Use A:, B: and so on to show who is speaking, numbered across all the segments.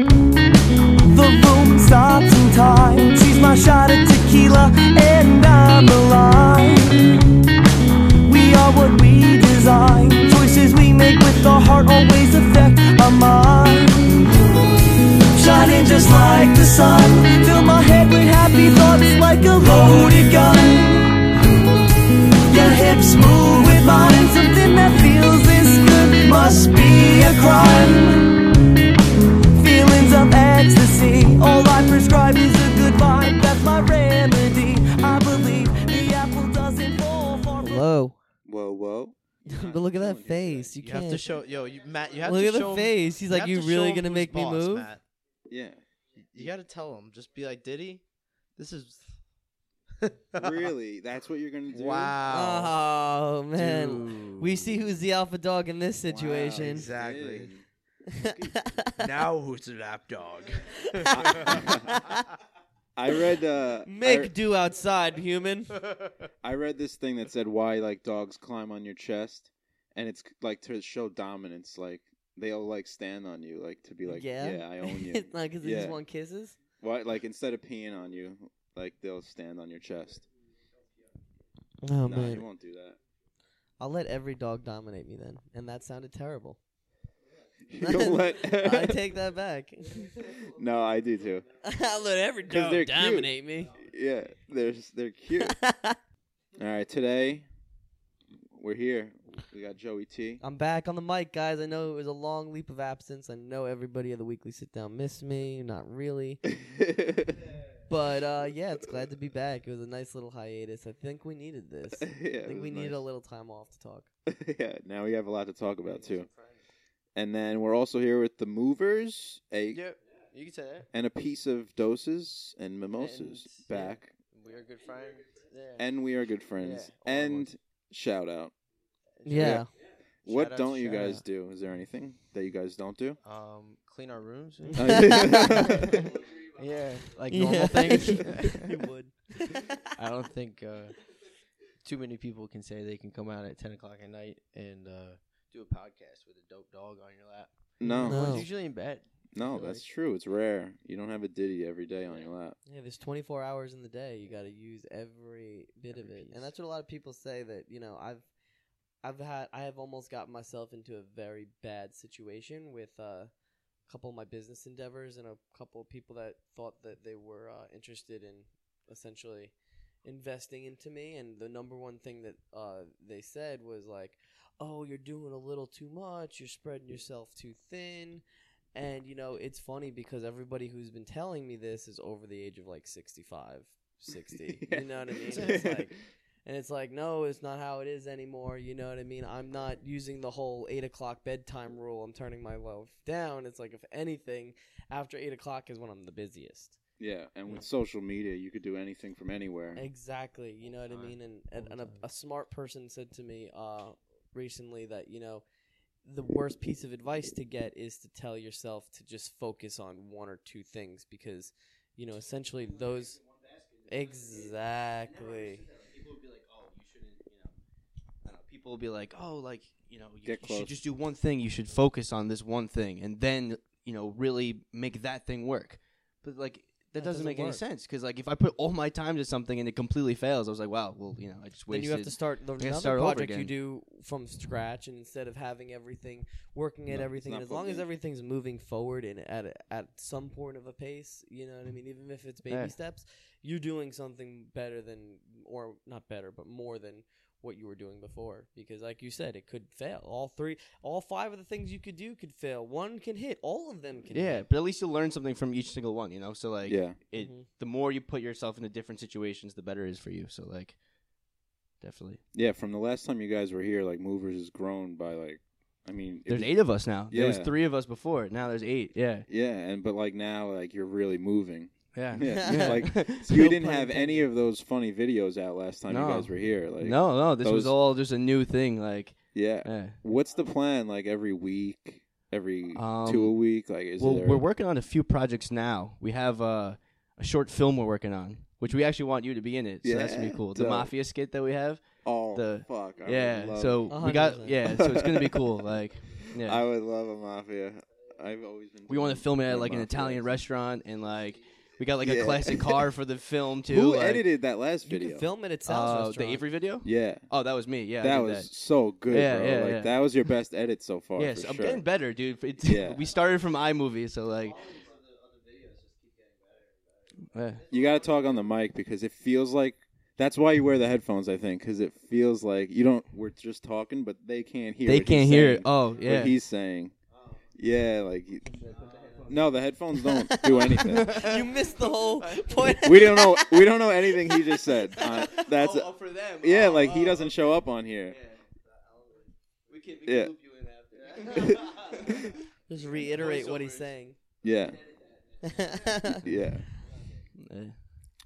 A: The room stops in time. She's my shot at tequila, and I'm alive. We are what we design. Choices we make with our heart always affect our mind. Shining just like the sun. Fill my head with happy thoughts like a loaded gun. Your hips move with mine. Something that feels this good must be a crime feelings of ecstasy. All I prescribe is a good vibe. That's my remedy. I believe the apple doesn't fall far from.
B: Hello.
C: Whoa, whoa.
B: but look at that face. You,
D: You
B: can't.
D: have to show, yo, you, Matt. You have
B: look
D: to
B: at
D: show
B: the
D: 'em-
B: face. He's like,
D: have
B: you
D: to
B: really
D: show 'em
B: gonna
D: who's
B: make me
D: boss,
B: move?
D: Matt.
C: Yeah.
D: You gotta tell him. Just be like, Diddy, this is
C: Really? That's what you're gonna do?
D: wow.
B: Oh man. We
D: Dude.
B: see who's the alpha dog in this
C: Wow,
B: situation.
C: you
D: Exactly.
C: did.
D: now who's the lapdog?
C: I read uh I,
B: Make
C: re-
B: do outside, human.
C: I read this thing that said why like dogs climb on your chest and it's like to show dominance like they'll like stand on you like to be like yeah, I own you.
B: Not because they just
C: Yeah.
B: want kisses.
C: why like instead of peeing on you like they'll stand on your chest.
B: Oh
C: no, you
B: man.
C: won't do that.
B: I'll let every dog dominate me then, and that sounded terrible.
C: You don't let
B: I take that back.
C: No, I do too.
B: I'll let every
C: 'Cause
B: dog
C: they're cute.
B: dominate me.
C: Yeah, they're they're cute. All right, today we're here. We got Joey T.
B: I'm back on the mic, guys. I know it was a long leap of absence. I know everybody at the weekly sit down missed me. Not really. But uh, yeah, it's glad to be back. It was a nice little hiatus. I think we needed this. I think we needed a little time off to talk.
C: yeah, now we have a lot to talk about too. And then we're also here with the Movers, a
D: yeah, you can say that.
C: and a piece of doses and mimosas
D: And-
C: back,
D: We are good friends. Yeah.
C: and we are good friends.
D: Yeah.
C: and shout out.
B: Yeah.
C: what
D: out,
C: don't you
D: shout
C: guys
D: out.
C: do? Is there anything that you guys don't do?
D: Um, clean our rooms.
C: Oh, yeah.
D: yeah, like
B: Yeah.
D: normal things.
B: you would.
D: I don't think uh, too many people can say they can come out at 10 o'clock at night and uh, do a podcast with a dope dog on your lap.
C: No,
B: No.
C: no,
D: Everyone's usually in bed.
C: that's true. It's rare. You don't have a ditty every day on your lap.
B: Yeah, there's 24 hours in the day. You got to use every bit of
D: Every
B: it,
D: piece.
B: and that's what a lot of people say. That you know, I've, I've had, I have almost gotten myself into a very bad situation with uh, a couple of my business endeavors and a couple of people that thought that they were uh, interested in essentially investing into me. And the number one thing that uh, they said was like, "Oh, you're doing a little too much. You're spreading yourself too thin." And you know, it's funny because everybody who's been telling me this is over the age of like 65, 60.
C: Yeah.
B: You know what I mean? It's like and it's like, no, it's not how it is anymore. You know what I mean? I'm not using the whole eight o'clock bedtime rule. I'm turning my life down. It's like, if anything, after eight o'clock is when I'm the busiest.
C: yeah, and with social media, you could do anything from anywhere.
B: Exactly. You know what I
D: time.
B: mean? And,
D: All
B: and,
D: the
B: and a,
D: time.
B: a smart person said to me uh, recently that, you know, the worst piece of advice to get is to tell yourself to just focus on one or two things because, you know, essentially those. Exactly.
D: People would be like, oh, you shouldn't, you know. I don't know, People will be like, oh, like, you know, you,
C: Get
D: you
C: close.
D: should just do one thing. You should focus on this one thing and then, you know, really make that thing work. But, like, that,
B: That
D: doesn't,
B: doesn't
D: make any
B: work.
D: sense because, like, if I put all my time to something and it completely fails, I was like, wow, well, you know, I just
B: Then
D: wasted.
B: you have to start the
D: gotta
B: another
D: start over
B: project you
D: again.
B: do from scratch, and instead of having everything working at
C: No, it's
B: everything,
C: not
B: and as long
C: booked
B: as
C: in.
B: everything's moving forward and at a- at some point of a pace, you know what I mean. Even if it's baby
D: Yeah.
B: steps, you're doing something better than, or not better, but more than what you were doing before. Because, like you said, it could fail. All three, all five of the things you could do could fail. One can hit. All of them can.
D: yeah,
B: hit.
D: but at least you learn something from each single one, you know? So, like,
C: yeah,
D: it
B: Mhm.
D: the more you put yourself into different situations, the better it is for you. So like, definitely,
C: yeah. From the last time you guys were here, like Movers has grown by like, I mean, it
D: there's
C: was-
D: eight of us now. There was
C: Yeah.
D: three of us before. Now there's eight. Yeah,
C: Yeah, and but like now, like you're really moving.
D: yeah,
C: Yeah,
B: Yeah.
C: like
D: no,
C: So you
B: No
C: didn't
B: pun
C: have any of those funny videos out last time
D: No.
C: you guys were here. Like,
D: no. This was
C: those-
D: all just a new thing. Like,
C: yeah.
D: yeah.
C: What's the plan? Like every week, every
D: Um,
C: two a week. Like, is
D: well,
C: there?
D: we're working on a few projects now. We have uh, a short film we're working on, which we actually want you to be in it. So that's gonna be
C: Yeah,
D: cool. The
C: dope.
D: mafia skit that we have.
C: Oh
D: The-
C: fuck! I would
D: yeah.
C: love-
D: So
B: it.
D: we got
B: 100%.
D: yeah. So it's gonna be cool. Like yeah.
C: I would love a mafia. I've always been.
D: we want to film it at
C: doing
D: like an
C: mafia.
D: Italian restaurant and like we got like
C: Yeah.
D: a classic car for the film too.
C: Who
D: like,
C: edited that last
B: You
C: video?
B: can film it at Sal's
D: uh,
B: restaurant.
D: the Avery video?
C: Yeah,
D: Oh, that was me. Yeah, I
C: that
D: did
C: was so good,
D: Yeah,
C: bro.
D: yeah,
C: like
D: yeah.
C: that was your best edit so far.
D: Yes,
C: for
D: I'm
C: sure.
D: getting better, dude. It's,
C: Yeah.
D: we started from iMovie, so like. Yeah.
C: You got to talk on the mic because it feels like that's why you wear the headphones. I think because it feels like you don't. We're just talking, but they can't hear.
D: They
C: what he's
D: can't hear
C: saying,
D: it. Oh, yeah.
C: What he's saying. Yeah, like. you- No, the headphones don't do anything.
B: you missed the whole point.
C: we don't know. We don't know anything he just said. Uh, that's
D: oh, oh, for them.
C: yeah.
D: Oh,
C: Like he
D: oh.
C: doesn't show up on here.
D: We can, we
C: Yeah.
D: loop you in after.
B: Just reiterate what he's
D: Voiceovers.
B: saying.
C: Yeah, yeah.
D: Yeah.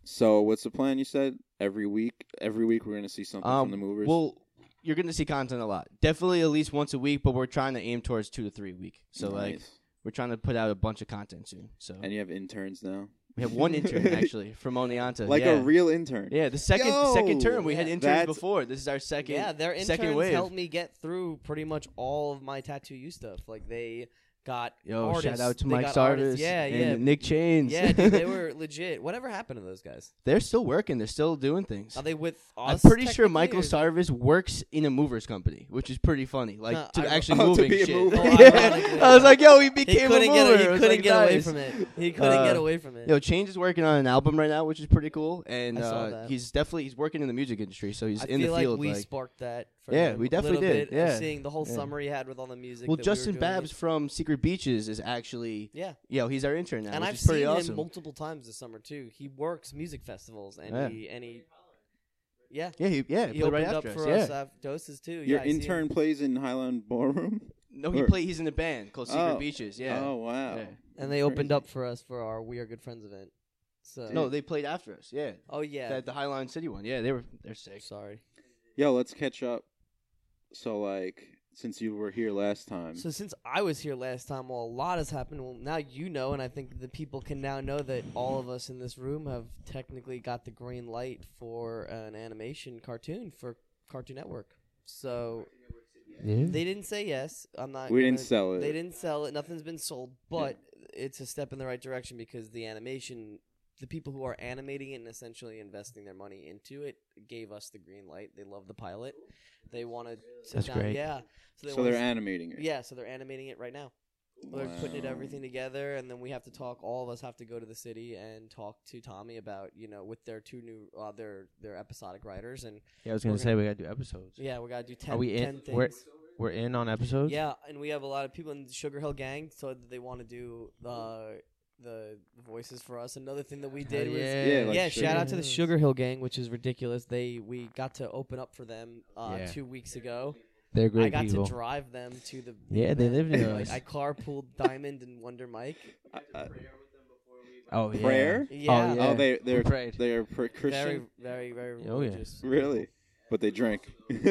C: So what's the plan? You said every week. Every week we're gonna see something
B: Um,
C: from the movers.
D: Um, Well, you're going to see content a lot. Definitely at least once a week, but we're trying to aim towards two to three a week. So, like,
C: Nice.
D: we're trying to put out a bunch of content soon. So,
C: and you have interns now,
D: we have one intern, actually, from
B: Uh,
D: Oneonta.
C: like
D: yeah.
C: a real intern.
D: Yeah, the second
C: Yo!
D: second term we had
C: Yeah.
D: interns
C: That's-
D: before. This is our second.
B: yeah, their interns
D: second wave.
B: helped me get through pretty much all of my tattoo you stuff. Like they got
D: Yo,
B: artists.
D: shout out to
B: They
D: Mike
B: got artists.
D: Sarvis
B: Yeah,
D: and
B: yeah,
D: Nick Chains.
B: yeah. Dude, they were legit. Whatever happened to those guys?
D: they're still working. They're still doing things.
B: Are they with
D: I'm
B: us?
D: pretty sure
B: technically,
D: Michael
B: or-
D: Sarvis works in a movers company, which is pretty funny. Like
B: No,
D: to
B: I-
D: actually
C: Oh, to
D: moving
C: be a
D: shit.
C: mover.
B: Oh,
D: yeah.
B: ironically,
D: I was like, yo, he
B: He
D: became
B: couldn't
D: a
B: get,
D: mover.
B: he
D: I was
B: couldn't
D: like,
B: get away
D: nice.
B: from it. He couldn't
D: Uh,
B: get away from it.
D: Yo, Change is working on an album right now, which is pretty cool, and
B: I saw
D: uh,
B: that.
D: he's definitely he's working in the music industry, so he's
B: I
D: in
B: feel
D: the field.
B: like we
D: like-
B: sparked that. For
D: Yeah,
B: him
D: we
B: a
D: definitely
B: little
D: did,
B: bit,
D: yeah.
B: seeing the whole
D: Yeah.
B: summer he had with all the music.
D: well,
B: that we were
D: Justin
B: doing.
D: Babs from Secret Beaches is actually,
B: Yeah,
D: yo, he's our intern now,
B: and
D: which
B: I've
D: is pretty
B: seen
D: awesome.
B: him multiple times this summer too. He works music festivals, and
D: Yeah.
B: he and he, yeah,
D: yeah, he, yeah,
B: he
D: played
B: opened
D: right
B: up
D: after
B: for
D: us.
B: us
D: yeah.
B: uh, doses too.
C: Your
B: yeah, I see him.
C: intern plays in Highland Ballroom.
D: No, he
C: Or-
D: played. He's in a band called Secret
C: Oh.
D: Beaches. Yeah.
C: Oh wow.
D: Yeah.
B: and they opened up for us for our We Are Good Friends event. So
D: No, they played after us. Yeah.
B: oh yeah,
D: That the Highline City one. Yeah, they were. They're sick.
B: sorry.
C: Yo, let's catch up. So like, since you were here last time,
B: So since I was here last time, well, a lot has happened. Well, now you know, and I think the people can now know that all of us in this room have technically got the green light for an animation cartoon for Cartoon Network. So they didn't say yes. I'm not.
C: we didn't
B: gonna-
C: sell it.
B: They didn't sell it. Nothing's been sold, but it's a step in the right direction because the animation, the people who are animating it and essentially investing their money into it, gave us the green light. They love the pilot. They want to sit
D: That's
B: down.
D: great.
B: Yeah. So, they
C: so
B: wanna
C: they're
B: sit-
C: animating it.
B: yeah, so they're animating it right now. They're putting it,
C: Wow.
B: everything together, and then we have to talk. All of us have to go to the city and talk to Tommy about you know with their two new uh, their their episodic writers, and
E: Yeah, I was
B: We're
E: gonna
B: gonna-
E: say we gotta do episodes.
B: yeah, we gotta do ten,
E: Are we
B: 10
E: in?
B: things.
E: We're we're in on episodes.
B: yeah, and we have a lot of people in the Sugar Hill Gang, so that they want to do the the voices for us. Another thing that we did was
C: Yeah, like
B: yeah,
C: Sugar
B: shout out to the
E: Hills.
B: Sugar Hill Gang, which is ridiculous. They we got to open up for them uh,
E: Yeah.
B: two weeks ago.
E: they're
B: I
E: great
B: got
E: people.
B: to drive them to the
E: Yeah, they live near
B: Like,
E: us.
B: I carpooled Diamond and Wonder Mike.
C: Uh, uh,
E: oh yeah.
C: prayer.
B: Yeah,
E: yeah.
C: Oh, they they're
E: prayed.
C: they're pr-
B: very,
C: Christian.
B: very, very
E: Oh, yeah.
B: religious.
C: Really, but they drink.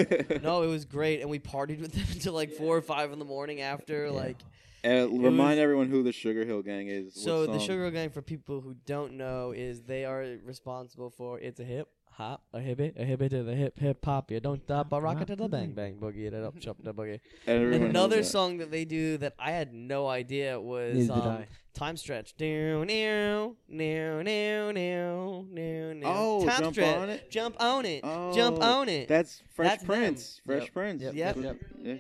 B: No, it was great, and we partied with them until like four or five in the morning after. Like,
C: Uh, remind
B: was-
C: everyone who the Sugar Hill Gang is. what
B: so the
C: song.
B: Sugar Hill Gang, for people who don't know, is they are responsible for it's a hip hop, a hip it, a hip it to the hip hip hop. You don't stop, I
E: Ah.
B: rock it to the bang bang boogie, da up chop da boogie.
C: And everyone knows
B: Another
C: that.
B: song that they do that I had no idea was
E: Neither did
B: um,
E: I.
B: time stretch. New, new, new, new, new, new, new.
C: Oh,
B: time
C: Jump
B: stretch.
C: On It?
B: Jump on it.
C: Oh,
B: jump on it.
C: That's Fresh
B: That's them.
C: Prince. Fresh
D: Yep.
C: Prince.
D: Yep.
B: Yep.
C: Yep. Yeah.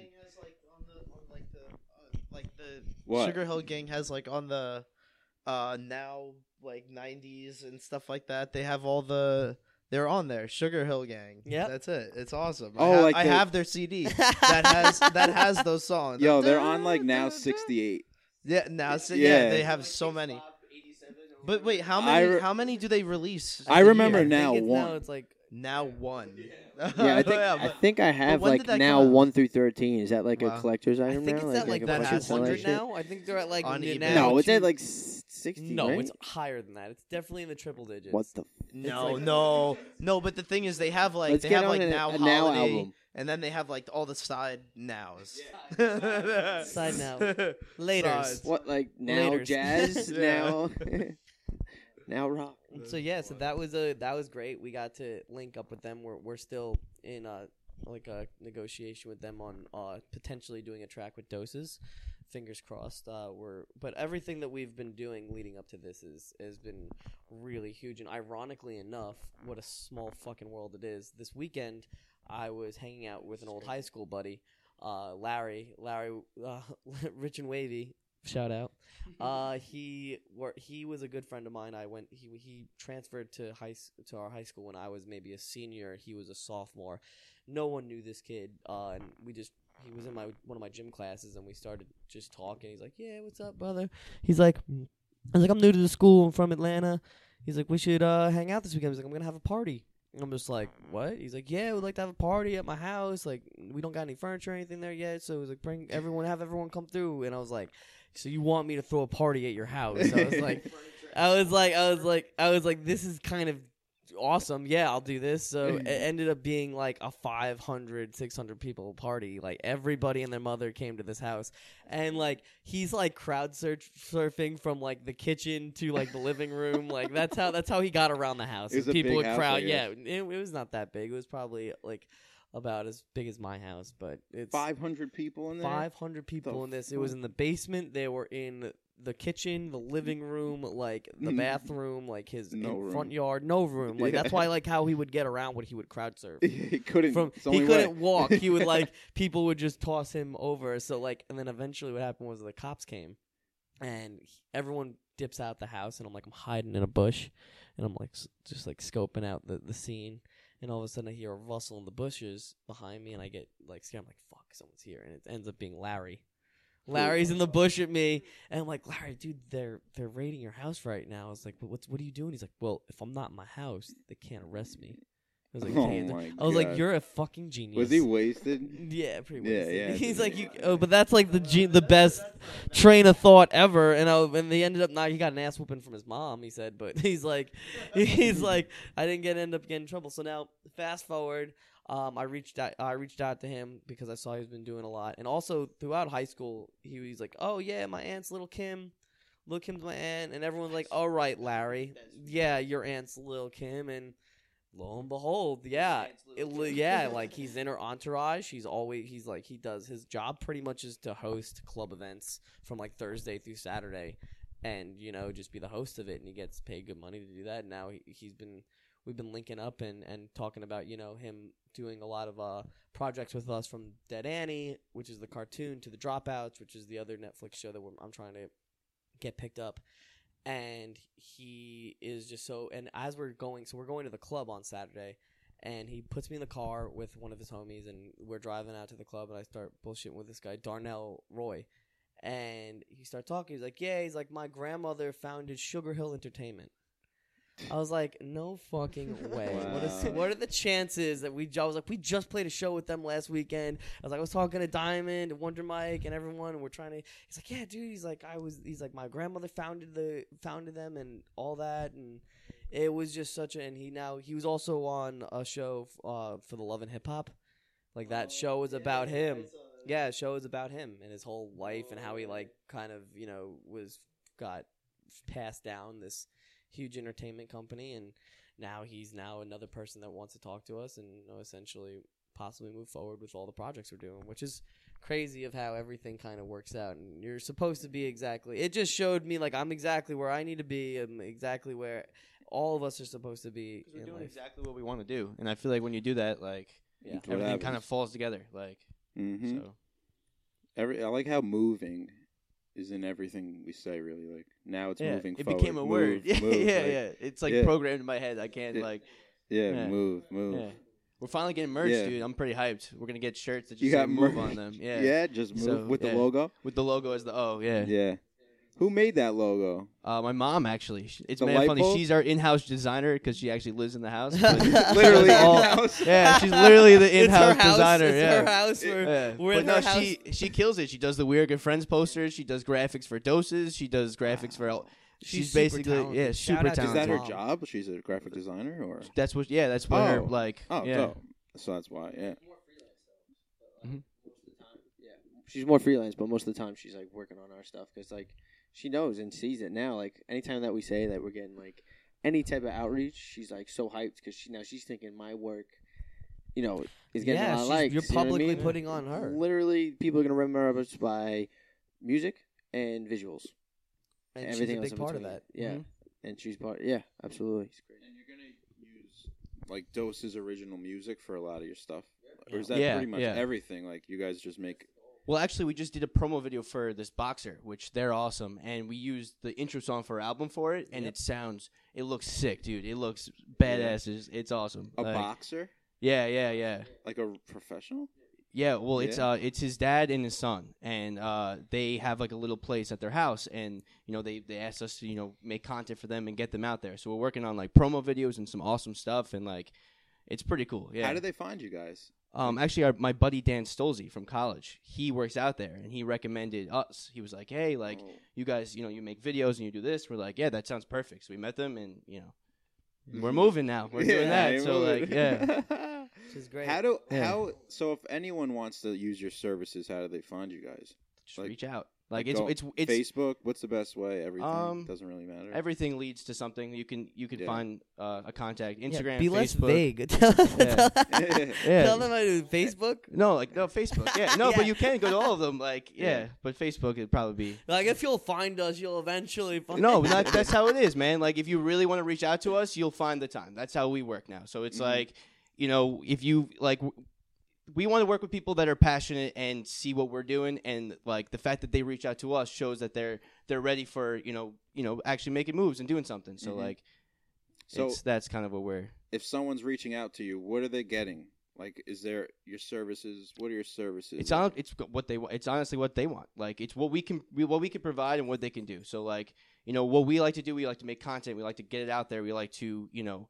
F: Like on the, on like the, uh, like the
C: What?
F: Sugar Hill Gang has like on the uh now like 90s and stuff like that. They have all the they're on there. Sugar Hill Gang.
B: Yep.
F: that's it. It's awesome.
C: Oh,
F: I, have,
C: like
F: I
C: the-
F: have their CD that has that has those songs.
C: Yo, they're on like now 68.
F: Yeah, now so, yeah.
C: Yeah.
F: they have so many. But wait, how
C: I
F: many
C: re-
F: how many do they release?
C: I
F: a year?
C: remember
B: I
C: now
B: think it's,
C: one.
B: Now it's like
F: now one. Yeah,
G: Yeah, I
D: Oh,
G: think I
F: but-
G: think I have
F: when did
G: like
F: that come
G: now
F: out?
G: one through thirteen. Is that like
F: Wow.
G: a collector's
B: I
G: item
B: think
G: now?
B: it's at like
G: a
F: that
G: bunch of
F: has
B: 200
G: collection?
B: now. I think they're at like
F: On eBay.
B: now.
G: No, it's
B: two-
G: at like s- sixty.
B: no,
G: right?
B: it's higher than that. It's definitely in the triple digits.
G: what the?
F: No,
B: like-
F: no, no. But the thing is, they have like
G: Let's
F: they
G: get
F: have
G: on
F: like
G: an-
F: now
G: a Now
F: Holiday,
G: album.
F: and then they have like all the side nows.
B: Side now. Later.
F: Sides.
G: What like now
B: Laters.
G: jazz
F: Yeah.
G: now now rock.
B: So yeah, so that was a that was great. We got to link up with them. We're we're still in uh like a negotiation with them on uh potentially doing a track with doses. Fingers crossed. Uh, we're but everything that we've been doing leading up to this is has been really huge. And ironically enough, what a small fucking world it is. This weekend, I was hanging out with an old high school buddy, uh, Larry. Larry, uh, Rich and Wavy. Shout out. Uh, he were, he was a good friend of mine. I went. He he transferred to high s- to our high school when I was maybe a senior. He was a sophomore. No one knew this kid, uh, and we just he was in my one of my gym classes, and we started just talking. He's like, "Yeah, what's up, brother?" He's like, "I was like, I'm new to the school. I'm from Atlanta." He's like, "We should uh, hang out this weekend." He's like, "I'm gonna have a party." And I'm just like, "What?" He's like, "Yeah, we'd like to have a party at my house. Like, we don't got any furniture or anything there yet, so he's like, bring everyone, have everyone come through." And I was like so you want me to throw a party at your house? I was like, I was like, I was like, I was like, this is kind of awesome. Yeah, I'll do this. So
C: Mm.
B: it ended up being like a 500, 600 people party. Like everybody and their mother came to this house, and like he's like crowd search surfing from like the kitchen to like the living room. Like that's how that's how he got around the house.
C: It was a
B: people
C: big
B: would
C: house, I
B: crowd. Yeah,
C: guess.
B: it, it was not that big. It was probably like about as big as my house, but it's
C: Five hundred people in there.
B: Five hundred people in this. It was
C: fuck?
B: in the basement. They were in the kitchen, the living room, like the bathroom, like his
C: Mm. No
B: in front
C: room.
B: yard, no room. Like that's
C: Yeah.
B: why I like how he would get around when he would crowd surf.
C: he couldn't.
B: From
C: it's the
B: he
C: only way.
B: couldn't walk. He would like people would just toss him over. So like, and then eventually what happened was the cops came, and he- everyone dips out the house, and I'm like I'm hiding in a bush, and I'm like s- just like scoping out the the scene. And all of a sudden, I hear a rustle in the bushes behind me, and I get like scared. I'm like, "Fuck, someone's here!" And it ends up being Larry. Larry's in the bush at me, and I'm like, "Larry, dude, they're they're raiding your house right now." I was like, "What- "What's what are you doing?" He's like, "Well, if I'm not in my house, they can't arrest me." I was like,
C: Oh
B: "Hey,
C: my
B: I was like,
C: God.
B: "You're a fucking genius."
C: Was he wasted?
B: Yeah, pretty much.
C: Yeah, yeah,
B: He's
C: dude.
B: like, you, oh, but that's like the ge- the best train of thought ever. And I, and they ended up now he got an ass whooping from his mom. He said, but he's like, he's like, I didn't get end up getting in trouble. So now fast forward, um, I reached out, I reached out to him because I saw he's been doing a lot, and also throughout high school, he was like, oh yeah, my aunt's little Kim. Little Kim's my aunt, and everyone's like, "All right, Larry, yeah, your aunt's Lil Kim," and lo and behold, yeah, it, li- yeah, like he's in her entourage. He's always he's like he does his job pretty much is to host club events from like Thursday through Saturday, and you know just be the host of it, and he gets paid good money to do that. And now he, he's been we've been linking up and and talking about you know him doing a lot of uh projects with us from Dead Annie, which is the cartoon, to the Dropouts, which is the other Netflix show that we're, I'm trying to get picked up and he is just so and as we're going so we're going to the club on saturday and he puts me in the car with one of his homies and we're driving out to the club and i start bullshitting with this guy darnell roy and he started talking he's like yeah he's like my grandmother founded sugar hill entertainment I was like, no fucking way. What, is,
C: Wow.
B: what are the chances that we? I was like, we just played a show with them last weekend. I was like, I was talking to Diamond, and Wonder Mike, and everyone, and we're trying to he's like, yeah, dude. He's like, I was. He's like, my grandmother founded the founded them and all that, and it was just such a. And he now he was also on a show f- uh, for the Love and Hip Hop, like that show was about him. Yeah, the show was about him and his whole life and how he like kind of you know was got passed down this huge entertainment company and now he's now another person that wants to talk to us and you know, essentially possibly move forward with all the projects we're doing, which is crazy of how everything kind of works out and you're supposed to be exactly it just showed me like i'm exactly where i need to be i'm exactly where all of us are supposed to be
D: we're
B: in
D: doing
B: life.
D: exactly what we want to do, and I feel like when you do that, like
B: yeah
C: What
D: everything kind
C: happens?
D: of falls together. Like
C: Mhm.
D: so,
C: Every I like how moving is in everything we say. Really, like now it's
D: yeah,
C: moving.
D: it
C: forward.
D: became a
C: Move,
D: word. yeah,
C: move,
D: yeah,
C: like-
D: yeah. It's like
C: Yeah.
D: programmed in my head. I can't
C: Yeah.
D: like.
C: yeah,
D: Yeah.
C: Move, move.
D: Yeah. We're finally getting merch,
C: Yeah.
D: dude. I'm pretty hyped. We're gonna get shirts that just
C: You
D: say
C: got
D: move
C: merch.
D: on them. Yeah.
C: Yeah, just move
D: So,
C: with
D: yeah.
C: the logo.
D: With the logo as the oh yeah.
C: Yeah. Who made that logo?
D: Uh, my mom actually. Sh- It's
C: The
D: mad
C: light
D: funny.
C: bulb?
D: She's our in-house designer because she actually lives in the house. but-
C: Literally,
D: all-
C: in-house.
D: yeah, she's literally the
B: it's her
D: in-house
B: house
D: designer.
B: it's
D: yeah.
B: her house we're,
D: Yeah.
B: we're
D: but
B: in
D: no,
B: her house
D: she she kills it. She does the Weird Good Friends posters. She does graphics for doses. She does graphics for. all- She's,
B: She's super
D: basically yeah,
B: talented. Shout
D: super
B: out to
D: talented.
C: Is that her
B: Wow.
C: job? She's a graphic designer, or
D: That's what. Yeah, that's what her
C: Oh.
D: like.
C: oh,
D: yeah.
C: dope. So that's why. Yeah.
G: She's more freelance, but most of the time she's like working on our stuff because like she knows and sees it now. Like anytime that we say that we're getting like any type of outreach, she's like so hyped because she now she's thinking my work you know, is getting
B: yeah,
G: a lot of
B: she's-
G: likes.
B: you're
G: you know what I
B: publicly
G: mean?
B: putting on her.
G: Literally, people are gonna remember us by music and visuals.
B: and
G: Everything
B: she's a
G: else in
B: big part of
G: between.
B: that. Mm-hmm.
G: Yeah, and she's part. Yeah, absolutely.
C: And you're gonna use like Dose's original music for a lot of your stuff, or is
D: Yeah.
C: that
D: Yeah,
C: pretty much
D: yeah.
C: everything? Like you guys just make.
D: Well, actually, we just did a promo video for this boxer, which they're awesome, and we used the intro song for our album for it, and it sounds, it looks sick, dude. It looks badass. It's, it's awesome.
C: A
D: Like,
C: boxer,
D: Yeah, yeah, yeah,
C: like a professional.
D: yeah. Well, it's
C: Yeah.
D: uh, it's his dad and his son, and uh, they have like a little place at their house, and you know they they asked us to you know make content for them and get them out there. So we're working on like promo videos and some awesome stuff, and like it's pretty cool. Yeah.
C: How did they find you guys?
D: Um, actually, our, my buddy Dan Stolze from college, he works out there, and he recommended us. He was like, "Hey, like
C: Oh.
D: you guys, you know, you make videos and you do this." We're like, "Yeah, that sounds perfect." So we met them, and you know, we're moving now. We're doing
C: Yeah,
D: that.
C: I
D: So
C: would.
D: like, yeah.
B: Which is great.
C: How do
D: Yeah.
C: how so? If anyone wants to use your services, how do they find you guys?
D: just
C: Like-
D: reach out.
C: like
D: Like it's
C: go-
D: it's it's
C: Facebook. What's the best way? Everything
D: Um,
C: doesn't really matter.
D: everything leads to something. You can you can
C: Yeah.
D: find uh, a contact
B: Yeah,
D: Instagram,
B: be
D: Facebook.
B: less vague. Tell,
D: Yeah. Yeah.
B: tell them I do Facebook.
D: No, like no Facebook. Yeah, no, but
B: Yeah.
D: you can go to all of them. Like yeah,
C: Yeah.
D: but Facebook would probably be.
B: Like if you'll find us, you'll eventually find.
D: No, that, that's how it is, man. Like if you really want to reach out to us, you'll find the time. That's how we work now. So it's
C: Mhm.
D: like, you know, if you like, w- we want to work with people that are passionate and see what we're doing, and like the fact that they reach out to us shows that they're they're ready for you know you know actually making moves and doing something. So
C: Mhm.
D: like,
C: so
D: it's that's kind of what we're.
C: if someone's reaching out to you, what are they getting? Like, is there your services? What are your services?
D: It's on. It's what they want. It's honestly what they want. Like it's what we can we, what we can provide and what they can do. So like you know what we like to do. We like to make content. We like to get it out there. We like to you know,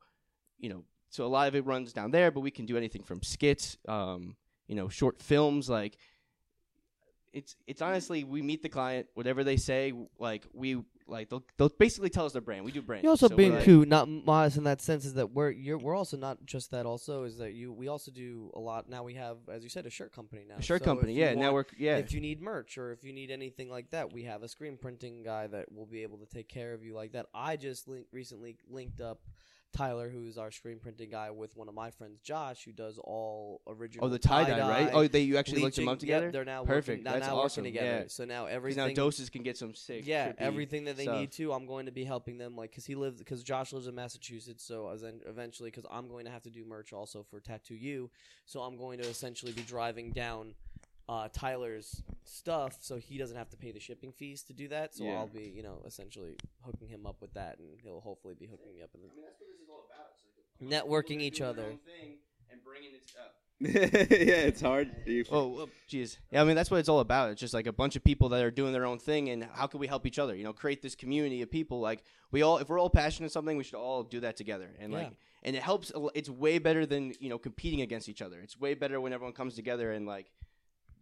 D: you know. So a lot of it runs down there, but we can do anything from skits, um, you know, short films. Like it's it's honestly we meet the client, whatever they say. Like we like they'll they'll basically tell us their brand. We do brand.
B: You're also
D: So we're
B: being
D: like-
B: too not modest in that sense is that we're you're we're also not just that. Also, is that you we also do a lot now. We have, as you said, a shirt company now.
D: a shirt
B: So if
D: company.
B: you
D: Yeah,
B: want-
D: now we're yeah.
B: If you need merch or if you need anything like that, we have a screen printing guy that will be able to take care of you like that. I just link, recently linked up Tyler, who's our screen printing guy, with one of my friends, Josh, who does all original.
D: Oh, the tie dye, right?
B: tie-dye,
D: Oh, they you actually looked
B: bleaching.
D: them up
B: Yep,
D: together.
B: they're now
D: Perfect.
B: Working, now,
D: That's
B: now
D: awesome.
B: working together.
D: Yeah.
B: So now
D: Because
B: everything
D: now doses can get some sick.
B: yeah,
D: trippy-
B: everything that they
D: stuff.
B: need to, I'm going to be helping them. Like, cause he lives, cause Josh lives in Massachusetts, so as in, eventually, cause I'm going to have to do merch also for Tattoo You, so I'm going to essentially be driving down uh, Tyler's stuff, so he doesn't have to pay the shipping fees to do that. So
C: Yeah.
B: I'll be, you know, essentially hooking him up with that, and he'll hopefully be hooking me up. In the- Networking each other.
C: yeah, it's hard. You-
D: Oh, oh, jeez. Yeah, I mean that's what it's all about. It's just like a bunch of people that are doing their own thing, and how can we help each other? You know, create this community of people. Like we all, if we're all passionate about something, we should all do that together. And like,
B: Yeah.
D: and it helps. a l- It's way better than you know competing against each other. It's way better when everyone comes together and like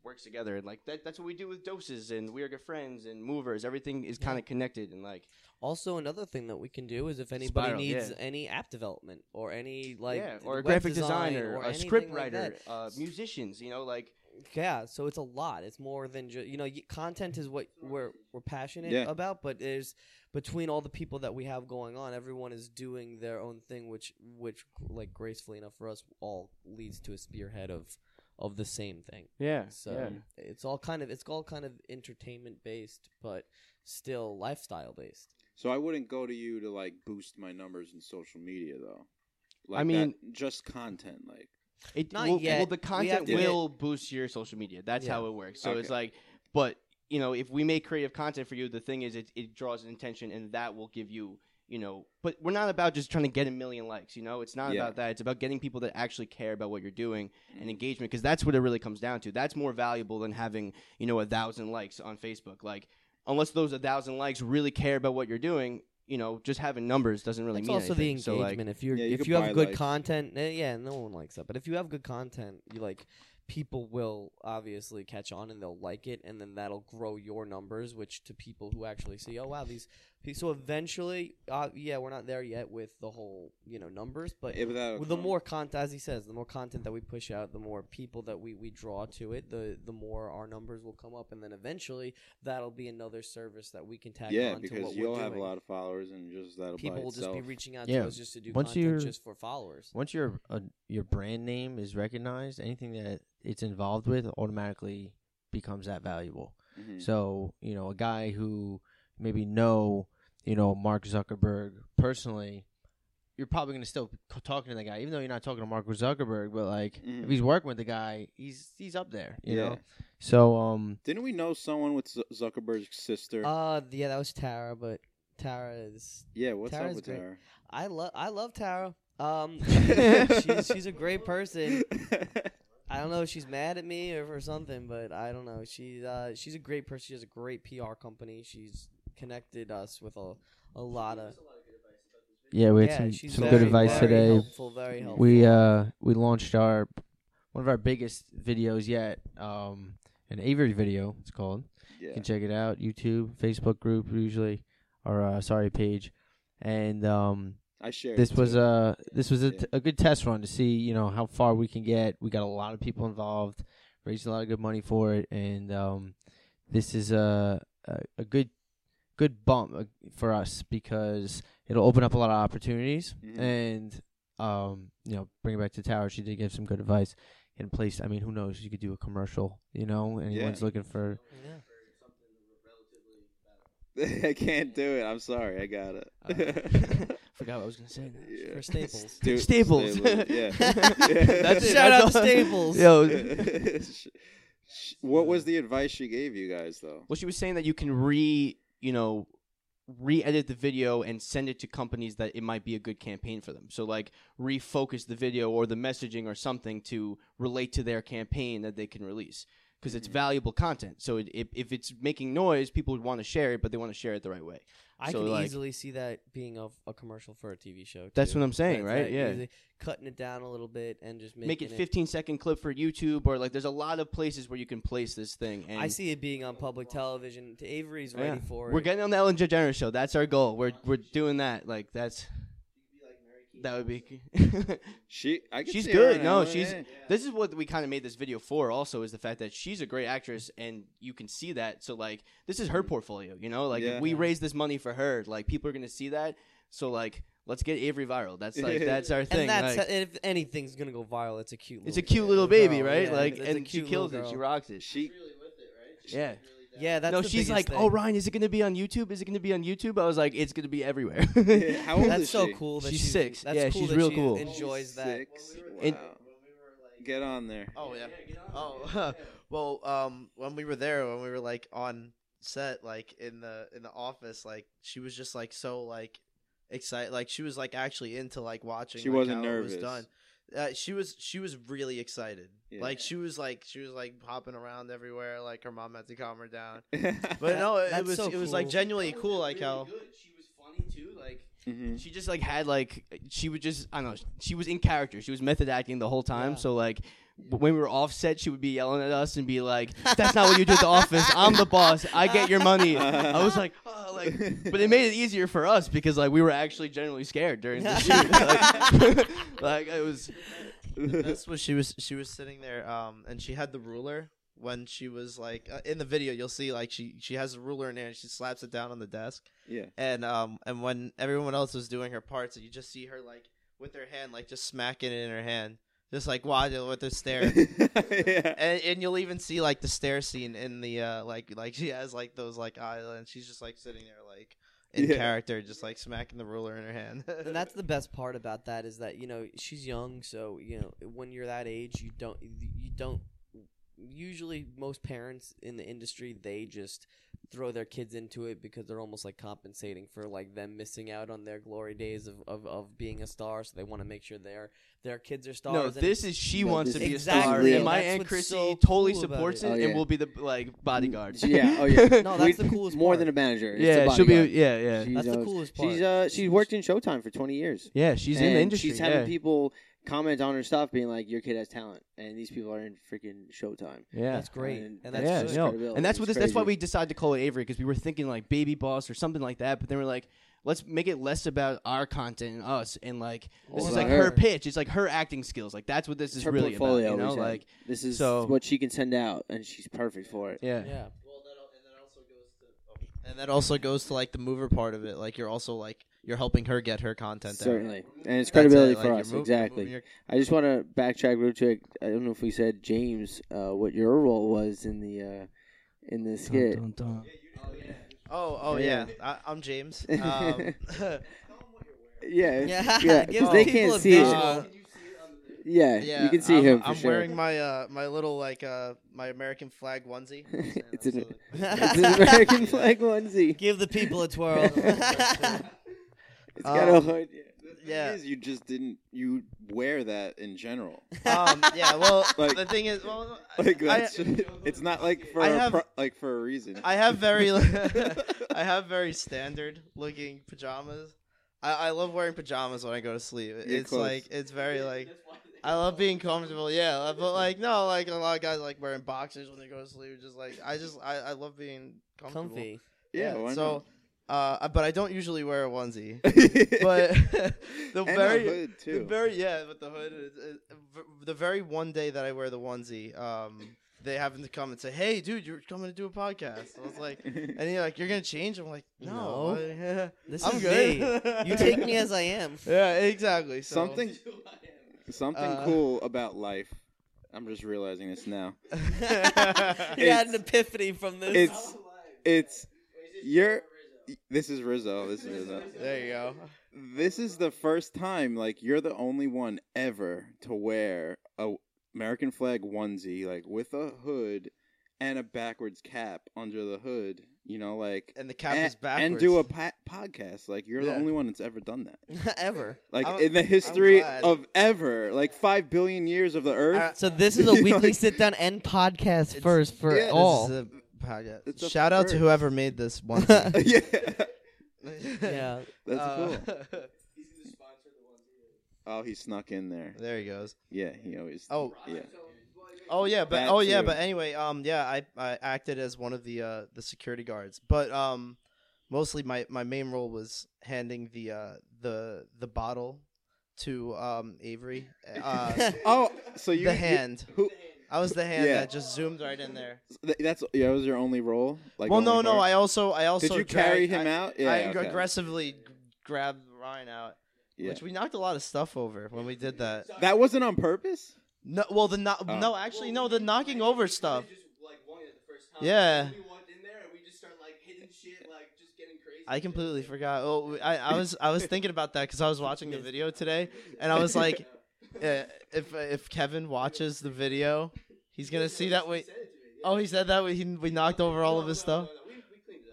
D: works together. And like that, that's what we do with doses and we are good friends and movers. Everything is
B: Yeah.
D: kind of connected and like
B: Also, another thing that we can do is if anybody
D: Spiral,
B: needs
D: yeah.
B: any app development or any like
D: yeah, or a
B: web
D: graphic
B: design
D: designer,
B: or
D: a
B: anything
D: script
B: like that,
D: writer, uh, musicians. You know, like
B: Yeah, so it's a lot. It's more than just you know, y- content is what we're we're passionate
C: Yeah.
B: about, but there's between all the people that we have going on, everyone is doing their own thing, which which like gracefully enough for us all leads to a spearhead of of the same thing.
D: yeah,
B: So it's all kind of it's all kind of entertainment based, but still lifestyle based.
C: So I wouldn't go to you to like boost my numbers in social media though. Like
D: I mean-
C: that- just content. Like
D: It
B: Not
D: will,
B: yet.
D: well, the
B: We have
D: content
B: to
D: will boost your social media. That's
B: Yeah.
D: how it works. So it's
C: Okay.
D: like, but you know, if we make creative content for you, the thing is, it, it draws attention, and that will give you, you know. But we're not about just trying to get a million likes. You know, it's not
C: Yeah.
D: about that. It's about getting people that actually care about what you're doing
F: Mm-hmm.
D: and engagement, because that's what it really comes down to. That's more valuable than having you know a thousand likes on Facebook. Like, unless those a thousand likes really care about what you're doing, you know, just having numbers doesn't really
B: It's
D: mean
B: also
D: anything.
B: the
D: So, like,
B: engagement. if you're
C: Yeah, you
B: if
C: could
B: you have
C: buy
B: good
C: likes.
B: content, eh, yeah, no one likes that. But if you have good content, you like people will obviously catch on and they'll like it, and then that'll grow your numbers, which to people who actually see, oh wow, these. pe- So eventually, uh, yeah, we're not there yet with the whole you know numbers, but
C: Yeah, but that'll
B: well, the
C: come.
B: more content, as he says, the more content that we push out, the more people that we, we draw to it, the the more our numbers will come up, and then eventually that'll be another service that we can tag
C: yeah,
B: on to
C: because
B: what
C: you'll
B: we're
C: have a
B: doing.
C: lot of followers, and just that'll
B: people
C: by
B: will just
C: itself.
B: be reaching out
F: Yeah,
B: to us just to do
F: once
B: content
F: you're-
B: just for followers.
F: Once your uh, your brand name is recognized, anything that it's involved with automatically becomes that valuable.
C: Mhm.
F: So, you know, a guy who maybe know, you know, Mark Zuckerberg personally, you're probably going to still be c- talking to that guy, even though you're not talking to Mark Zuckerberg, but like
C: Mhm.
F: if he's working with the guy, he's he's up there, you
C: Yeah.
F: know. So, um
C: Didn't we know someone with Z- Zuckerberg's sister?
B: Uh, yeah, that was Tara, but Tara is
C: yeah, what's up
B: Tara's
C: with
B: great.
C: her?
B: I love I love Tara. Um, she's she's a great person. I don't know if she's mad at me or, or something, but I don't know. She uh, she's a great person. She has a great PR company. She's connected us with a a lot of
F: yeah, we had
B: yeah,
F: some,
B: she's
F: some good
B: very,
F: advice
B: very
F: today.
B: Helpful, very helpful.
F: We uh we launched our one of our biggest videos yet, um an Avery video, it's called.
C: yeah.
F: You can check it out. YouTube, Facebook group, usually, or uh, sorry page, and um,
C: I shared.
F: this
C: it,
F: was uh,
C: too.
F: a this was a,
C: Yeah.
F: t- a good test run to see you know how far we can get. We got a lot of people involved, raised a lot of good money for it, and um, this is a, a a good good bump uh, for us because it'll open up a lot of opportunities
C: Mhm.
F: and um, you know bring it back to Tower. She did give some good advice. In place, I mean, who knows? You could do a commercial, you know. Anyone's looking for
B: Yeah.
C: I can't do it. I'm sorry. I got it.
D: Uh, forgot what I was gonna say.
C: Yeah.
B: for Staples.
C: Stu-
D: Staples.
C: Yeah.
D: That's
B: Shout
D: it. That's
B: out to
D: all.
B: Staples.
D: Yo,
C: Yeah. Sh- sh- what was the advice she gave you guys though?
D: well, she was saying that you can re, you know, re-edit the video and send it to companies that it might be a good campaign for them. So like refocus the video or the messaging or something to relate to their campaign that they can release because it's valuable content. So it, if if it's making noise, people would want to share it, but they want to share it the right way.
B: I
D: So,
B: can
D: like-
B: easily see that being a, a commercial for a TV show.
D: That's
B: too.
D: what I'm saying,
B: That-
D: right?
B: that
D: Yeah.
B: easy- cutting it down a little bit and just making
D: Make it 15 second clip for YouTube or like there's a lot of places where you can place this thing. And
B: I see it being on public television. Avery's ready
D: Yeah.
B: for it.
D: We're getting on the Ellen DeGeneres show. That's our goal. We're we're doing that. Like that's that would be.
C: She, I could
D: she's
C: see her
D: good.
C: in
D: No,
C: LA.
D: she's. This is what we kind of made this video for. Also, is the fact that she's a great actress, and you can see that. So like, this is
B: Mm-hmm.
D: her portfolio. You know, like
C: Yeah.
D: if we raise this money for her, like people are gonna see that. So like, let's get Avery viral. That's like that's our thing.
B: and that's
D: like,
B: if anything's gonna go viral, it's a cute. Little
D: it's a cute little
B: girl,
D: baby, right?
B: yeah,
D: like,
B: it's a
D: and she
B: cute
D: kills
B: little
D: it. She
B: girl.
D: rocks it.
C: She,
D: yeah.
B: Yeah, that's
D: no,
B: the
D: she's
B: biggest
D: like,
B: thing.
D: oh Ryan, is it gonna be on YouTube? Is it gonna be on YouTube? I was like, it's gonna be everywhere.
C: how old
B: That's
C: is
B: so
C: she?
B: cool. That
D: She's
B: she's
D: six.
B: That's
D: Yeah,
B: cool
D: she's
B: that
D: real
B: she
D: cool.
B: Enjoys that.
C: Six.
D: And-
F: uh,
C: Wow. Get on there.
H: Oh yeah. Oh well. Um, when we were there, when we were like on set, like in the in the office, like she was just like so like excited. Like she was like actually into like watching.
C: She
H: like,
C: wasn't
H: how it was
C: nervous.
H: done. Uh, she was she was really excited.
C: Yeah.
H: Like she was like she was like hopping around everywhere. Like her mom had to calm her down.
C: Mhm.
H: But
F: uh,
B: That-
H: no, it, it
B: that's
H: was
B: so
H: it was like
B: cool.
H: genuinely cool. Like how
D: She was funny too. Like
C: Mm-hmm.
D: she just like had like she would just I don't know she was in character. She was method acting the whole time.
B: Yeah.
D: So like w- when we were offset, she would be yelling at us and be like, "That's not what you do at the office. I'm the boss. I get your money." I was like, oh, like, but it made it easier for us because like we were actually generally scared during the shoot. Like, like it was
H: That's what she was. She was sitting there, um, and she had the ruler when she was like uh, in the video. You'll see, like she she has a ruler in there, and she slaps it down on the desk.
C: yeah.
H: And um, and when everyone else was doing her parts, you just see her like with her hand, like just smacking it in her hand, just like watching with her stare.
C: yeah.
H: And, and you'll even see like the stare scene in the uh like like she has like those like eyes and she's just like sitting there like in
C: Yeah.
H: character just like smacking the ruler in her hand
B: and that's the best part about that is that you know she's young so you know when you're that age you don't you don't usually most parents in the industry they just throw their kids into it because they're almost like compensating for like them missing out on their glory days of, of, of being a star so they want to make sure their their kids are stars
D: No,
B: and
D: this is she
I: No,
D: wants
I: this
D: to be a
I: is
D: star,
I: real.
D: and my
B: That's
D: aunt
B: what's
D: Chrissy
B: so
D: totally
B: cool about
D: supports
B: it.
D: it,
I: Oh, yeah.
D: and will be the like bodyguard.
I: Yeah. Oh yeah.
B: No, that's the coolest
I: More
B: part.
I: than a manager. It's
D: yeah,
I: the
D: she'll be.
I: bodyguard.
D: Yeah, yeah,
I: She's
B: That's the
I: always-
B: coolest part.
I: She's uh she's worked in Showtime for 20 years.
D: yeah. She's in
I: And
D: the industry.
I: She's having
D: yeah.
I: people
G: comment on her stuff, being like, "Your kid has talent," and these people are in freaking Showtime.
E: Yeah.
B: That's great.
G: And that's
B: And that's
E: yeah,
G: just
E: no.
G: credibility.
D: and that's what
G: It's
D: this, that's why
G: crazy.
D: we decided to call it Avery because we were thinking like baby boss or something like that. But then we're like, let's make it less about our content and us, and like this
G: Or
D: is like
G: her.
D: her pitch. It's like her acting skills. Like that's what this
G: It's
D: is
G: her
D: really about.
G: portfolio.
D: You
G: we
D: know,
G: said.
D: like
G: this is
D: so-
G: what she can send out, and she's perfect for it.
D: yeah,
B: Yeah.
F: And that also goes to like the mover part of it. Like you're also like you're helping her get her content. out.
G: Certainly, and it's
F: That's it,
G: credibility
F: like,
G: for
F: you're
G: us.
F: mov- you're
G: exactly.
F: moving your-
G: I just want to backtrack real quick. I don't know if we said James, uh, what your role was in the uh, in the skit.
E: Dun, dun, dun.
F: Oh, oh
G: Yeah.
F: yeah. I, I'm James. Um,
G: Yeah,
B: Yeah,
G: yeah, yeah.
B: give
G: 'cause they
B: people
G: can't
B: a
G: see
B: visual.
G: it. Yeah,
F: yeah,
G: you can see
F: I'm,
G: him. For
F: I'm
G: sure.
F: wearing my uh my little like uh my American flag onesie.
G: it's, an, it's an American flag onesie.
B: Give the people a twirl.
G: It's got a
F: Um,
G: hood.
F: yeah.
C: It is, you just didn't you wear that in general.
F: um, yeah. Well,
C: Like-
F: the thing is, well,
C: Like
F: I-
C: that's it's not like for
F: I
C: a
F: have-
C: pro, like for a reason.
F: I have very, I have very standard looking pajamas. I, I love wearing pajamas when I go to sleep.
C: You're
F: It's
C: close.
F: like it's very like I love being comfortable. Yeah, uh, but like no, like a lot of guys like wearing boxers when they go to sleep. Just like I just I, I love being comfortable.
B: Comfy.
C: yeah, why
F: so, uh, but I don't usually wear a onesie.
C: not?
F: But the
C: and a
F: very
C: hood too.
F: the very yeah, but the hood. Is, is, the very one day that I wear the onesie, um, they happen to come and say, "Hey, dude, you're coming to do a podcast." I was like, and you're like, "You're gonna change?" I'm like, "No,
B: This
F: I'm
B: is
F: good."
B: me. You take me as I am.
F: yeah, exactly. So.
C: something something
F: Uh,
C: cool about life. I'm just realizing this now.
B: you had an epiphany from this.
C: It's it's you're this is Rizzo. This is Rizzo.
F: there you go.
C: This is the first time like you're the only one ever to wear a American flag onesie like with a hood and a backwards cap under the hood. You know, like
F: And the cap
C: and,
F: is backwards.
C: and do a pa- podcast. Like you're the
F: Yeah.
C: only one that's ever done that.
B: ever.
C: Like
F: I'm-
C: in the history
F: glad.
C: of ever, like five billion years of the earth.
B: So this is a weekly
C: Like-
B: sit down and podcast first for
C: yeah, this
B: all.
F: This is a
C: It's
F: podcast.
C: a
F: Uh, Shout out to
C: first.
F: whoever made this onesie.
C: yeah,
B: yeah.
C: that's
F: Uh,
C: cool. Oh, he snuck in there.
F: there he goes.
C: Yeah, he always.
F: Oh.
C: yeah.
F: Oh yeah, but
C: That
F: oh yeah,
C: too.
F: but anyway, um, yeah, I, I acted as one of the uh the security guards, but um, mostly my my main role was handing the uh the the bottle to um Avery. Uh,
C: Oh, so you
F: the hand.
C: who-
F: I was the hand
C: Yeah.
F: that just zoomed right in there.
C: you- that's yeah, that was your only role. Like,
F: well,
C: only
F: no, no,
C: part?
F: I also I also
C: did you carry
F: dragged-
C: him
F: I,
C: out? Yeah,
F: I
C: okay.
F: aggressively g- grabbed Ryan out,
C: Yeah.
F: which we knocked a lot of stuff over when we did that.
C: that wasn't on purpose.
F: No, well the no,
C: Oh.
F: no actually no the knocking over stuff. Yeah. I completely forgot. Oh, I, I was I was thinking about that because I was watching the video today, and I was like, eh, if if Kevin watches the video, he's gonna see that we. Oh, he said that we he, we knocked over all of his stuff.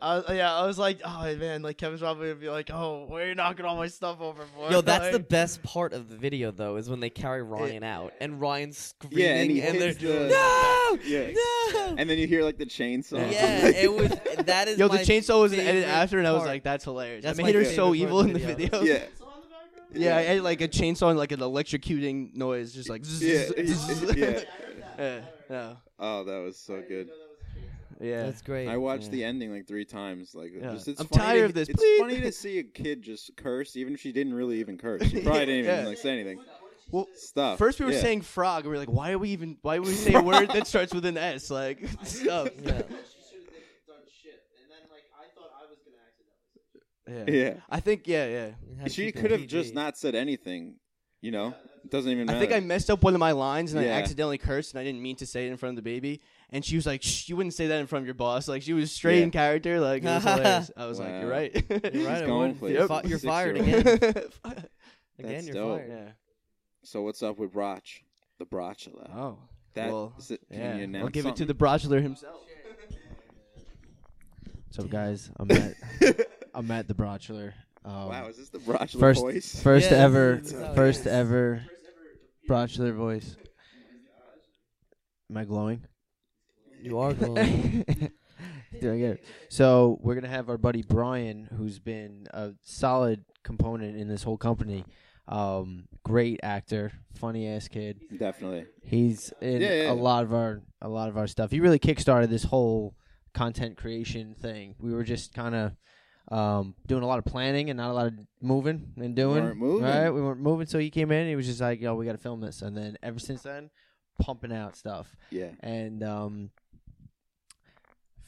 F: I, was- yeah, I was like, oh man, like Kevin's probably gonna be like, oh, where are you knocking all my stuff over for?
B: Yo, that's the
F: Like,
B: best part of the video though, is when they carry Ryan out and Ryan's screaming
C: Yeah, and he
B: and they're
C: hits the-
B: no,
C: Yeah.
B: no.
C: And then you hear like the chainsaw.
B: Yeah, it was. That is.
D: yo, the
B: my
D: chainsaw was
B: favorite
D: edited after, and I was
B: part.
D: like, that's hilarious.
B: That's
D: I
B: my
D: made her
B: favorite
D: so
B: part of
D: evil
B: the
D: in the
B: video.
D: video.
C: yeah.
D: Yeah, I had like a chainsaw and like an electrocuting noise, just like zzz,
C: Yeah,
D: zzz, zzz.
C: yeah.
D: yeah, no,
C: Oh, that was so good.
D: yeah.
B: That's great.
C: I watched
D: Yeah.
C: the ending like three times. Like,
D: Yeah.
C: just, it's
D: I'm
C: funny
D: tired
C: to-
D: of this.
C: It's
D: Bleep.
C: funny to see a kid just curse, even if she didn't really even curse. She probably didn't even
D: Yeah.
C: like say anything.
D: Well,
C: Stuff.
D: First, we were
C: Yeah.
D: saying frog. and We were like, why are we even? Why would we say a word that starts with an S? Like stuff.
B: Yeah.
D: Yeah.
C: Yeah.
D: I think. Yeah, yeah.
B: It had to
C: She
B: keep it
C: could have just
B: PG.
C: not said anything. You know, it doesn't even matter.
D: I think I messed up one of my lines and
C: Yeah.
D: I accidentally cursed and I didn't mean to say it in front of the baby. And she was like, Shh, "You wouldn't say that in front of your boss." Like she was straight
C: Yeah.
D: in character. Like it was hilarious. I was like, "You're
C: Wow.
D: right.
B: You're right.
C: She's
B: it
C: going
B: would.
C: for
B: You're,
C: it.
B: fi- you're fired
C: Six-year-old.
B: again. Again,
C: That's
B: you're
C: dope.
B: fired.
D: yeah.
C: So what's up with Broch? The Brochala.
D: Oh.
C: That
D: well,
C: is it. Can
D: yeah.
C: you announce
D: I'll give it
C: something?
D: to the Brochler himself.
E: What's up, guys? I'm Matt. I'm Matt the Brochler. Um,
C: Wow, is this the Brochler
E: first,
C: voice?
E: first
B: Yeah,
E: ever,
B: this is how it
E: first
B: is.
E: ever Brochler voice. Am I glowing?
B: You are going.
E: Doing it. So we're gonna have our buddy Brian, who's been a solid component in this whole company.
F: Um, great actor, funny ass kid.
C: Definitely.
F: He's in
C: Yeah, yeah,
F: a
C: yeah.
F: lot of our a lot of our stuff. He really kickstarted this whole content creation thing. We were just kind of um, doing a lot of planning and not a lot of moving and doing.
C: weren't moving.
F: Right, we weren't moving. So he came in. He was just like, "Yo, we got to film this." And then ever since then, pumping out stuff.
C: Yeah.
F: And um,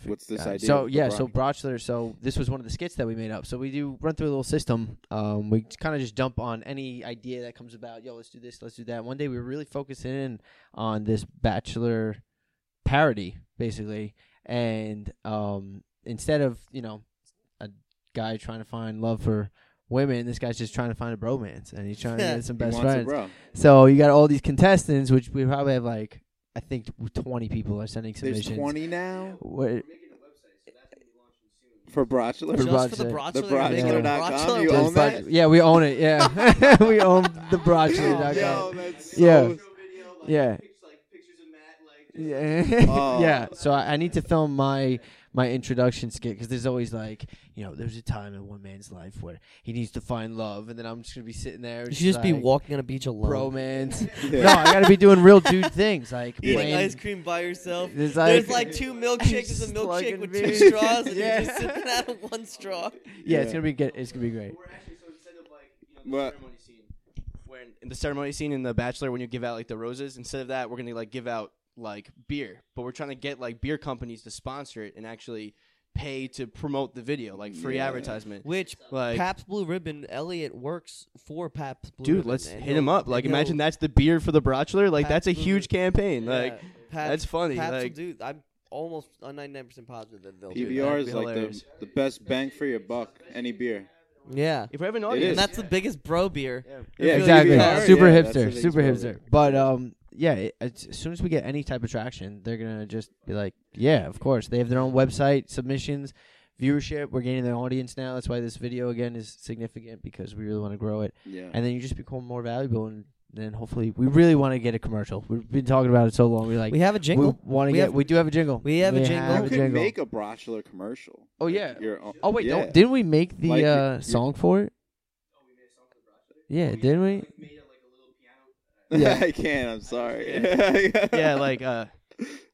C: What's this
F: uh,
C: idea?
F: So
C: with
F: yeah,
C: LeBron?
F: so Brochler. So this was one of the skits that we made up. So we do run through a little system. Um, we kind of just dump on any idea that comes about. Yo, let's do this, let's do that. One day we were really focusing in on this Bachelor parody, basically, and um, instead of you know a guy trying to find love for women, this guy's just trying to find a bromance, and he's trying to get some
C: He
F: best
C: wants a
F: friends.
C: bro.
F: So you got all these contestants, which we probably have like I think twenty people are sending
C: There's
F: submissions.
C: 20 now
F: What-
C: for Brochler. Bro-
F: For
J: Just
F: Brochler.
J: for the Brochler.
F: Brochler.
C: The
J: they're making a
C: Brochler.com,
J: Brochler
C: you
J: website.
F: Does
C: own that?
F: Broch- yeah, we own it. Yeah, we own the Broccoli.com.
C: Yo, that's
F: Yeah.
C: so-
F: yeah. Yeah.
C: Oh.
F: yeah. So I, I need to film my my introduction skit because there's always like you know there's a time in one man's life where he needs to find love and then I'm just gonna be sitting there.
B: You should just be
F: like,
B: walking on a beach alone.
F: romance.
C: Yeah.
F: no, I gotta be doing real dude things like
B: Eating
F: playing-
B: ice cream by yourself.
F: There's
B: There's
F: like-
B: like two milkshakes. There's a
F: Just plugging
B: milkshake with two
F: beers.
B: straws, and
F: Yeah.
B: you're just sipping out of one straw.
F: yeah, it's
C: Yeah.
F: gonna be good. It's gonna be great.
D: We're actually so instead of like you know, the
C: What?
D: ceremony scene, when in the ceremony scene in The Bachelor, when you give out like the roses, instead of that, we're gonna like give out like beer, but we're trying to get like beer companies to sponsor it and actually pay to promote the video, like free
C: Yeah.
D: advertisement.
B: Which
D: Like,
B: Paps Blue Ribbon, Elliot works for Paps Blue
D: dude,
B: Ribbon,
D: let's
B: and
D: hit him
B: he'll-
D: up. Like,
B: and he'll-
D: imagine that's the beer for the Bachelor. Like, that's a
B: Absolutely.
D: huge campaign.
B: yeah,
D: Like,
B: Paps-
D: that's funny,
B: Paps will
D: like-
B: do- I'm almost uh, 99% positive that they'll do
C: PBR
D: that'd
C: E is
D: be
C: like the,
D: hilarious.
C: the best bang for your buck. Any beer.
B: that. Yeah.
D: if we have an
C: is.
D: audience,
B: And that's the biggest bro beer.
C: Yeah, E
F: exactly.
B: PBR,
F: super
C: yeah, that's the
F: hipster.
C: thing,
F: Super
C: bro.
F: hipster. But um, yeah. It, it's, as soon as we get any type of traction, they're gonna just be like, yeah, of course. They have their own website submissions, viewership. We're gaining an audience now. That's why this video again is significant because we really want to grow it.
C: Yeah.
F: And then you just become more valuable, and then hopefully we really want to get a commercial. We've been talking about it so long. We're like,
B: We have a
F: we,
B: jingle.
F: want to
B: We
F: get.
B: have-
F: we do have a jingle.
B: we have a jingle.
C: you
B: have a
C: could make a Brochler commercial.
F: Oh, yeah.
C: Your own-
F: oh wait,
C: yeah.
F: don't, didn't we make the
C: Like,
F: uh,
C: you-
F: song for it?
B: Oh,
F: Yeah, didn't we? Yeah.
C: I can't. I'm sorry.
D: yeah, like uh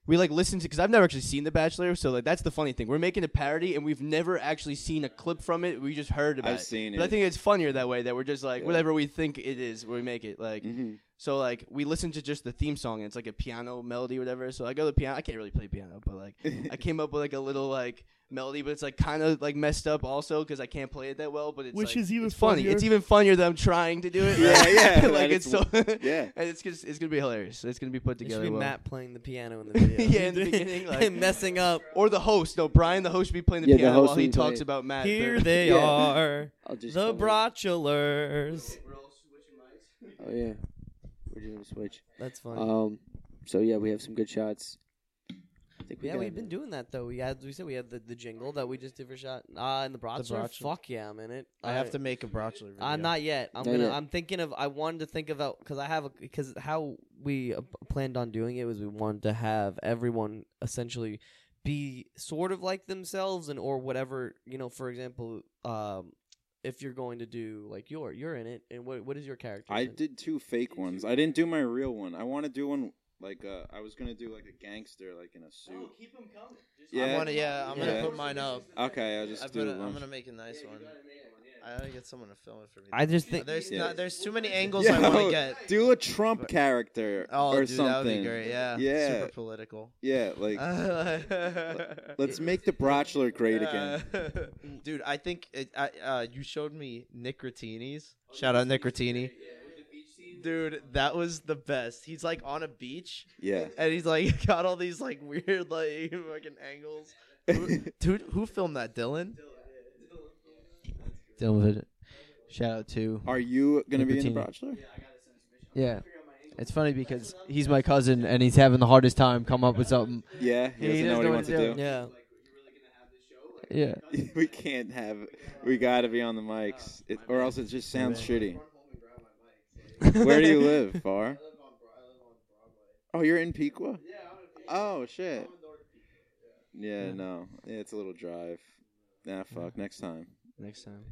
D: we like listen to because I've never actually seen The Bachelor, so like that's the funny thing. We're making a parody and we've never actually seen a clip from it. We just heard about
C: I've
D: it.
C: seen
D: But I
C: it.
D: think it's funnier that way that we're just like
C: Yeah.
D: whatever we think it is, we make it. Like
C: Mhm.
D: so like we listen to just the theme song and it's like a piano melody or whatever. So I go to the piano I can't really play piano, but like I came up with like a little like melody, but it's like kind of like messed up also because I can't play it that well. But it's
J: Which
D: like,
J: is even
D: it's funny. It's even funnier that I'm trying to do it.
C: Yeah, yeah,
D: like
C: that
D: it's
C: it's
D: so
C: yeah.
D: And it's just, it's gonna be hilarious. It's gonna be put
B: It should
D: together.
B: be
D: well.
B: Matt playing the piano in the video.
D: Yeah, in the beginning, like-
B: messing up.
D: Or the host. No, Brian, the host, should be playing the
K: Yeah, the
D: piano
K: host
D: while
K: will
D: he
K: be playing
D: talks
K: it.
D: about Matt.
B: Here
D: but-
B: they
C: Yeah.
B: are,
K: I'll just
B: the
K: come in.
B: Brochelers.
K: Oh yeah, we're doing a switch.
B: That's funny.
K: Um, so yeah, we have some good shots. I think we
B: yeah,
K: got
B: we've
K: it,
B: been
K: man.
B: doing that though. We had, we said we had the, the jingle that we just did for shot. Ah, and the Brochler.
L: Brochler.
B: Fuck yeah, I'm in it.
L: I have to make a Brochler video.
B: Uh, not yet. I'm
K: Not
B: gonna.
K: yet.
B: I'm thinking of. I wanted to think about because I have a because how we uh, p- planned on doing it was we wanted to have everyone essentially be sort of like themselves and or whatever you know. For example, um, if you're going to do like your you're in it and what what is your character?
C: I
B: in it?
C: did two fake ones. I didn't do my real one. I want to do one like uh, I was gonna do like a gangster, like in a suit.
D: Oh, keep him coming.
C: Yeah.
L: I want to. Yeah, I'm
C: Yeah.
L: gonna put mine up.
C: Okay, I'll just
L: I'm
C: do
L: gonna, I'm
C: one.
L: gonna make a nice one. I gotta get someone to film it for me.
B: I just think
L: there's
C: Yeah.
L: not, there's too many angles
C: Yeah,
L: I want to get.
C: do a Trump character
L: Oh,
C: or
L: dude, that
C: something.
L: would be great. Yeah.
C: Yeah.
L: Super Uh, political.
C: Yeah, like let's
L: Let's
C: make the Brochler great again.
L: dude, I think it, I, uh, you showed me Nick Rotini's. Shout out Nick Rotini. Dude, that was the best. He's like on a beach
C: Yeah.
L: and he's like got all these like weird like fucking angles. Who, dude, who filmed that, Dylan?
F: Dylan with it. Shout out to
C: Are you gonna be in the
F: Libertini.
C: Brochler?
F: yeah. It's funny because he's my cousin and he's having the hardest time come up with something.
C: Yeah, he doesn't know what he wants to do.
B: yeah.
F: Yeah.
C: we can't have. We gotta be on the mics, it, or else it just sounds shitty. Where do you live, Far? Oh, you're in Pequa. Oh shit. Yeah, no, yeah, it's a little drive. Nah, fuck. Next time.
D: Next time.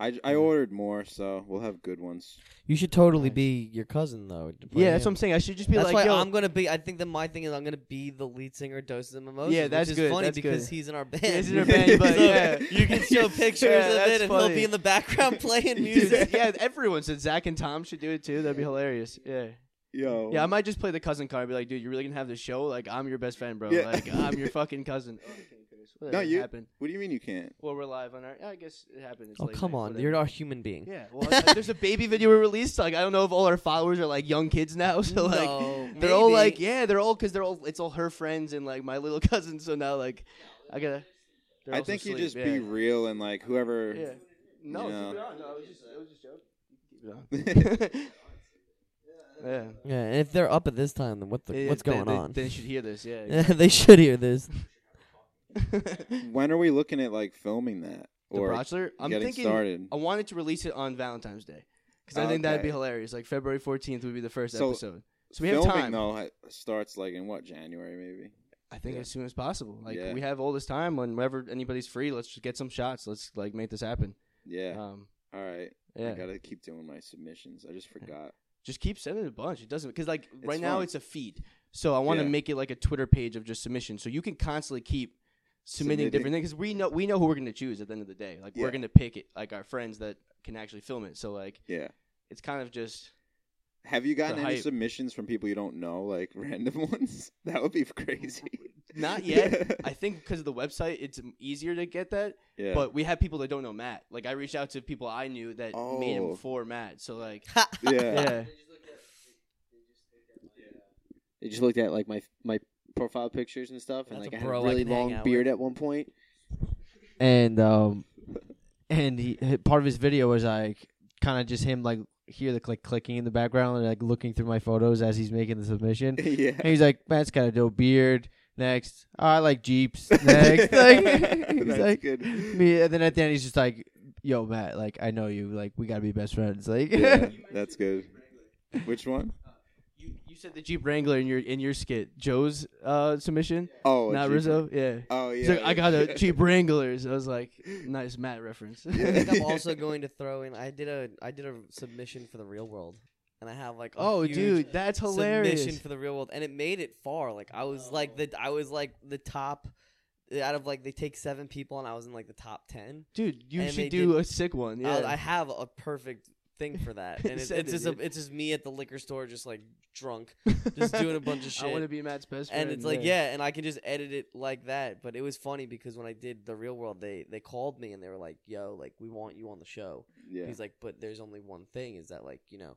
C: I, I ordered more, so we'll have good ones.
B: You should totally be your cousin though. to play
D: Yeah, that's what
B: him.
D: I'm saying. I should just be
B: That's
D: like,
B: why
D: yo,
B: I'm gonna be. I think that my thing is I'm gonna be the lead singer of Doses and Mimosas.
D: Yeah, that's
B: which is
D: good,
B: funny
D: that's
B: because
D: good.
B: he's in our band.
D: Yeah, he's in our band, but
B: So
D: yeah.
B: you can show pictures
D: Yeah,
B: of it,
D: that's
B: and he'll
D: funny.
B: be in the background playing
D: Dude,
B: music.
D: yeah, everyone said Zach and Tom should do it too. That'd be hilarious. Yeah,
C: Yo.
D: yeah. I might just play the cousin card. and Be like, dude, you're really gonna have this show? Like, I'm your best friend, bro.
C: Yeah.
D: Like, I'm your fucking cousin. Oh, okay, Chris, whatever, it
C: you-
D: happened.
C: What do you mean you can't?
D: Well, we're live on our. I guess it happened. It's
B: Oh
D: late
B: come
D: night,
B: on,
D: whatever.
B: you're our human being.
D: Yeah, well, I- there's a baby video we released. Like, I don't know if all our followers are like young kids now. So like,
B: No,
D: they're all
B: maybe.
D: like, yeah, they're all because they're all it's all her friends and like my little cousin. So now like, I gotta. they're
C: I
D: also
C: think you
D: asleep,
C: just
D: yeah.
C: be real and like whoever.
D: Yeah. No,
C: No.
D: keep it on. No, it was just, it was just joke. Keep it on. yeah.
B: Yeah, and if they're up at this time, then what the,
D: Yeah,
B: what's
D: they-
B: going
D: they,
B: on?
D: They should hear this. Yeah.
B: Yeah, they should hear this.
D: the
C: When are we looking at like filming that
D: Bachelor. I'm
C: getting
D: thinking.
C: started?
D: I wanted to release it on Valentine's Day because I think that'd be
C: Okay.
D: hilarious. Like February 14th would be the first
C: So,
D: episode. So we have
C: filming
D: time.
C: though ha- starts like in what January maybe.
D: I think
C: Yeah.
D: as soon as possible. Like
C: Yeah.
D: we have all this time. Whenever anybody's free, let's just get some shots. Let's like make this happen.
C: Yeah.
D: Um.
C: All right. I
D: Yeah.
C: gotta keep doing my submissions. I just forgot.
D: just keep sending a bunch. It doesn't because like right now
C: fun.
D: it's a feed. So I want to
C: Yeah.
D: make it like a Twitter page of just submissions, so you can constantly keep submitting,
C: Submitting.
D: different things because we know we know who we're gonna choose at the end of the day. Like
C: Yeah.
D: we're gonna pick it, like our friends that can actually film it. So like
C: Yeah.
D: it's kind of just
C: Have you gotten any
D: hype.
C: submissions from people you don't know, like random ones? That would be crazy.
D: not yet. I think because of the website, it's easier to get that.
C: yeah.
D: But we have people that don't know Matt. Like I reached out to people I knew that made him
C: Oh.
D: for Matt. So like
C: yeah.
D: yeah.
G: They just looked at like my my profile pictures and stuff, and
B: That's
G: like
B: a
G: I had
B: bro
G: a
B: I
G: really
B: can hang
G: long
B: out
G: beard
B: with.
G: at one point.
E: and um and he hi- part of his video was like kind of just him like hear the click clicking in the background and like looking through my photos as he's making the submission.
C: yeah.
E: And he's like, Matt's got a dope beard. Next, oh, I like Jeeps. Next, like, he's
C: That's
E: like,
C: good.
E: me. And then at the end, he's just like, Yo, Matt, like I know you. Like we gotta be best friends. Like,
C: yeah. That's good. Which one?
D: You, you said the Jeep Wrangler in your in your skit, Joe's uh, submission,
C: Oh,
D: not
C: Jeep-
D: Rizzo. Yeah.
C: Oh yeah.
D: He's like, I got a Jeep Wranglers. I was like, nice Matt reference.
B: I think I'm also going to throw in. I did a I did a submission for the real world, and I have like a
D: oh,
B: huge
D: dude, that's
B: submission
D: hilarious.
B: for the real world, and it made it far. Like I was like the I was like the top out of like they take seven people, and I was in like the top ten.
D: Dude, you
B: And
D: should
B: they
D: do
B: did-
D: a sick one.
B: I-
D: Yeah.
B: I have a perfect thing for that, and it's,
D: Send
B: it's
D: it,
B: just a,
D: dude.
B: it's just me at the liquor store, just like drunk, just doing a bunch of
D: I want to
B: shit.
D: be Matt's best friend.
B: and it's like yeah. and I can just edit it like that. But it was funny because when I did the real world, they they called me and they were like, "Yo, like we want you on the show."
C: yeah.
B: He's like, "But there's only one thing: is that like you know."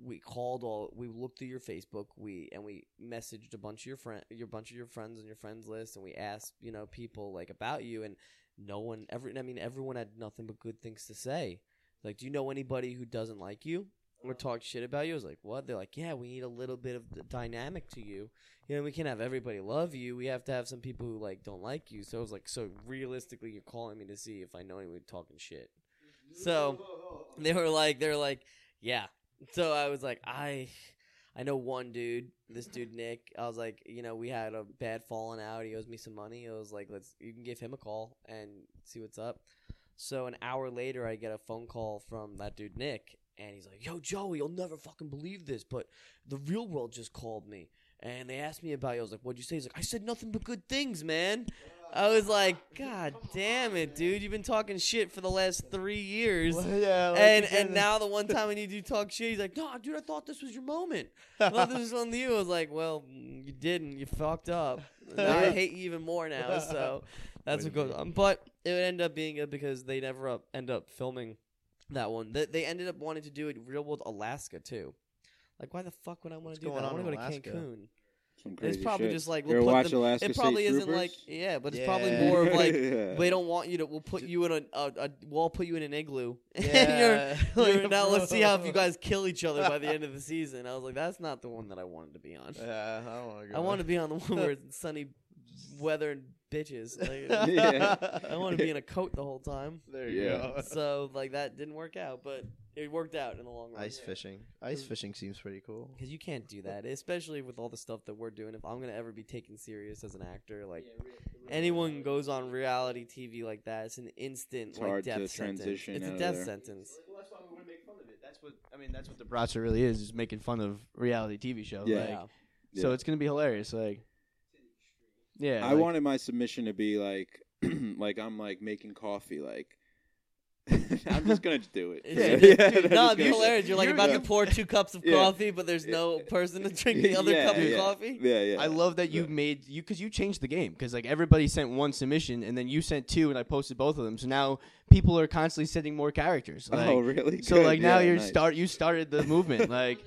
B: We called all. We looked through your Facebook. We and we messaged a bunch of your friend, your bunch of your friends and your friends list, and we asked you know people like about you, and no one ever. I mean, everyone had nothing but good things to say. Like, do you know anybody who doesn't like you or talk shit about you? I was like, what? They're like, yeah, we need a little bit of the dynamic to you. You know, we can't have everybody love you. We have to have some people who like don't like you. So I was like, so realistically, you're calling me to see if I know anyone talking shit. So they were like, they're like, yeah. So I was like, I, I know one dude, this dude Nick. I was like, you know, we had a bad falling out. He owes me some money. I was like, let's you can give him a call and see what's up. So an hour later, I get a phone call from that dude Nick, and he's like, "Yo, Joey, you'll never fucking believe this, but the real world just called me, and they asked me about you." I was like, "What'd you say?" He's like, "I said nothing but good things, man." I was like, "God damn it, dude! You've been talking shit for the last three years."
D: yeah.
C: Oh,
B: and and now the one time I need you to talk shit, he's like, "No, dude, I thought this was your moment. I thought this was on you." I was like, "Well, mm, you didn't. You fucked up. And I hate you even more now." So that's what goes on. But it would end up being good because they never up, end up filming that one. They, they ended up wanting to do it Real World Alaska too. Like, why the fuck would I want
F: What's
B: to do
F: going
B: that? I
F: on
B: want to
F: in
B: go
F: Alaska?
B: to Cancun.
C: Some crazy
B: It's probably
C: shit.
B: just like
C: You
B: we'll
C: ever
B: put
C: watch
B: them.
C: Alaska
B: it probably
C: State
B: isn't
C: Troopers?
B: like yeah, but it's
F: Yeah.
B: probably more of like
C: Yeah.
B: they don't want you to. We'll put you in a, a, a we'll put you in an igloo. And
F: Yeah.
B: you're, you're
F: Like,
B: now let's see how if
F: bro.
B: you guys kill each other by the end of the season. I was like, that's not the one that I wanted to be on.
F: Yeah, I don't want to go.
B: I want to be on the one where it's sunny weathering bitches. Like,
C: Yeah.
B: I want to be in a coat the whole time.
F: There you
C: Yeah.
F: go.
B: So like that didn't work out, but it worked out in the long run.
F: Ice fishing. Ice fishing seems pretty cool.
B: Because you can't do that, especially with all the stuff that we're doing. If I'm gonna ever be taken serious as an actor, like anyone goes on reality TV like that, it's an instant
C: It's
B: like
C: hard
B: death
C: to
B: sentence.
C: transition
B: It's
C: out
B: a
C: of
B: death
C: there.
B: sentence.
D: Well, that's why we want to make fun of it. That's what I mean. That's what the Bratzer really is, is making fun of reality TV shows.
C: Yeah.
D: Like,
B: Yeah.
D: So
C: Yeah.
D: it's gonna be hilarious. Like, yeah.
C: I
D: like,
C: wanted my submission to be like, like I'm like making coffee. Like, I'm just gonna do it.
B: It's-
C: Yeah,
B: it's-
C: yeah, I'm
B: dude,
C: just
B: no, it'd be
C: gonna-
B: hilarious. You're like
D: You're
B: about to
D: good.
B: pour two cups of
C: Yeah.
B: coffee, but there's no person to drink the other
C: Yeah,
B: cup of
C: yeah.
B: coffee.
C: Yeah, yeah.
D: I love that you
C: Yeah.
D: made you because you changed the game because like everybody sent one submission and then you sent two and I posted both of them. So now people are constantly sending more characters. Like,
C: oh, really?
D: So
C: Good.
D: like now
C: Yeah,
D: you're
C: nice.
D: start you started the movement like.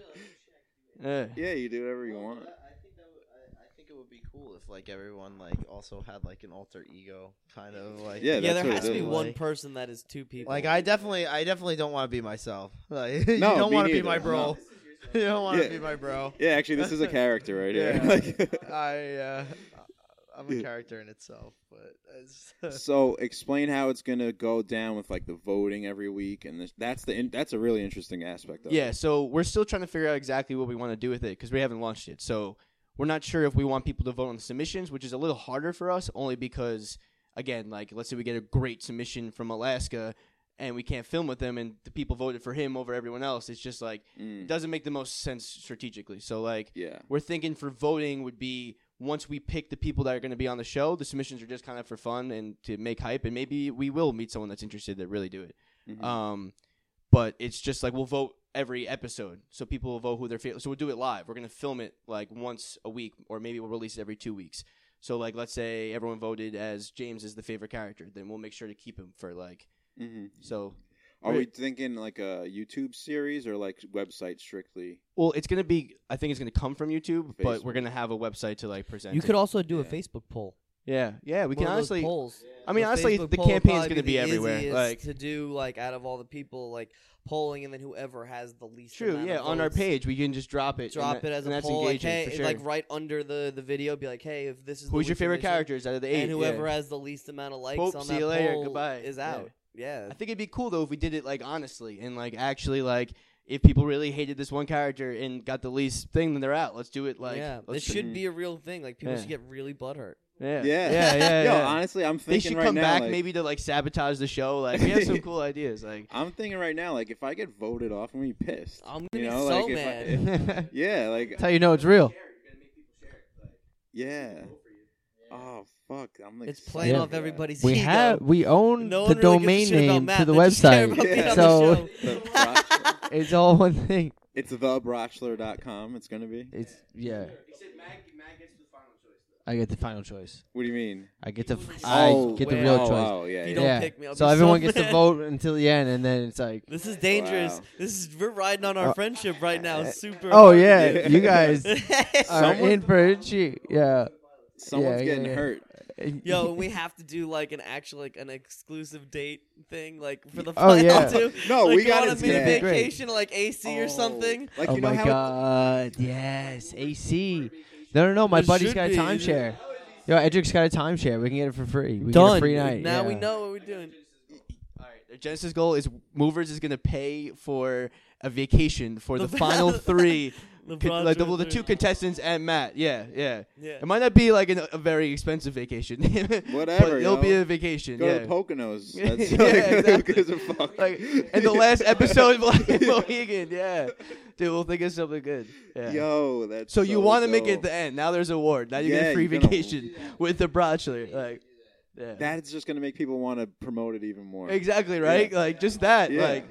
D: uh,
C: Yeah, you do whatever
B: Oh,
C: you want.
F: I think that would- I- I think it would be cool if like everyone like also had like an alter ego kind of like
C: Yeah,
B: Yeah,
C: that's
B: there
C: what
B: has
C: it
B: to be
C: is.
B: one
F: Like-
B: person that is two people.
F: like I definitely I definitely don't want to be myself like you
C: No,
F: don't
C: me
F: want to be
C: neither.
F: my bro
C: No.
F: you don't want to
C: Yeah.
F: be my bro
C: Yeah, actually, this is a character right here.
F: Yeah.
C: Like-
F: I uh, I'm a
C: Yeah.
F: character in itself but it's,
C: so explain how it's gonna go down with like the voting every week, and this, that's the in, that's a really interesting aspect. of
D: Yeah,
C: it.
D: so we're still trying to figure out exactly what we want to do with it because we haven't launched it. So we're not sure if we want people to vote on submissions, which is a little harder for us, only because, again, like let's say we get a great submission from Alaska and we can't film with them, and the people voted for him over everyone else. It's just like it
C: Mm,
D: doesn't make the most sense strategically. So like
C: yeah,
D: we're thinking for voting would be once we pick the people that are going to be on the show. The submissions are just kind of for fun and to make hype, and maybe we will meet someone that's interested that really do it.
B: Mm-hmm.
C: Mhm.
D: Um, but it's just like we'll vote every episode, so people will vote who they're favorite. So we'll do it live. We're gonna film it like once a week, or maybe we'll release it every two weeks. So like, let's say everyone voted as James is the favorite character, then we'll make sure to keep him for like.
C: Mhm.
D: So
C: Are we thinking like a YouTube series or like website strictly?
D: well, it's gonna be. I think it's gonna come from YouTube, but we're
C: Facebook.
D: gonna have a website to like present.
B: you
D: it.
B: could also do
C: do a
B: a
C: Yeah.
B: Facebook poll.
D: yeah, yeah. We can honestly.
B: polls.
D: I mean,
B: The
D: honestly,
B: Facebook
D: the
B: poll would
D: campaign's
B: probably
D: gonna be
B: the
D: everywhere.
B: easiest
D: Like,
B: to do like out of all the people like polling, and then whoever has the least.
D: true,
B: amount
D: yeah.
B: of
D: On our
B: votes,
D: page, we can just drop it.
B: drop
D: and
B: it
D: that-
B: as
D: and
B: a
D: that's
B: poll. Like,
D: engaging
B: hey,
D: for sure.
B: like right under the the video, be like, hey, if this is the
D: Who's your
B: week
D: favorite
B: submission,
D: characters out of the eight?
B: and
D: Yeah.
B: whoever has the least amount of likes
D: Boop,
B: on
D: see
B: that
D: you later,
B: poll
D: goodbye.
B: is
D: Yeah.
B: out. Yeah,
D: I think it'd be cool though if we did it like honestly and like actually like if people really hated this one character and got the least thing, then they're out. Let's do it like
B: yeah. This
D: let's
B: should be a real thing. Like people
D: Yeah.
B: should get really butthurt.
C: Yeah,
D: yeah, yeah, yeah.
C: Yo,
D: yeah.
C: honestly, I'm
D: they
C: thinking
D: should
C: right
D: come
C: now,
D: back
C: like,
D: maybe to like sabotage the show. Like we have some cool ideas. Like
C: I'm thinking right now, like if I get voted off, I'm gonna be pissed.
B: I'm gonna
C: You
B: be
C: know,
B: so
C: like, if I-
B: mad.
C: if-
D: that's
C: yeah, like
E: how you know it's real.
C: yeah. Oh fuck, I'm like
B: It's playing
E: Yeah.
B: off everybody's
E: We
B: ego.
E: have we own
B: no
E: the
B: one really
E: domain
B: gives a shit about
E: name
B: Matt.
E: to the
B: They just care
E: website.
B: about being
C: Yeah.
B: on
E: So-
B: the show.
C: The Brochler-
E: It's all one thing.
C: it's thebrochler.com. It's gonna be.
E: It's yeah. I get the final choice.
C: What do you mean?
E: I get the f-
C: Oh,
E: I get the
B: wait.
E: real
C: oh,
E: choice.
C: Oh yeah.
B: If you
C: yeah.
B: don't
E: yeah.
B: pick me, I'll
E: so
B: be so
E: everyone gets to
B: mad.
E: vote until the end, and then it's like,
B: This is dangerous.
C: Wow.
B: This is we're riding on our friendship right now. Super.
E: Uh, oh
B: hard.
E: yeah, you guys are
C: Someone-
E: in for a cheat. Yeah.
C: Someone's
E: yeah,
C: getting
E: yeah.
C: hurt.
B: Yo, and we have to do like an actual like an exclusive date thing, like for the
E: Oh,
B: final
E: yeah.
B: too.
C: No,
B: like,
C: we
B: go on
C: got
B: a
C: it.
B: mini
E: It's gonna be great.
B: vacation, like AC or
C: Oh,
B: something.
C: Like
E: oh
C: you know
E: my
C: how
E: god, yes, AC. No, no, no, my
B: It
E: buddy's
B: should
E: got a
B: be.
E: timeshare. Yo, Edric's got a timeshare. We can get it for free. We get a free night.
B: Now we
E: yeah.
B: know what we're doing.
D: all right. Their Genesis goal is Movers is gonna pay for a vacation for the,
B: The-
D: final three,
B: LeBron
D: con- like the, well, the
B: James.
D: two contestants and Matt. Yeah, yeah.
B: Yeah.
D: It might not be like an, a very expensive vacation.
C: Whatever,
D: But it'll
C: yo.
D: be a vacation.
C: go to
D: yeah.
C: the Poconos. That's
D: Yeah,
C: like,
D: exactly.
C: who gives a fuck?
D: like and the last episode Black and Mohegan, yeah. Dude, we'll think of something good. Yeah.
C: Yo, that's
D: so you want to make it
C: dope.
D: the end. Now there's a award. Now you
C: Yeah,
D: get a free
C: you're gonna-
D: vacation with the Bratchler. Like yeah.
C: That's just gonna make people want to promote it even more.
D: exactly, right? Like just that.
C: Yeah.
D: Like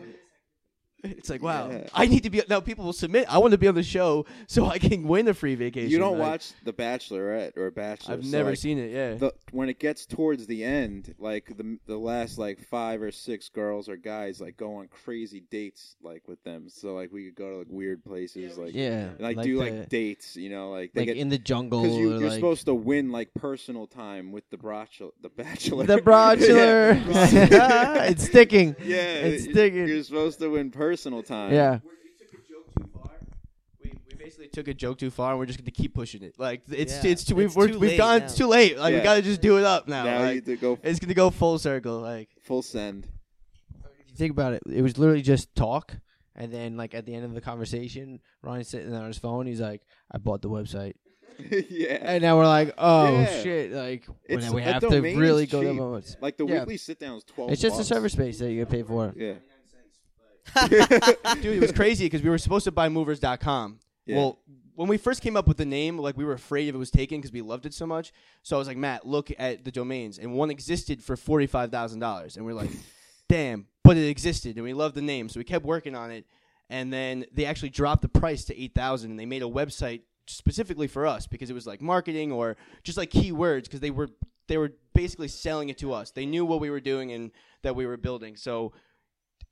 D: it's like wow.
C: Yeah.
D: I need to be now people will submit. I want to be on the show so I can win a free vacation.
C: You don't
D: Like,
C: watch The Bachelorette or Bachelor.
D: I've
C: so,
D: never
C: like,
D: seen it. Yeah.
C: the when it gets towards the end, like the the last like five or six girls or guys like go on crazy dates like with them. So like we could go to like weird places like
E: Yeah.
C: and, like, do
E: the-
C: like dates. You know, like they
E: like
C: get
E: in the jungle.
C: because you,
E: or,
C: you're
E: like,
C: supposed to win like personal time with the Bratchel, the Bachelor,
E: the
C: Yeah.
E: bachelor.
C: Yeah.
E: it's sticking.
C: yeah,
E: it's
C: you-
E: sticking.
C: You're supposed to win personal time.
E: Yeah.
D: We, we made basically took a joke too far, and we're just going to keep pushing it. Like it's
B: Yeah.
D: it's too we've
B: It's
D: we're,
B: too
D: we've
B: late
D: gone
B: now.
D: it's too late. Like
C: Yeah.
D: we got to just do it up now.
C: now
D: like,
C: you to go
D: it's going to go full circle. Like
C: full send.
E: If you think about it, it was literally just talk, and then like at the end of the conversation, Ryan's sitting there on his phone. He's like, "I bought the website,"
C: yeah.
E: and now we're like, "Oh
C: Yeah.
E: shit!" Like
C: It's-
E: well, we
C: a
E: have to
C: domain is
E: really go to
C: cheap.
E: the
C: Like the
E: Yeah.
C: weekly sit down is twelve.
E: It's just a
C: bucks.
E: server space that you pay for.
C: Yeah.
D: dude, it was crazy because we were supposed to buy movers.com.
C: Yeah.
D: Well, when we first came up with the name, like we were afraid if it was taken because we loved it so much. So I was like, Matt, look at the domains, and one existed for forty five thousand dollars, and we're like, damn, but it existed, and we loved the name, so we kept working on it, and then they actually dropped the price to eight thousand, and they made a website specifically for us because it was like marketing or just like keywords because they were they were basically selling it to us. They knew what we were doing and that we were building. So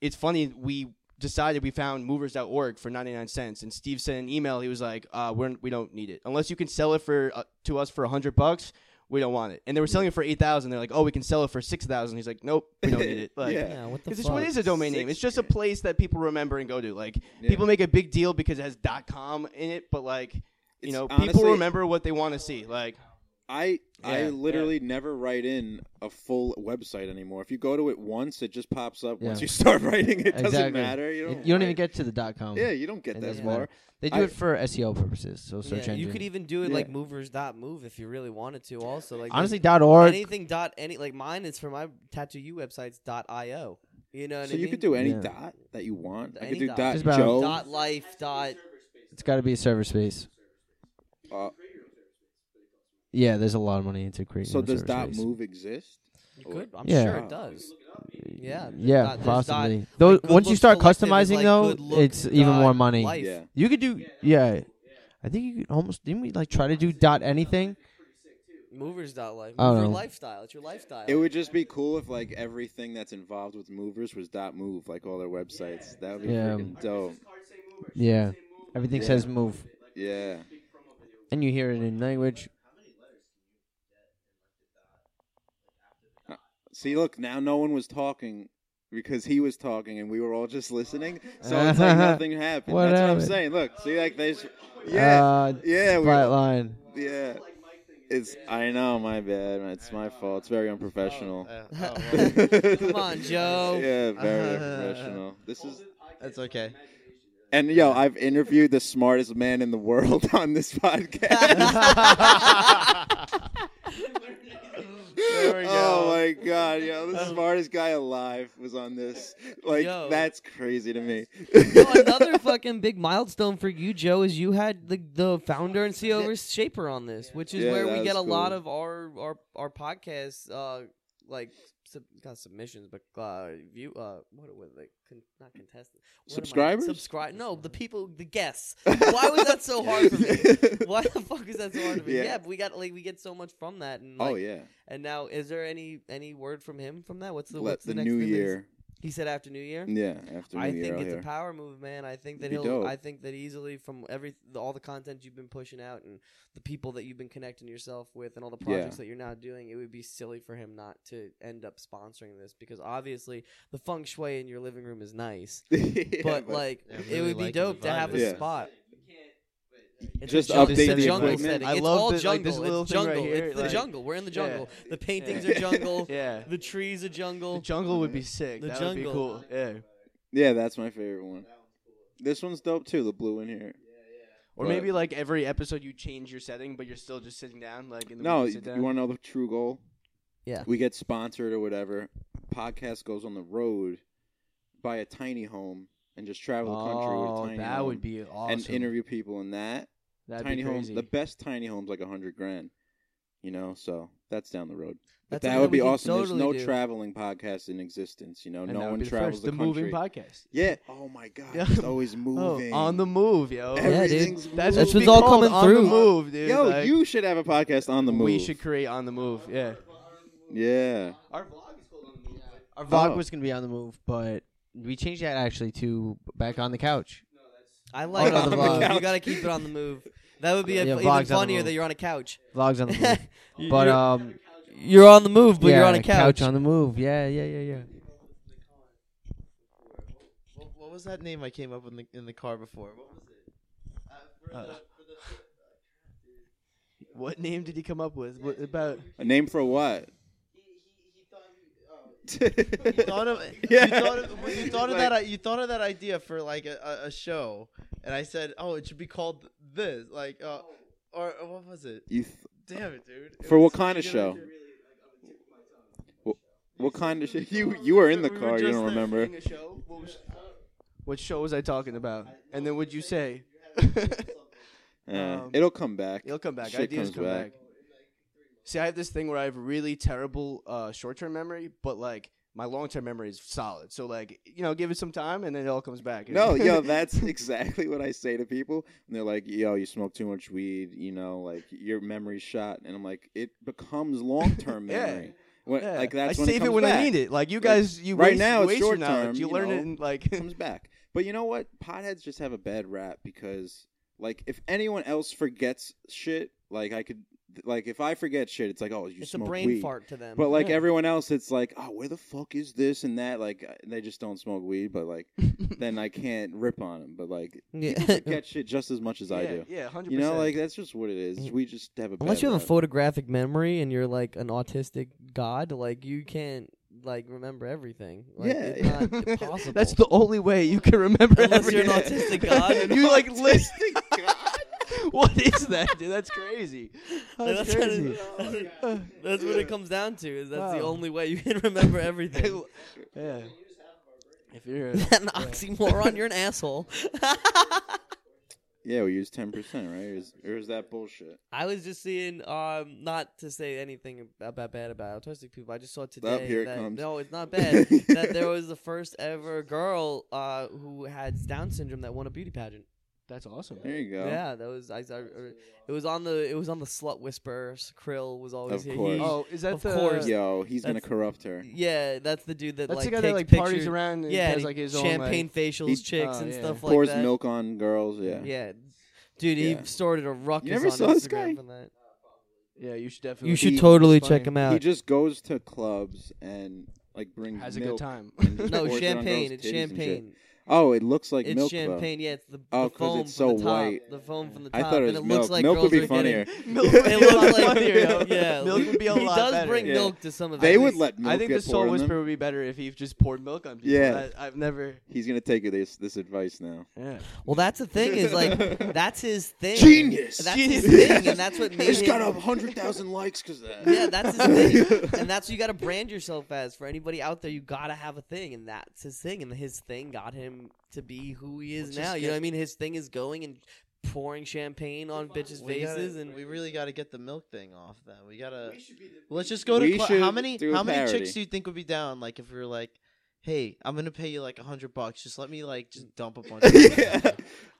D: it's funny we decided we found movers.org for 99 cents and steve sent an email he was like uh, we're, we don't need it unless you can sell it for uh, to us for 100 bucks we don't want it and they were selling it for 8000 they're like oh we can sell it for 6000 he's like nope we don't need it like
C: Yeah.
B: Yeah, what the
D: Because it's
B: fuck?
D: what is a domain name? It's just a place that people remember and go to. Like
C: Yeah.
D: people make a big deal because it has .com in it, but like you
C: It's
D: know, people
C: honestly-
D: remember what they want to see. Like
C: I I
D: Yeah,
C: literally never write in a full website anymore. If you go to it once, it just pops up. Once
E: Yeah.
C: you start writing, it doesn't
E: Exactly.
C: matter. You
E: You
C: don't.
E: don't, even
C: write-
E: get to the dot com.
C: Yeah, you don't get
E: It
C: that
E: doesn't
C: far.
E: matter. They do
C: I-
E: it for SEO purposes, so search
B: Yeah,
E: engine.
B: you could even do it
C: Yeah.
B: like movers dot move if you really wanted to. Also, like there's
E: honestly dot org.
B: anything dot any like mine is for my tattoo you websites dot io. You know what
C: So
B: I mean?
C: you could do any
E: Yeah.
C: dot that you want. I
B: Any
C: could do
B: dot.
C: dot
E: Just about-
C: Joe.
B: dot life dot.
E: it's got to be a server space.
C: Uh,
E: Yeah, there's a lot of money into creating.
C: so
E: a
C: does
E: server
C: dot
E: space.
C: move exist?
B: You could, I'm
E: Yeah.
B: sure it does. Yeah, there's
E: Yeah,
B: dot- there's dot-
E: possibly. Those
B: Good
E: once you
B: Looks
E: start
B: Collective is,
E: customizing
B: like,
E: though,
B: Good Look
E: it's even
B: dot
E: more money.
B: life.
C: Yeah.
E: You could do yeah. I think you could almost didn't we like try to do dot anything?
B: Movers dot life.
E: I don't
B: Your
E: know.
B: lifestyle. It's your lifestyle.
C: It would just be cool if like everything that's involved with movers was dot move, like all their websites. That would be
E: Yeah.
C: freaking dope.
E: Yeah. Everything
C: Yeah.
E: says move.
C: Yeah.
E: And you hear it in language.
C: See, look, now no one was talking because he was talking and we were all just listening. So it's like nothing happened. That's what I'm
E: Whatever.
C: saying. Look, see, like there's, yeah,
E: Uh,
C: yeah, we
E: flat line.
C: yeah. It's I know my bad. man. It's my fault. It's very unprofessional.
F: Uh, oh, well,
B: Come
C: Come
B: on, Joe.
C: Yeah, very
F: Uh.
C: unprofessional. This is
F: that's okay.
C: and yo, I've interviewed the smartest man in the world on this podcast.
F: There we
C: Oh
F: go.
C: my god, yo, the smartest guy alive was on this. Like
B: Um, Yo.
C: that's crazy to me.
B: Yo, Oh, another fucking big milestone for you, Joe, is you had the the founder and CEO of Shaper on this, which is
C: Yeah,
B: where
C: that
B: we
C: was
B: get a lot
C: cool.
B: of our our our podcasts, uh, like sub, not submissions, but uh, view, uh, what were they? Con, not contestants.
C: Subscribers?
B: Subscribe? No, the people, the guests. Why was that so hard for me? Why the fuck is that so hard for me?
C: Yeah.
B: Yeah, but we got like we get so much from that, and
C: oh
B: like,
C: yeah.
B: And now, is there any any word from him from that? What's the
C: Let
B: what's
C: the,
B: the, next
C: new
B: release?
C: year.
B: He said after New Year.
C: Yeah, after New
B: I
C: Year.
B: think
C: I'll
B: it's
C: hear.
B: a power move, man. I think that
C: It'd
B: he'll.
C: be dope.
B: I think that easily from every the, all the content you've been pushing out and the people that you've been connecting yourself with and all the projects
C: Yeah.
B: that you're now doing, it would be silly for him not to end up sponsoring this because obviously the feng shui in your living room is nice,
C: Yeah,
B: but, like
F: Yeah,
B: it
F: really
B: would be
F: liking
B: dope
F: the
B: to have
F: vibe.
B: a
C: Yeah.
B: spot. It's
C: Just
B: a jungle,
C: update
B: setting,
C: the
B: jungle
C: equipment.
B: setting.
D: I
B: it's
D: love
B: all
D: this- like,
B: jungle.
D: this little
B: it's
D: thing right
B: jungle.
D: here,
B: it's the
D: like-
B: jungle. We're in the
D: Yeah.
B: jungle. The paintings
C: Yeah.
B: are jungle.
D: yeah,
B: The trees are jungle.
D: the jungle would be sick.
B: The
D: that would be
B: jungle.
D: cool. Yeah.
C: yeah, that's my favorite one. This one's dope too, the blue in here.
D: Or
C: But-
D: maybe like every episode you change your setting, but you're still just sitting down. Like in the
C: No,
D: no,
C: you,
D: sit down.
C: want to know the true goal?
B: Yeah.
C: We get sponsored or whatever. Podcast goes on the road, buy a tiny home, and just travel the country with a
D: oh,
C: tiny
D: that
C: home
D: would be awesome.
C: and interview people in that
D: That'd
C: tiny
D: be
C: home.
D: crazy.
C: The best tiny home's like a hundred grand, you know. So that's down the road.
B: That's
C: But that
B: something
C: would
B: we
C: be
B: can
C: awesome. There's
B: totally
C: no
B: do.
C: traveling podcast in existence. You know,
D: And that
C: no
D: would
C: one
D: be the
C: travels
D: first,
C: the,
D: the
C: country.
D: moving podcast.
C: Yeah. Oh my god.
D: Yeah.
C: It's always moving.
D: Oh, on the move, yo.
B: dude.
C: Everything's
B: That's
D: That's,
B: what's
D: what we
B: all
D: call it,
B: coming
D: on the
B: through.
D: move, dude.
C: Yo,
D: Like,
C: you should have a podcast on the move.
D: We should create on the move. Yeah.
C: Yeah.
D: Our vlog is called on the move.
E: Our vlog
C: Oh.
E: was gonna be on the move, but we changed that actually to back on the couch.
B: I like
E: no,
B: on
E: the
B: the move.
E: vlog.
B: You gotta keep it on the move. That would be a-
E: Yeah, vlogs on
B: even
E: the
B: funnier
E: move.
B: that you're on a couch.
E: Vlogs on the move.
B: You-
E: but
B: you're,
E: um,
B: you're on the move, but
E: yeah,
B: you're on a uh, couch.
E: on the move. Yeah, yeah, yeah, yeah.
F: What, what was that name I came up with in the, in the car before? What was it? Uh,
D: Uh, what name did he come up with? What about?
C: A name for what?
F: You thought of
C: Yeah.
F: you thought of, well, you thought of
C: Like-
F: that uh, you thought of that idea for like a, a- a show, and I said, oh, it should be called this, like, uh,
D: Oh.
F: or or what was it?
C: you th-
F: Damn it, dude! It
C: For
F: was-
C: what kind of
F: you
C: show?
F: know,
C: What kind of shit? You you were in the
D: We were
C: car. You
D: just
C: don't
D: there
C: remember.
D: seeing a show. What, was, what show was I talking about? And then what'd you say?
C: Yeah.
D: Um,
C: It'll come back.
D: It'll come back.
C: Shit
D: Ideas
C: comes
D: come
C: back.
D: back. See, I have this thing where I have really terrible uh, short-term memory, but like my long-term memory is solid. So like, you know, give it some time, and then it all comes back. you
C: No,
D: know?
C: yo, that's exactly what I say to people. And they're like, yo, you smoke too much weed, you know, like your memory's shot. And I'm like, it becomes long term
D: Yeah.
C: memory. When,
D: Yeah.
C: Like that's
D: I
C: when it,
D: save it,
C: comes
D: when
C: back.
D: I need it. Like you
C: Like,
D: guys, you
C: right
D: waste,
C: now it's
D: waste your
C: short-term,
D: knowledge. You,
C: you
D: learn
C: know.
D: it in like
C: comes back. But you know what? Potheads just have a bad rap because, like, if anyone else forgets shit, like I could, like if I forget shit, it's like, oh, you
B: It's a
C: smoke
B: brain
C: weed.
B: fart to them.
C: But like
D: Yeah.
C: everyone else, it's like, oh, where the fuck is this and that? Like uh, they just don't smoke weed, but like then I can't rip on them. But like
B: Yeah.
C: get shit just as much as I
D: yeah,
C: do.
D: Yeah, hundred
C: You
D: percent.
C: know, like that's just what it is. We just have a.
B: Mm. Unless
C: bad
B: you have a
C: rep.
B: photographic memory and you're like an autistic god, like you can't like remember everything. Like,
C: Yeah,
B: it's
C: yeah.
B: not possible.
D: That's the only way you can remember.
B: Unless you're an
D: everything.
B: autistic god.
D: you like list. what is that, dude? That's crazy. That's,
B: That's, what
D: crazy.
B: it, that's what it comes down to. Is that's the
C: Oh.
D: Wow.
B: only way you can remember everything.
D: yeah. If you're
B: Is that an oxymoron? You're an asshole.
C: Yeah, we use ten percent, right? Or is, or is that bullshit?
B: I was just seeing, um, not to say anything about bad about autistic people. I just saw today
C: here it
B: that
C: comes.
B: no, it's not bad. that there was the first ever girl uh, who had Down syndrome that won a beauty pageant.
D: that's awesome.
C: There you go.
B: Yeah, that was I, I- It was on the it was on the slut whisperer. Krill was always
C: Of
B: here.
C: course.
B: He-
D: Oh, is that
B: Of
D: the?
B: course.
C: Yo, he's gonna
B: That's-
C: corrupt her.
B: yeah, that's the dude that
D: That's
B: like
D: the guy
B: takes
D: that like
B: pictures.
D: parties around and
B: yeah,
D: has
B: he-
D: like his
B: champagne
D: own.
B: facials,
C: He-
B: chicks,
D: Oh,
B: and
D: yeah.
B: stuff like
C: Pours
B: that.
C: milk on girls. Yeah.
B: Yeah, dude,
C: Yeah.
B: he started a ruckus
C: never
B: on
C: saw this
B: Instagram
C: guy?
B: for that.
D: Like, yeah, you should definitely.
B: You should
C: He-
B: totally
D: funny.
B: check him out.
C: He just goes to clubs and like brings
D: has a
C: milk.
D: good time.
C: and just
B: no
C: pours it on
B: champagne.
C: girls'
B: It's
C: titties and shit.
B: champagne.
C: Oh, it looks like
B: it's
C: milk. though.
B: champagne. Yeah, it's the,
C: Oh,
B: the
C: 'cause
B: foam
C: it's
B: from
C: so
B: the top.
C: white.
B: The foam from the
C: I
B: top.
C: thought it was
B: and it
C: milk.
B: looks like
C: milk
B: girls
C: would be
B: are
C: funnier.
B: Getting,
D: milk
B: it looks like
D: funnier.
B: yeah,
D: milk would be a
B: he
D: lot
B: does
D: better.
B: bring
C: Yeah.
B: milk to some of
C: They
B: his-
C: would let milk
D: I think
C: get poured
D: the soul
C: on
D: whisper
C: them.
D: would be better if he just poured milk on people.
C: Yeah.
D: I, I've never.
C: He's gonna take this this advice now.
D: Yeah.
B: Well, that's the thing is like that's his thing.
C: Genius.
B: That's
D: Genius.
B: his thing, and that's what made
C: It's
B: him.
C: got a hundred thousand likes because that.
B: yeah, that's his thing, and that's what you got to brand yourself as. For anybody out there, you got to have a thing, and that's his thing. And his thing got him to be who he is
D: Well, just
B: now. You know
D: get-
B: what I mean? His thing is going and pouring champagne on bitches'
F: We gotta-
B: faces, and
F: we really got to get the milk thing off. Then we gotta. Let's just go to
C: We
F: cl- how
C: should
F: many
C: do a
F: how many
C: parody.
F: chicks do you think would be down? Like if we were like, hey, I'm gonna pay you like a hundred bucks. Just let me like just dump a bunch. of milk on you."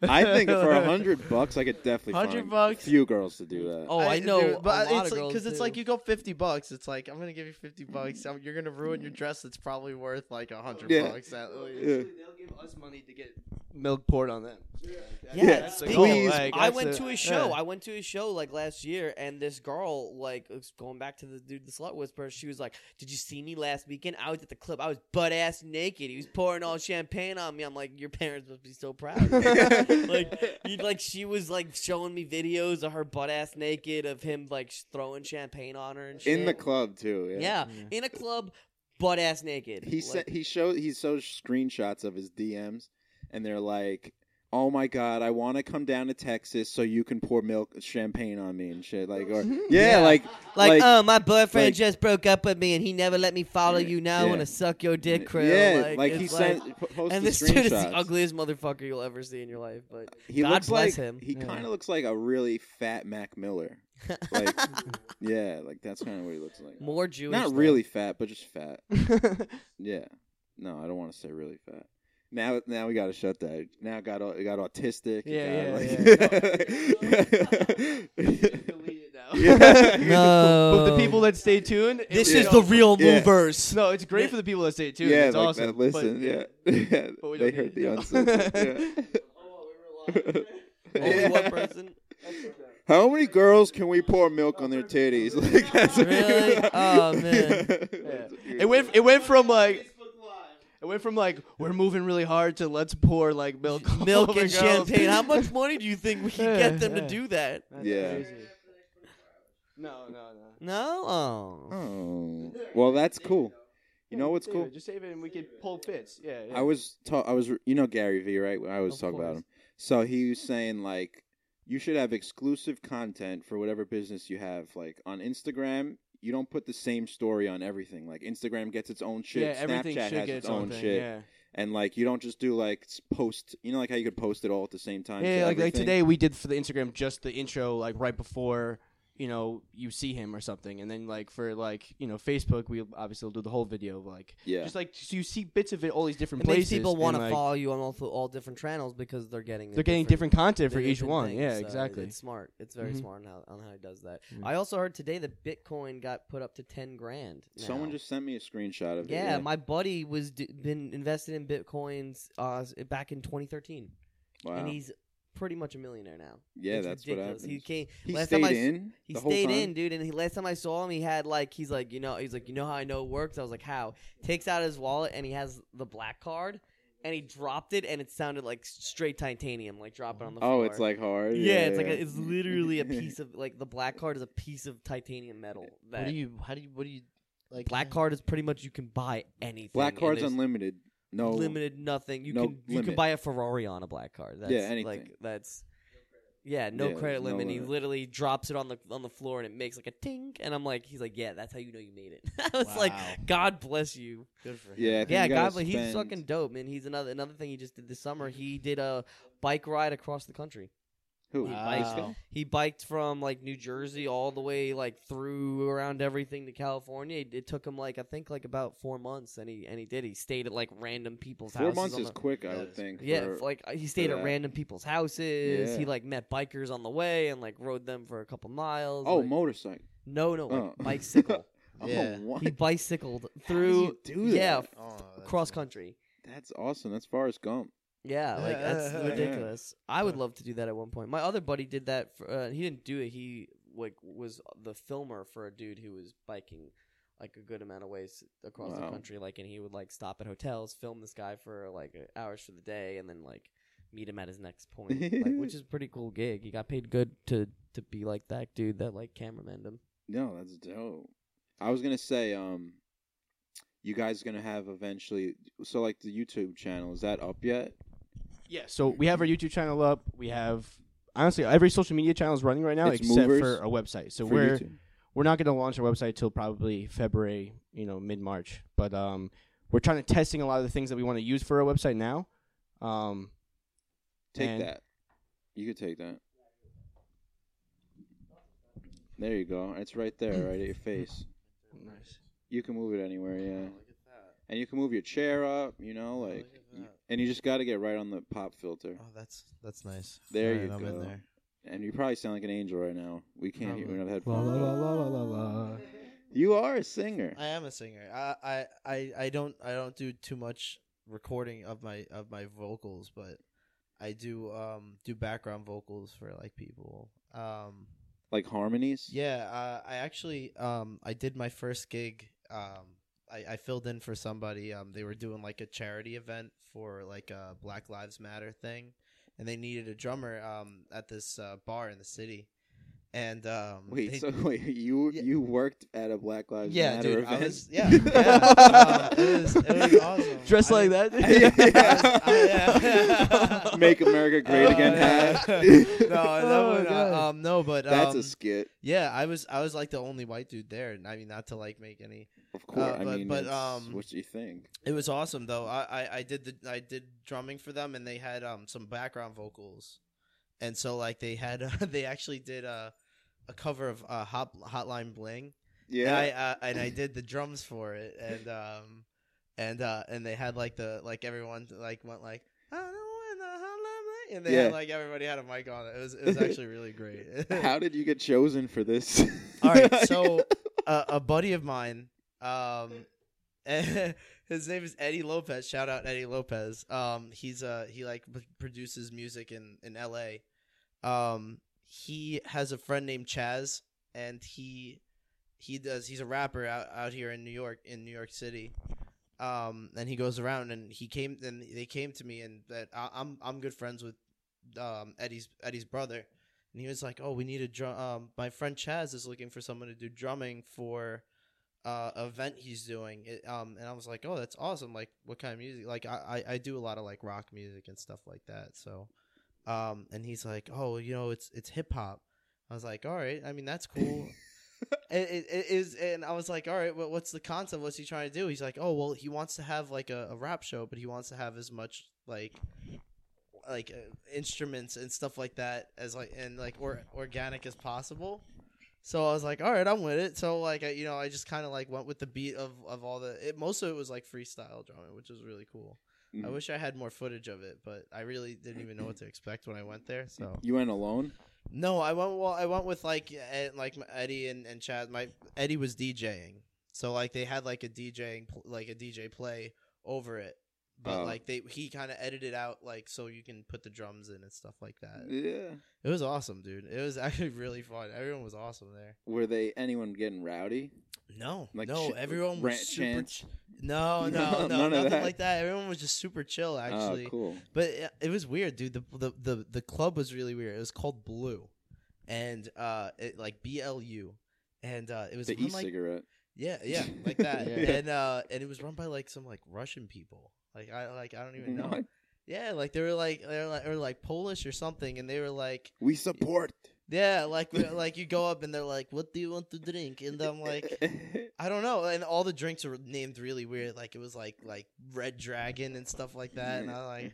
C: I think for a hundred bucks, I could definitely
F: 100
C: find
F: bucks?
C: few girls to do that.
B: oh, I, know,
F: dude, but
B: a lot
F: it's
B: of
F: like
B: girls
F: it's
B: do.
F: like you go fifty bucks. It's like I'm gonna give you fifty bucks. I'm, you're gonna ruin your dress. That's probably worth like a hundred
C: Yeah.
F: bucks at least.
C: Yeah.
D: They'll give us money to get milk poured on them.
B: Yeah,
C: Yeah,
B: it's
C: the
B: big.
C: goal, Please. like,
B: I
D: that's
B: went
D: the-
B: to his show.
D: yeah.
B: I went to his show like last year, and this girl, like was going back to the dude, the slut whisperer, she was like, "Did you see me last weekend? I was at the club. I was butt ass naked. He was pouring all champagne on me. I'm like, your parents must be so proud. like, you like she was like showing me videos of her butt ass naked of him like sh- throwing champagne on her and shit.
C: In the club too. Yeah. Mm.
B: yeah, in a club, butt ass naked.
C: He
B: Like-
C: sent he showed he shows screenshots of his DMs, and they're like, "Oh my god, I want to come down to Texas so you can pour milk champagne on me and shit." Like, or yeah,
B: Mm-hmm. Yeah.
C: like
B: Like, oh, my boyfriend
C: like-
B: just broke up with me, and he never let me follow you. Now I
C: Yeah.
B: want to suck your dick, Krill.
C: yeah,
B: like,
C: like,
B: it's
C: he
B: like-
C: sent po- posted
B: And this
C: screenshots.
B: dude is the ugliest motherfucker you'll ever see in your life. But
C: He
B: God
C: looks
B: bless
C: like
B: him.
C: he
D: Yeah.
C: kind of looks like a really fat Mac Miller. Like, yeah, like that's kind of what he looks like.
B: more Jewish.
C: Not
B: though.
C: really fat, but just fat. Yeah. No, I don't want to say really fat. Now, now we gotta shut that. Now it got au- it got autistic. it
D: Yeah,
C: got, like-
B: No.
D: But the people that stay tuned, it
B: This
D: was-
B: is the real
C: Yeah.
B: movers.
D: No, it's great for the people that stay tuned.
C: yeah,
D: it's
C: like
D: awesome.
C: that. Listen,
D: but-
C: yeah, yeah.
D: but we
C: they
D: don't
C: heard
D: need-
C: the
D: no.
C: uncensored. yeah. Oh,
B: Only
C: Yeah.
B: one person.
C: How many girls can we pour milk on their titties? Like, that's
B: Really? Oh, man.
C: That's what
D: Yeah.
C: you-
D: It went. It went from like. It It went from like we're moving really hard to let's pour like milk, all
B: Milk
D: over
B: and
D: girls.
B: champagne. How much money do you think we can get them to do that?
C: Yeah.
D: No, no, no.
B: No? Oh.
C: Oh, well, that's cool. You know what's
D: Save
C: cool?
D: it, Just save it and we could pull bits. Yeah. yeah.
C: I was ta- I was you know Gary Vee, right? I always
B: Of
C: talk about
B: course.
C: him. So he was saying like you should have exclusive content for whatever business you have. Like on Instagram, you don't put the same story on everything. Like Instagram gets its own shit,
D: yeah, everything
C: Snapchat
D: should
C: has
D: get
C: its own
D: thing,
C: shit.
D: Yeah.
C: And like you don't just do like s- post, you know like how you could post it all at the same time.
D: Yeah,
C: to
D: like, like
C: everything?
D: today we did for the Instagram just the intro, like right before you know you see him or something, and then like for like you know Facebook, we obviously will do the whole video, like
C: Yeah.
D: just like so you see bits of it, all these different
B: It makes
D: places.
B: people want to
D: and, like,
B: follow you on all, all different channels because they're getting
D: They're getting different content for each one. yeah, exactly.
B: It's smart. It's very
D: Mhm.
B: smart on how, on how he does that.
D: Mhm.
B: I also heard today that Bitcoin got put up to ten grand. now.
C: someone just sent me a screenshot of it.
B: yeah, my buddy was d- been invested in bitcoins uh, s- back in 2013,
C: wow.
B: and he's pretty much a millionaire now.
C: yeah,
B: It's
C: that's
B: ridiculous.
C: what
B: He
C: happens.
B: came.
C: He
B: last
C: stayed
B: time I s-
C: in.
B: He
C: the whole
B: stayed
C: time?
B: in, dude, and he last time I saw him, he had like he's like you know he's like you know how I know it works. I was like how? Takes out his wallet and he has the black card, and he dropped it, and it sounded like straight titanium, like dropping on the
C: Oh,
B: floor.
C: it's like hard.
B: yeah,
C: Yeah,
B: it's like a, it's literally a piece of like the black card is a piece of titanium metal. That
F: What do you? How do you? What do you? Like
B: black card is pretty much you can buy anything.
C: Black
B: and
C: cards
B: there's
C: unlimited. No
B: limited nothing. You
C: no
B: can you can
C: limit.
B: buy a Ferrari on a black card. That's,
C: anything.
B: Like that's. Yeah, no
C: Yeah,
B: credit
C: there's no
B: limit. He
C: limit.
B: literally drops it on the on the floor and it makes like a tink. And I'm like, he's like, yeah, that's how you know you made it. I was like,
F: Wow.
B: God bless you.
F: Good for him.
C: Yeah, I think
B: yeah,
C: you gotta
B: God, bless he's
C: spend-
B: fucking dope, man. He's another another thing he just did this summer. He did a bike ride across the country.
C: Who?
F: Wow.
B: He biked from like New Jersey all the way like through around everything to California. It, it took him like I think like about four months, and he and he did. He stayed at like random people's
C: Four
B: houses.
C: months
B: on
C: is
B: the-
C: quick, I
F: Yeah,
C: would
F: it's-
C: think.
B: yeah,
C: for-
B: f- like uh, he stayed at
C: that.
B: random people's houses. He
C: Yeah.
B: like met bikers on the way and like rode them for a couple miles.
C: oh,
B: like-
C: motorcycle.
B: no, no, like
C: oh.
B: bicycle.
C: Oh,
F: Yeah.
C: what?
B: he bicycled
C: How did
B: through
C: you do that?
B: yeah,
F: Oh, that's-
B: cross country.
C: That's awesome. That's Forrest Gump.
B: Yeah, like that's
F: Yeah.
B: ridiculous. I would love to do that at one point. My other buddy did that. For, uh, he didn't do it. He like was the filmer for a dude who was biking like a good amount of ways across the
C: Wow.
B: country. Like, and he would like stop at hotels, film this guy for like hours for the day, and then like meet him at his next point, like, which is a pretty cool gig. He got paid good to to be like that dude that like cameraman him.
C: No, that's dope. I was gonna say, um, you guys gonna have eventually. So, like the YouTube channel is that up yet?
D: Yeah, so we have our YouTube channel up. We have honestly every social media channel is running right now
C: It's
D: except
C: movers
D: for our website. So
C: for
D: we're
C: YouTube?
D: we're not going to launch our website till probably February, you know, mid March. But um, we're trying to testing a lot of the things that we want to use for our website now. Um,
C: take
D: and-
C: that. You could take that. There you go. It's right there, right at your face.
D: Nice.
C: You can move it anywhere, yeah.
F: Oh, Look at that. Oh,
C: And you can move your chair up, you know,
F: Look
C: like,
F: at that.
C: and you just got to get right on the pop filter.
F: Oh, that's that's nice.
C: There
F: Alright,
C: you
F: I'm in
C: go.
F: there.
C: And you probably sound like an angel right now. We can't hear you. We don't have
E: La la
C: headphones.
E: la la la la la.
C: You are a singer.
F: I am a singer. I, I I I don't I don't do too much recording of my of my vocals, but I do um do background vocals for like people. Um
C: Like harmonies.
F: yeah, uh, I actually um I did my first gig um I, I filled in for somebody. Um, they were doing like a charity event for like a Black Lives Matter thing, and they needed a drummer um, at this uh, bar in the city. And um,
C: Wait.
F: they-
C: so wait, you
F: Yeah.
C: you worked at a Black Lives
F: yeah,
C: Matter
F: dude,
C: event?
F: I was yeah, yeah. Um, it was it was awesome.
D: Dressed
F: I
D: like
F: mean-
D: that.
F: I- yeah.
C: Make America Great
F: Oh,
C: Again
F: yeah.
C: hat.
F: no,
D: Oh,
F: no,
D: God.
F: no, um, no, but um,
C: That's a skit.
F: yeah, I was I was like the only white dude there, and I mean not to like make any.
C: Of course. I
F: uh, but-
C: mean,
F: but,
C: it's-
F: um,
C: what do you think?
F: It was awesome though. I, I I did the I did drumming for them, and they had um some background vocals, and so like they had uh, they actually did uh, a cover of uh, Hot Hotline Bling.
C: Yeah.
F: And I uh, and I did the drums for it, and um, and uh, and they had like the like everyone like went like I don't want the hotline bling," and they
C: Yeah.
F: had like everybody had a mic on it. It was it was actually really great.
C: How did you get chosen for this?
F: All right, so uh, a buddy of mine, um, his name is Eddie Lopez. Shout out Eddie Lopez. Um, he's uh he like p- produces music in in L.A. Um, he has a friend named Chaz, and he he does he's a rapper out out here in New York in New York City. um, and he goes around and he came and they came to me and that I, I'm I'm good friends with um, Eddie's Eddie's brother, and he was like, "Oh, we need a drum. Um, my friend Chaz is looking for someone to do drumming for." Uh, event he's doing it, um and I was like oh that's awesome like what kind of music like I, I I do a lot of like rock music and stuff like that so um and he's like oh you know it's it's hip hop I was like all right I mean that's cool it, it, it is and i was like all right well, what's the concept what's he trying to do he's like oh well he wants to have like a, a rap show but he wants to have as much like like uh, instruments and stuff like that as like and like or organic as possible so i was like all right i'm with it so like I, you know i just kind of like went with the beat of of all the it most of it was like freestyle drumming which was really cool i
C: Mhm.
F: wish i had more footage of it but i really didn't even know what to expect when i went there so
C: You went alone?
F: no, I went. Well, I went with like Ed, like my- Eddie and and Chad. My Eddie was DJing, so like they had like a DJing pl- like a DJ play over it, but
C: Oh.
F: like they he kind of edited out like so you can put the drums in and stuff like that.
C: Yeah.
F: It was awesome, dude. It was actually really fun. Everyone was awesome there.
C: Were they anyone getting rowdy?
F: No,
C: Like
F: no,
C: ch-
F: everyone was
C: rant
F: super.
C: chants?
F: Ch- no, no, no,
C: No, none of
F: nothing
C: that.
F: like that. Everyone was just super chill actually.
C: oh, cool.
F: But it, it was weird, dude. The, the the the club was really weird. It was called Blue, and uh, it, like B L U, and uh, it was
C: The
F: run
C: e
F: like
C: cigarette.
F: yeah, yeah, like that.
C: Yeah.
F: And uh, and it was run by like some like Russian people. Like I like I don't even know.
C: What?
F: Yeah, like they were like they were like, or like Polish or something, and they were like
C: We support.
F: yeah, like we- like you go up and they're like, what do you want to drink? And I'm like. I don't know, and all the drinks were named really weird. Like it was like like Red Dragon and stuff like that. And I like,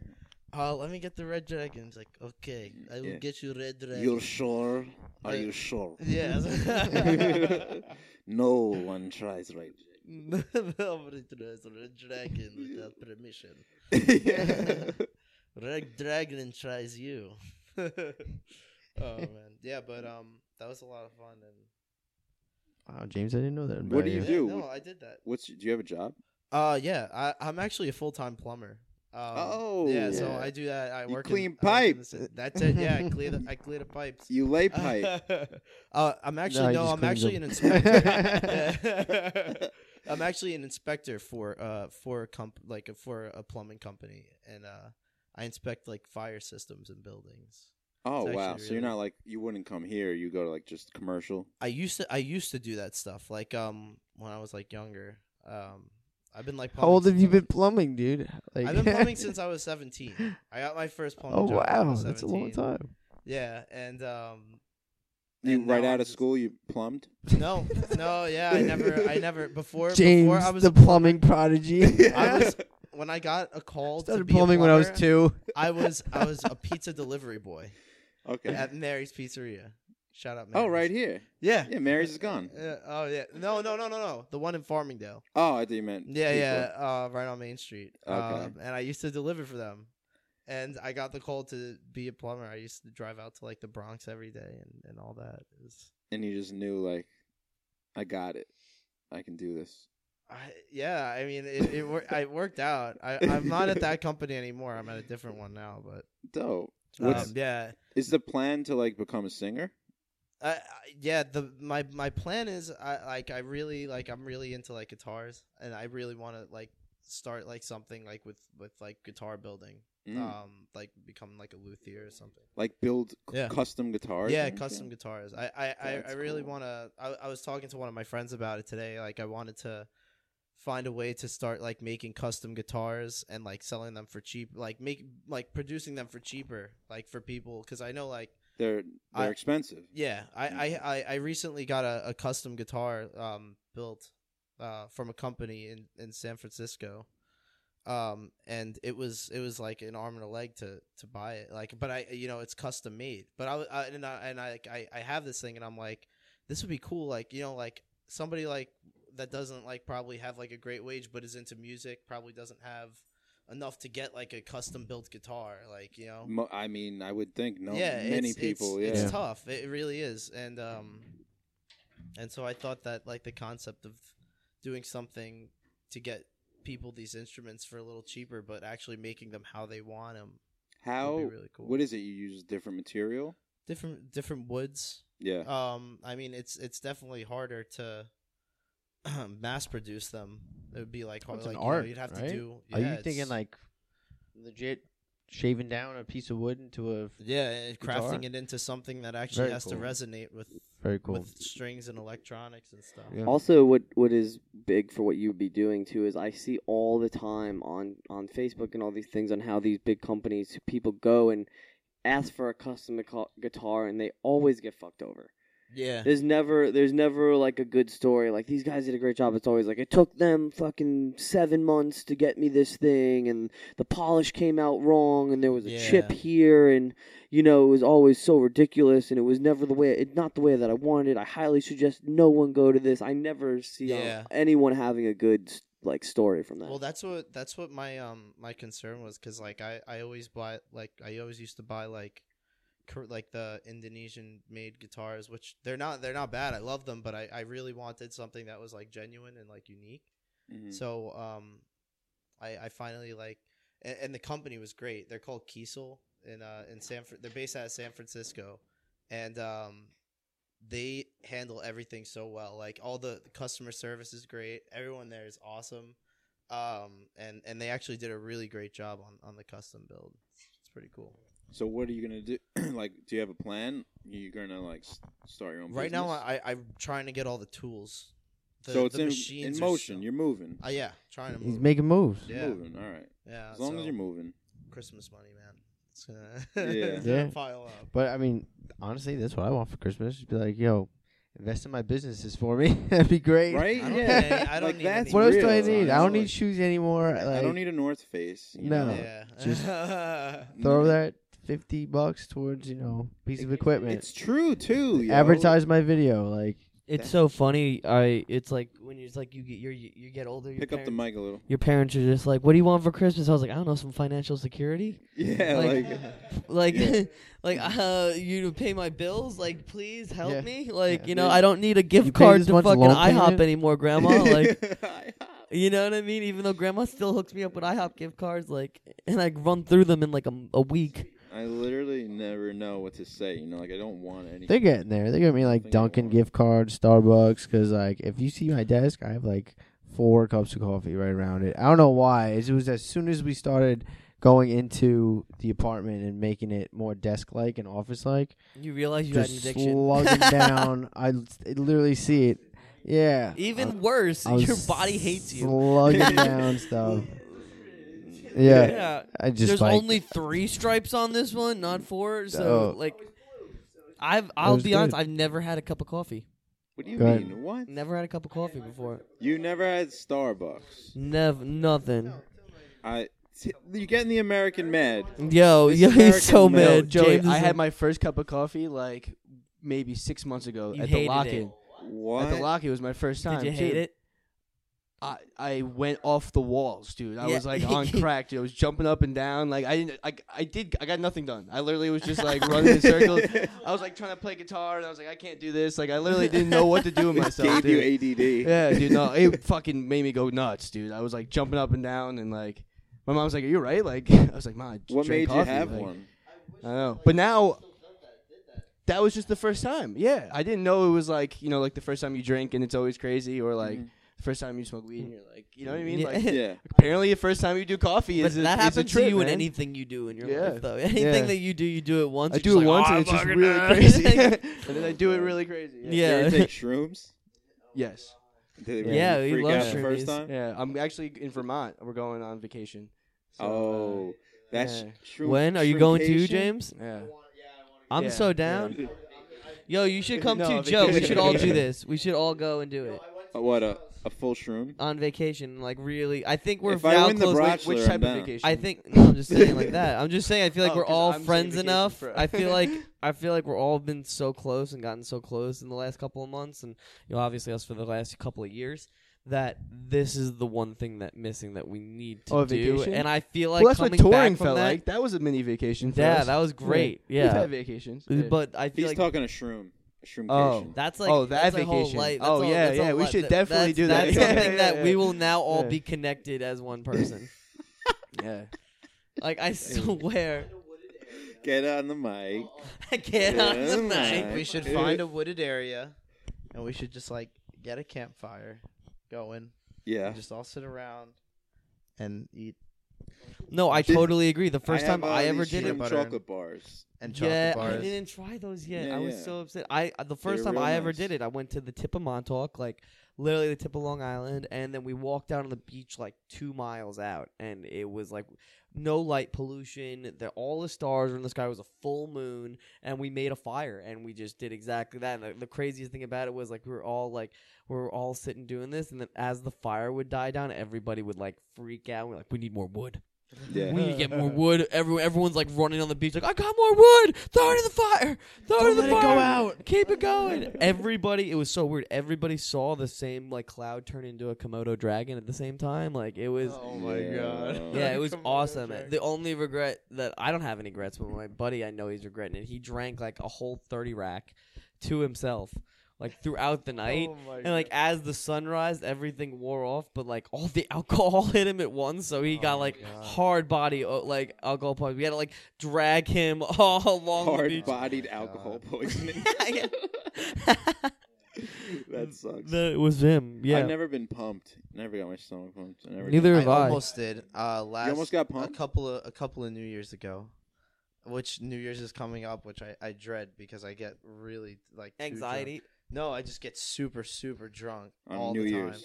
F: uh, let me get the red dragon. He's like, okay, I will
C: Yeah.
F: get you red dragon.
C: You're sure? Are
F: Yeah.
C: you sure?
F: Yeah.
C: no one tries right.
F: Nobody tries red dragon without permission. Red dragon tries you. oh man, yeah, but um, that was a lot of fun. And
E: Wow, James, I didn't know that.
C: What
E: about
C: do you do?
F: Yeah, no, I did that.
C: What's do you have a job?
F: Uh, yeah, I, I'm actually a full time plumber. Um,
C: Oh.
F: yeah, so
C: Yeah.
F: I do that. I
C: You
F: work
C: clean
F: in, I work in the
C: pipes.
F: ci- That's it. Yeah, I clear the I clear the pipes.
C: You lay pipe.
F: uh, I'm
E: he
F: actually no,
E: just
F: I'm
E: cleans
F: actually an
E: them.
F: inspector. I'm actually an inspector for uh for a comp like a, for a plumbing company, and uh I inspect like fire systems and buildings.
C: oh
F: actually
C: wow! So you're
F: really-
C: not like you wouldn't come here. You go to like just commercial.
F: I used to I used to do that stuff like um when I was like younger. Um, I've been like
E: How old
F: plumbing
E: have you
F: since I
E: been plumbing, dude? Like,
F: I've been plumbing since I was 17. I got my first plumbing
E: oh
F: job. when I
E: wow,
F: was
E: that's a long
F: 17.
E: time.
F: Yeah, and um,
C: You
F: and
C: right
F: now
C: out
F: I'm
C: of
F: just-
C: school, you plumbed.
F: No, no, yeah, I never, I never before. before
E: James,
F: I was
E: the plumbing prodigy.
F: I was when I got a call to
E: started
F: be a
E: plumbing when I was
F: plumber,
E: two.
F: I was I was a pizza delivery boy
C: Okay.
F: at Mary's Pizzeria. Shout out. Mary's.
C: oh, right here.
F: Yeah.
C: Yeah, Mary's is gone.
F: Yeah, oh yeah. No, no, no, no, no. The one in Farmingdale.
C: Oh, I thought you meant.
F: Yeah,
C: people.
F: yeah, uh, right on Main Street.
C: Okay.
F: Um, and I used to deliver for them. And I got the call to be a plumber. I used to drive out to like the Bronx every day and, and all that. It was,
C: And you just knew like, I got it. I can do this.
F: I, yeah, I mean, it it, wor- it worked out. I, I'm not at that company anymore. I'm at a different one now. But
C: Dope. What's
F: um, yeah,
C: is the plan to like become a singer?
F: I, I, yeah. The my my plan is I like I really like I'm really into like guitars and I really want to like start like something like with with like guitar building.
C: Mm.
F: Um, like become like a luthier or something.
C: like build c-
F: yeah.
C: custom guitars.
F: Yeah,
C: and
F: custom
C: shit?
F: guitars. I I, I, I
C: That's
F: really
C: cool.
F: want to. I, I was talking to one of my friends about it today. Like, I wanted to find a way to start like making custom guitars and like selling them for cheap, like make like producing them for cheaper, like for people. Because I know, like,
C: They're they're
F: I-
C: expensive.
F: yeah, I I, I, I recently got a, a custom guitar um built uh from a company in in San Francisco. Um and it was it was like an arm and a leg to to buy it like but I you know it's custom made but I, I and I and I, like, I I have this thing and I'm like this would be cool like you know like somebody like that doesn't like probably have like a great wage but is into music probably doesn't have enough to get like a custom built guitar like you know
C: Mo- I mean, I would think no
F: yeah,
C: many
F: it's,
C: people.
F: It's,
C: yeah,
F: it's tough. It really is, and um, and so I thought that like the concept of doing something to get people these instruments for a little cheaper, but actually making them how they want them.
C: how?
F: would be really cool.
C: What is it? You use different material?
F: Different different woods.
C: Yeah,
F: Um, I mean, it's it's definitely harder to mass produce them, it would be like hard.
E: It's an
F: Like, you
E: art,
F: know, you'd have
E: right?
F: to do.
E: Are
F: yeah,
E: you
F: it's-
E: thinking like legit shaving down a piece of wood into a
F: yeah, and
E: guitar?
F: crafting it into something that actually
E: Very
F: has to
E: cool.
F: resonate with
E: very cool?
F: with strings and electronics and stuff.
E: Yeah.
G: Also, what what is big for what you'd be doing too is I see all the time on on Facebook and all these things on how these big companies people go and ask for a custom guitar- guitar and they always get fucked over.
F: Yeah,
G: There's never there's never like a good story. Like these guys did a great job. It's always like it took them fucking seven months to get me this thing, and the polish came out wrong, and there was a chip
F: Yeah.
G: here, and you know it was always so ridiculous, and it was never the way it not the way that I wanted. I highly suggest no one go to this. I never see uh,
F: Yeah.
G: anyone having a good like story from that.
F: Well, that's what that's what my um my concern was because like I I always buy like I always used to buy like Kor- like the Indonesian made guitars, which they're not they're not bad. I love them, but I I really wanted something that was like genuine and like unique.
C: Mhm.
F: So um, I I finally like and, and the company was great. They're called Kiesel in uh in San Fr- they're based out of San Francisco, and um. They handle everything so well. Like all the, the customer service is great. Everyone there is awesome um and and they actually did a really great job on on the custom build it's pretty cool
C: So what are you gonna do? like, do you have a plan? You're gonna like s- start your own.
F: right now
C: business?
F: i i'm trying to get all the tools the,
C: so it's
F: the
C: in,
F: machines
C: in
F: are
C: motion.
F: so-
C: You're moving.
F: uh, yeah trying to move
E: He's making moves.
F: yeah
C: Moving. All right.
F: yeah
C: As long
F: so
C: as you're moving.
F: christmas money man it's gonna,
C: Yeah.
F: it's gonna
E: Yeah.
F: pile up
E: But I mean, honestly, that's what I want for Christmas. Just be like, yo, invest in my businesses for me. That'd be great.
C: Right?
F: I don't,
E: Yeah.
F: need any- I don't
C: Like,
F: need
C: that's
F: any
E: What else do
C: Real,
E: I need? I don't
C: honestly.
E: need shoes anymore. Like,
C: I don't need a North Face. you Mm.
E: No.
C: know?
F: yeah
E: Just-
C: No.
E: throw that fifty bucks towards you know piece of equipment.
C: It's true too. yo.
E: Advertise my video, like
B: It's so funny. I it's like when you're it's like you get you're, you you get older. Your
C: Pick up
B: parents,
C: the mic a little.
B: Your parents are just like, "What do you want for Christmas?" I was like, "I don't know, some financial security."
C: Yeah, like,
B: Like- like
C: Yeah.
B: like uh you to pay my bills like please help
E: Yeah.
B: me like
E: Yeah.
B: you know
E: Yeah.
B: i don't need a
E: You
B: gift
E: pay
B: card
E: this
B: to
E: month's
B: fucking
E: loan
B: ihop
E: payment?
B: anymore grandma like
C: I-
B: you know what i mean even though grandma still hooks me up with ihop gift cards like and i run through them in like a, a week
C: I literally never know what to say. You know, like I don't want any.
E: they're getting there. They're gonna be like
C: Think I
E: Dunkin'
C: want-
E: gift cards, Starbucks, because like if you see my desk, I have like four cups of coffee right around it. I don't know why. It was as soon as we started going into the apartment and making it more desk like and office like,
B: you realize you had an
E: just
B: addiction
E: slugging down. I l- it literally see it. Yeah,
B: even worse
E: I was
B: your body hates you
E: Slugging down stuff. Yeah,
B: Yeah.
E: I just
B: there's
E: like,
B: only three stripes on this one not four so
E: Oh.
B: like i've i'll
E: was
B: be honest
E: good.
B: i've never had a cup of coffee
C: What do you
E: Go ahead.
C: mean? What?
B: never had a cup of coffee before
C: You never had Starbucks.
B: never nothing
C: I. T- you're getting the American mad.
B: Yo,
C: This
B: yo,
C: American
B: he's so
C: milk.
B: mad.
D: Joey,
B: James
D: I
B: is
D: had
B: a-
D: my first cup of coffee like maybe six months ago
B: You
D: at the
B: hated
D: lock
B: it.
D: in.
C: What?
D: At the lock in was my first time.
B: Did you hate
D: too.
B: it?
D: I, I went off the walls, dude. I
B: Yeah.
D: was like on crack, dude. I was jumping up and down. Like I didn't, I, I did, I got nothing done. I literally was just like running in circles. I was like trying to play guitar, and I was like, I can't do this. Like I literally didn't know what to do with
C: This
D: myself.
C: gave
D: dude.
C: you ADD.
D: Yeah, dude. No, it fucking made me go nuts, dude. I was like jumping up and down, and like my mom was like, "Are you right?" Like I was like, "Mom, I just
C: What made
D: drank
C: you
D: coffee."
C: have
D: Like,
C: one?
D: I know, but now that was just the first time. Yeah, I didn't know it was like you know like the first time you drink and it's always crazy, or like the first time you smoke weed and you're like, you know what I mean?
B: Yeah.
D: Like
C: Mm-hmm. Yeah.
D: apparently the first time you do coffee
B: But
D: is a,
B: that
D: is a
B: happens
D: trip,
B: to you
D: man.
B: in anything you do in your
D: Yeah.
B: life, though. Anything
D: Yeah.
B: that you do, you do it once.
D: I
B: you're
D: do it
B: just like,
D: once
B: "Oh,
D: and
B: I
D: it's just
B: fucking
D: really
B: know."
D: crazy, and then I do it really crazy. Yeah.
C: You
B: Yeah.
C: ever take shrooms?
D: Yes.
C: Did
D: Yeah.
C: you
B: Yeah, we
C: freak
B: love
C: out the first
B: shroomies.
C: time?
D: Yeah. I'm actually in Vermont. We're going on vacation. So, uh,
C: oh, that's
D: yeah.
C: shroom.
B: when are you going to,
C: shroomcation?
B: James?
D: Yeah.
B: I'm
D: Yeah.
B: so down. Yo, you should come
D: No,
B: too, Joe. We
D: vacation.
B: should all do this. We should all go and do it
C: Uh, what a a full shroom.
B: on vacation. Like really, I think we're
C: if I
B: now
C: win the
B: close.
C: Bachelor,
D: Which type
C: I'm
D: of
C: down.
D: vacation?
B: I think no, I'm just saying like that. I'm just saying I feel like
D: Oh,
B: we're
D: 'cause
B: all
D: I'm saying
B: friends
D: vacation
B: enough.
D: for-
B: I feel like I feel like we're all been so close and gotten so close in the last couple of months and you know obviously us for the last couple of years that this is the one thing that missing that we need to
D: Oh, a
B: do.
D: vacation?
B: And I feel like
D: well, that's what
B: coming
D: touring
B: back from
D: felt
B: that,
D: like. That was a mini vacation. For
B: Yeah,
D: us.
B: that was great.
D: We've
B: Yeah.
D: had vacations.
B: But I feel like
C: He's talking a shroom. A shroomcation.
D: Oh.
B: that's like
D: Oh, that
B: that's a whole
D: vacation.
B: life- that's
D: Oh,
B: a-
D: yeah,
B: that's a
D: yeah, we
B: li-
D: should
B: that-
D: definitely
B: that's-
D: do that.
B: That's
D: Yeah,
B: something
D: yeah,
B: that
D: yeah.
B: we will now all
D: Yeah.
B: be connected as one person.
D: yeah.
B: like I swear,
C: Get on the mic.
B: I can't.
C: Yeah,
B: on the
C: man.
B: mic.
F: we should find a wooded area and we should just like get a campfire going.
C: Yeah.
F: We just all sit around and eat
B: No, I
C: Did-
B: totally agree. The first
C: I
B: time
C: have, uh,
B: I ever
C: these
B: did it,
C: shrimp
F: butter.
C: chocolate bars.
F: and chocolate
B: yeah,
F: bars.
B: I didn't try those yet.
C: Yeah,
B: I was
C: yeah.
B: so upset. I uh, the first time
C: real
B: I ever
C: nice.
B: did it, I went to the tip of Montauk, like literally the tip of Long Island, and then we walked down on the beach like two miles out, and it was like no light pollution. The, all the stars were in the sky. It was a full moon, and we made a fire, and we just did exactly that. And the, the craziest thing about it was like we were all like we were all sitting doing this, and then as the fire would die down, everybody would like freak out. We're like, we need more wood.
C: Yeah.
B: We need to get more wood. Everyone, everyone's like running on the beach, like I got more wood. Throw it in the fire. Throw it in the
F: let it
B: fire.
F: go out."
B: Keep it going. Everybody, it was so weird. Everybody saw the same like cloud turn into a Komodo dragon at the same time. Like it was,
F: Oh my
C: Yeah.
F: god.
B: yeah, it was
F: Komodo
B: awesome.
F: dragon.
B: The only regret that I don't have any regrets, but my buddy, I know he's regretting it. He drank like a whole thirty rack to himself, like throughout the night.
F: Oh my
B: And like
F: God.
B: as the sun rise, everything wore off, but like all the alcohol hit him at once, so he got
F: Oh,
B: like
F: God.
B: hard body uh, like alcohol poisoning. We had to like drag him all along the
C: Hard
B: beach.
C: bodied
F: Oh my
C: alcohol
F: God.
C: poisoning.
B: Yeah.
C: that sucks.
B: The- it was him. Yeah.
C: I've never been pumped. Never got my stomach pumped. I never got-
B: Neither have
F: I
B: I.
F: almost did. Uh, last
C: almost got
F: a
C: pumped?
F: couple of a couple of New Years ago, which New Year's is coming up, which I, I dread because I get really like too drunk.
B: Anxiety.
F: No, I just get super super drunk
C: On
F: all
C: New
F: the
C: Year's.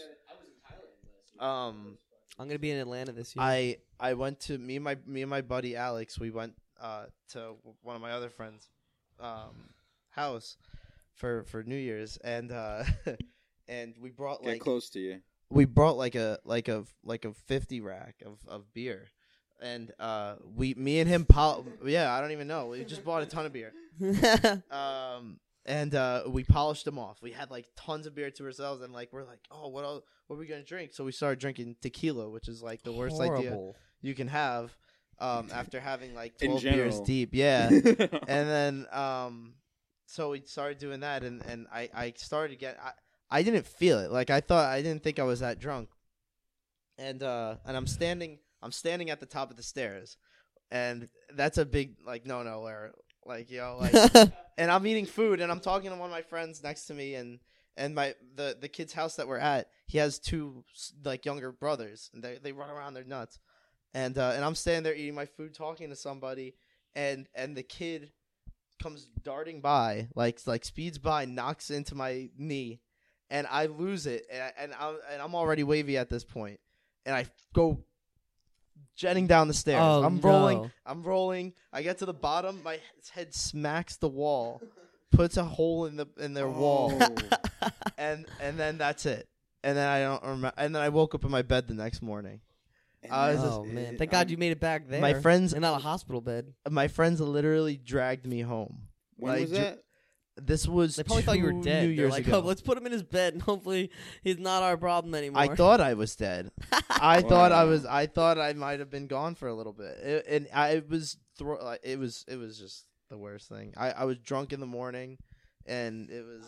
F: time. Um,
B: I'm gonna be in Atlanta this year.
F: I I went to me and my me and my buddy Alex. We went uh, to one of my other friends' um, house for for New Year's, and uh, and we brought
C: Get
F: like
C: close to you.
F: we brought like a like a like a 50 rack of, of beer and uh we me and him pol- yeah i don't even know we just bought a ton of beer um and uh we polished them off we had like tons of beer to ourselves and like we're like oh what else, what are we gonna drink so we started drinking tequila which is like the worst idea
B: Horrible.
F: you can have um after having like
C: In
F: 12 beers
C: general.
F: deep yeah and then um so we started doing that and and i i started to get i i didn't feel it like i thought i didn't think i was that drunk and uh and i'm standing i'm standing at the top of the stairs and that's a big like no no where like yo like and i'm eating food and i'm talking to one of my friends next to me and and my the the kid's house that we're at he has two s- like younger brothers and they, they run around they're nuts and uh and i'm standing there eating my food talking to somebody and and the kid comes darting by, like like speeds by, knocks into my knee, and I lose it, and I, and I'm and I'm already wavy at this point, and I go jetting down the stairs.
B: Oh,
F: I'm rolling,
B: no.
F: I'm rolling. I get to the bottom, my head smacks the wall, puts a hole in the in their
C: Oh.
F: wall,
B: Oh.
F: and and then that's it. And then I don't remember. And then I woke up in my bed the next morning. I was
B: oh
C: eh,
B: man! Thank God you made it back there.
F: eh, My friends,
B: and not a hospital bed.
F: my friends literally dragged me home.
C: When
F: like,
C: was
F: dr-
C: that?
F: This was
B: They probably thought you were
F: two
B: dead.
F: New
B: They're
F: Year's
B: like,
F: ago.
B: "Oh, let's put him in his bed, and hopefully he's not our problem anymore."
F: I thought I was dead. I thought I
C: Wow.
F: was. I thought I might have been gone for a little bit, it, and I was throw. Like, it was. It was just the worst thing. I, I was drunk in the morning, and it was.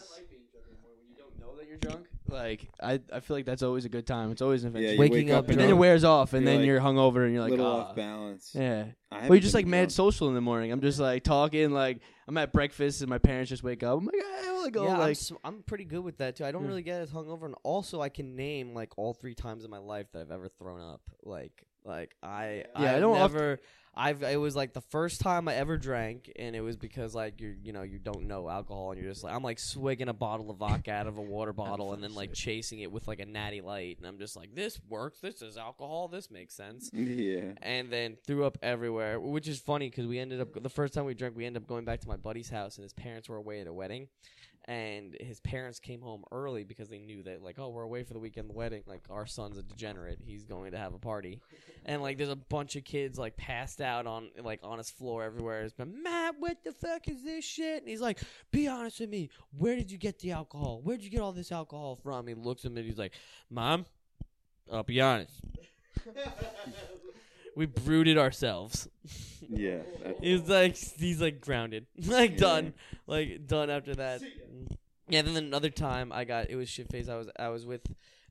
D: know that you're drunk. Like I, I feel like that's always a good time. It's always an
C: Yeah,
D: adventure.
C: you
B: Waking
C: wake
B: up
C: up,
D: and
B: drunk.
D: then it wears off, and
C: You're
D: then
C: like,
D: you're hungover, and you're like,
C: little
D: ah,
C: off balance.
D: yeah.
C: I
D: Well,
C: haven't
D: you're just
C: been
D: like mad
C: drunk.
D: social in the morning. I'm just like talking, like I'm at breakfast, and my parents just wake up. I'm like, "Ah, I want to go.
B: yeah, I'm,
D: like,
B: s
D: Hmm.
B: am pretty good with that too. I don't
D: Yeah.
B: really get as hungover, and also I can name like all three times in my life that I've ever thrown up. Like, like I,
D: Yeah, I
B: I've
D: don't oft-
B: ever. I've it was like the first time I ever drank, and it was because like you are you know you don't know alcohol, and you're just like I'm like swigging a bottle of vodka out of a water bottle, and then like chasing it with like a natty light, and I'm just like this works. This is alcohol. This makes sense
C: Yeah.
B: and then threw up everywhere, which is funny because we ended up the first time we drank, we ended up going back to my buddy's house, and his parents were away at a wedding, and his parents came home early because they knew that like, oh, we're away for the weekend, the wedding, like our son's a degenerate, he's going to have a party, and like there's a bunch of kids like passed out on like on his floor everywhere. It's been Matt, what the fuck is this shit? And he's like, be honest with me, where did you get the alcohol? Where'd you get all this alcohol from? He looks at me, and he's like, mom, I'll be honest. We brewed it ourselves.
C: Yeah. that-
B: He's like he's like grounded, like
C: Yeah.
B: done, like done after that. Yeah. Then another time I got it was shit face. I was I was with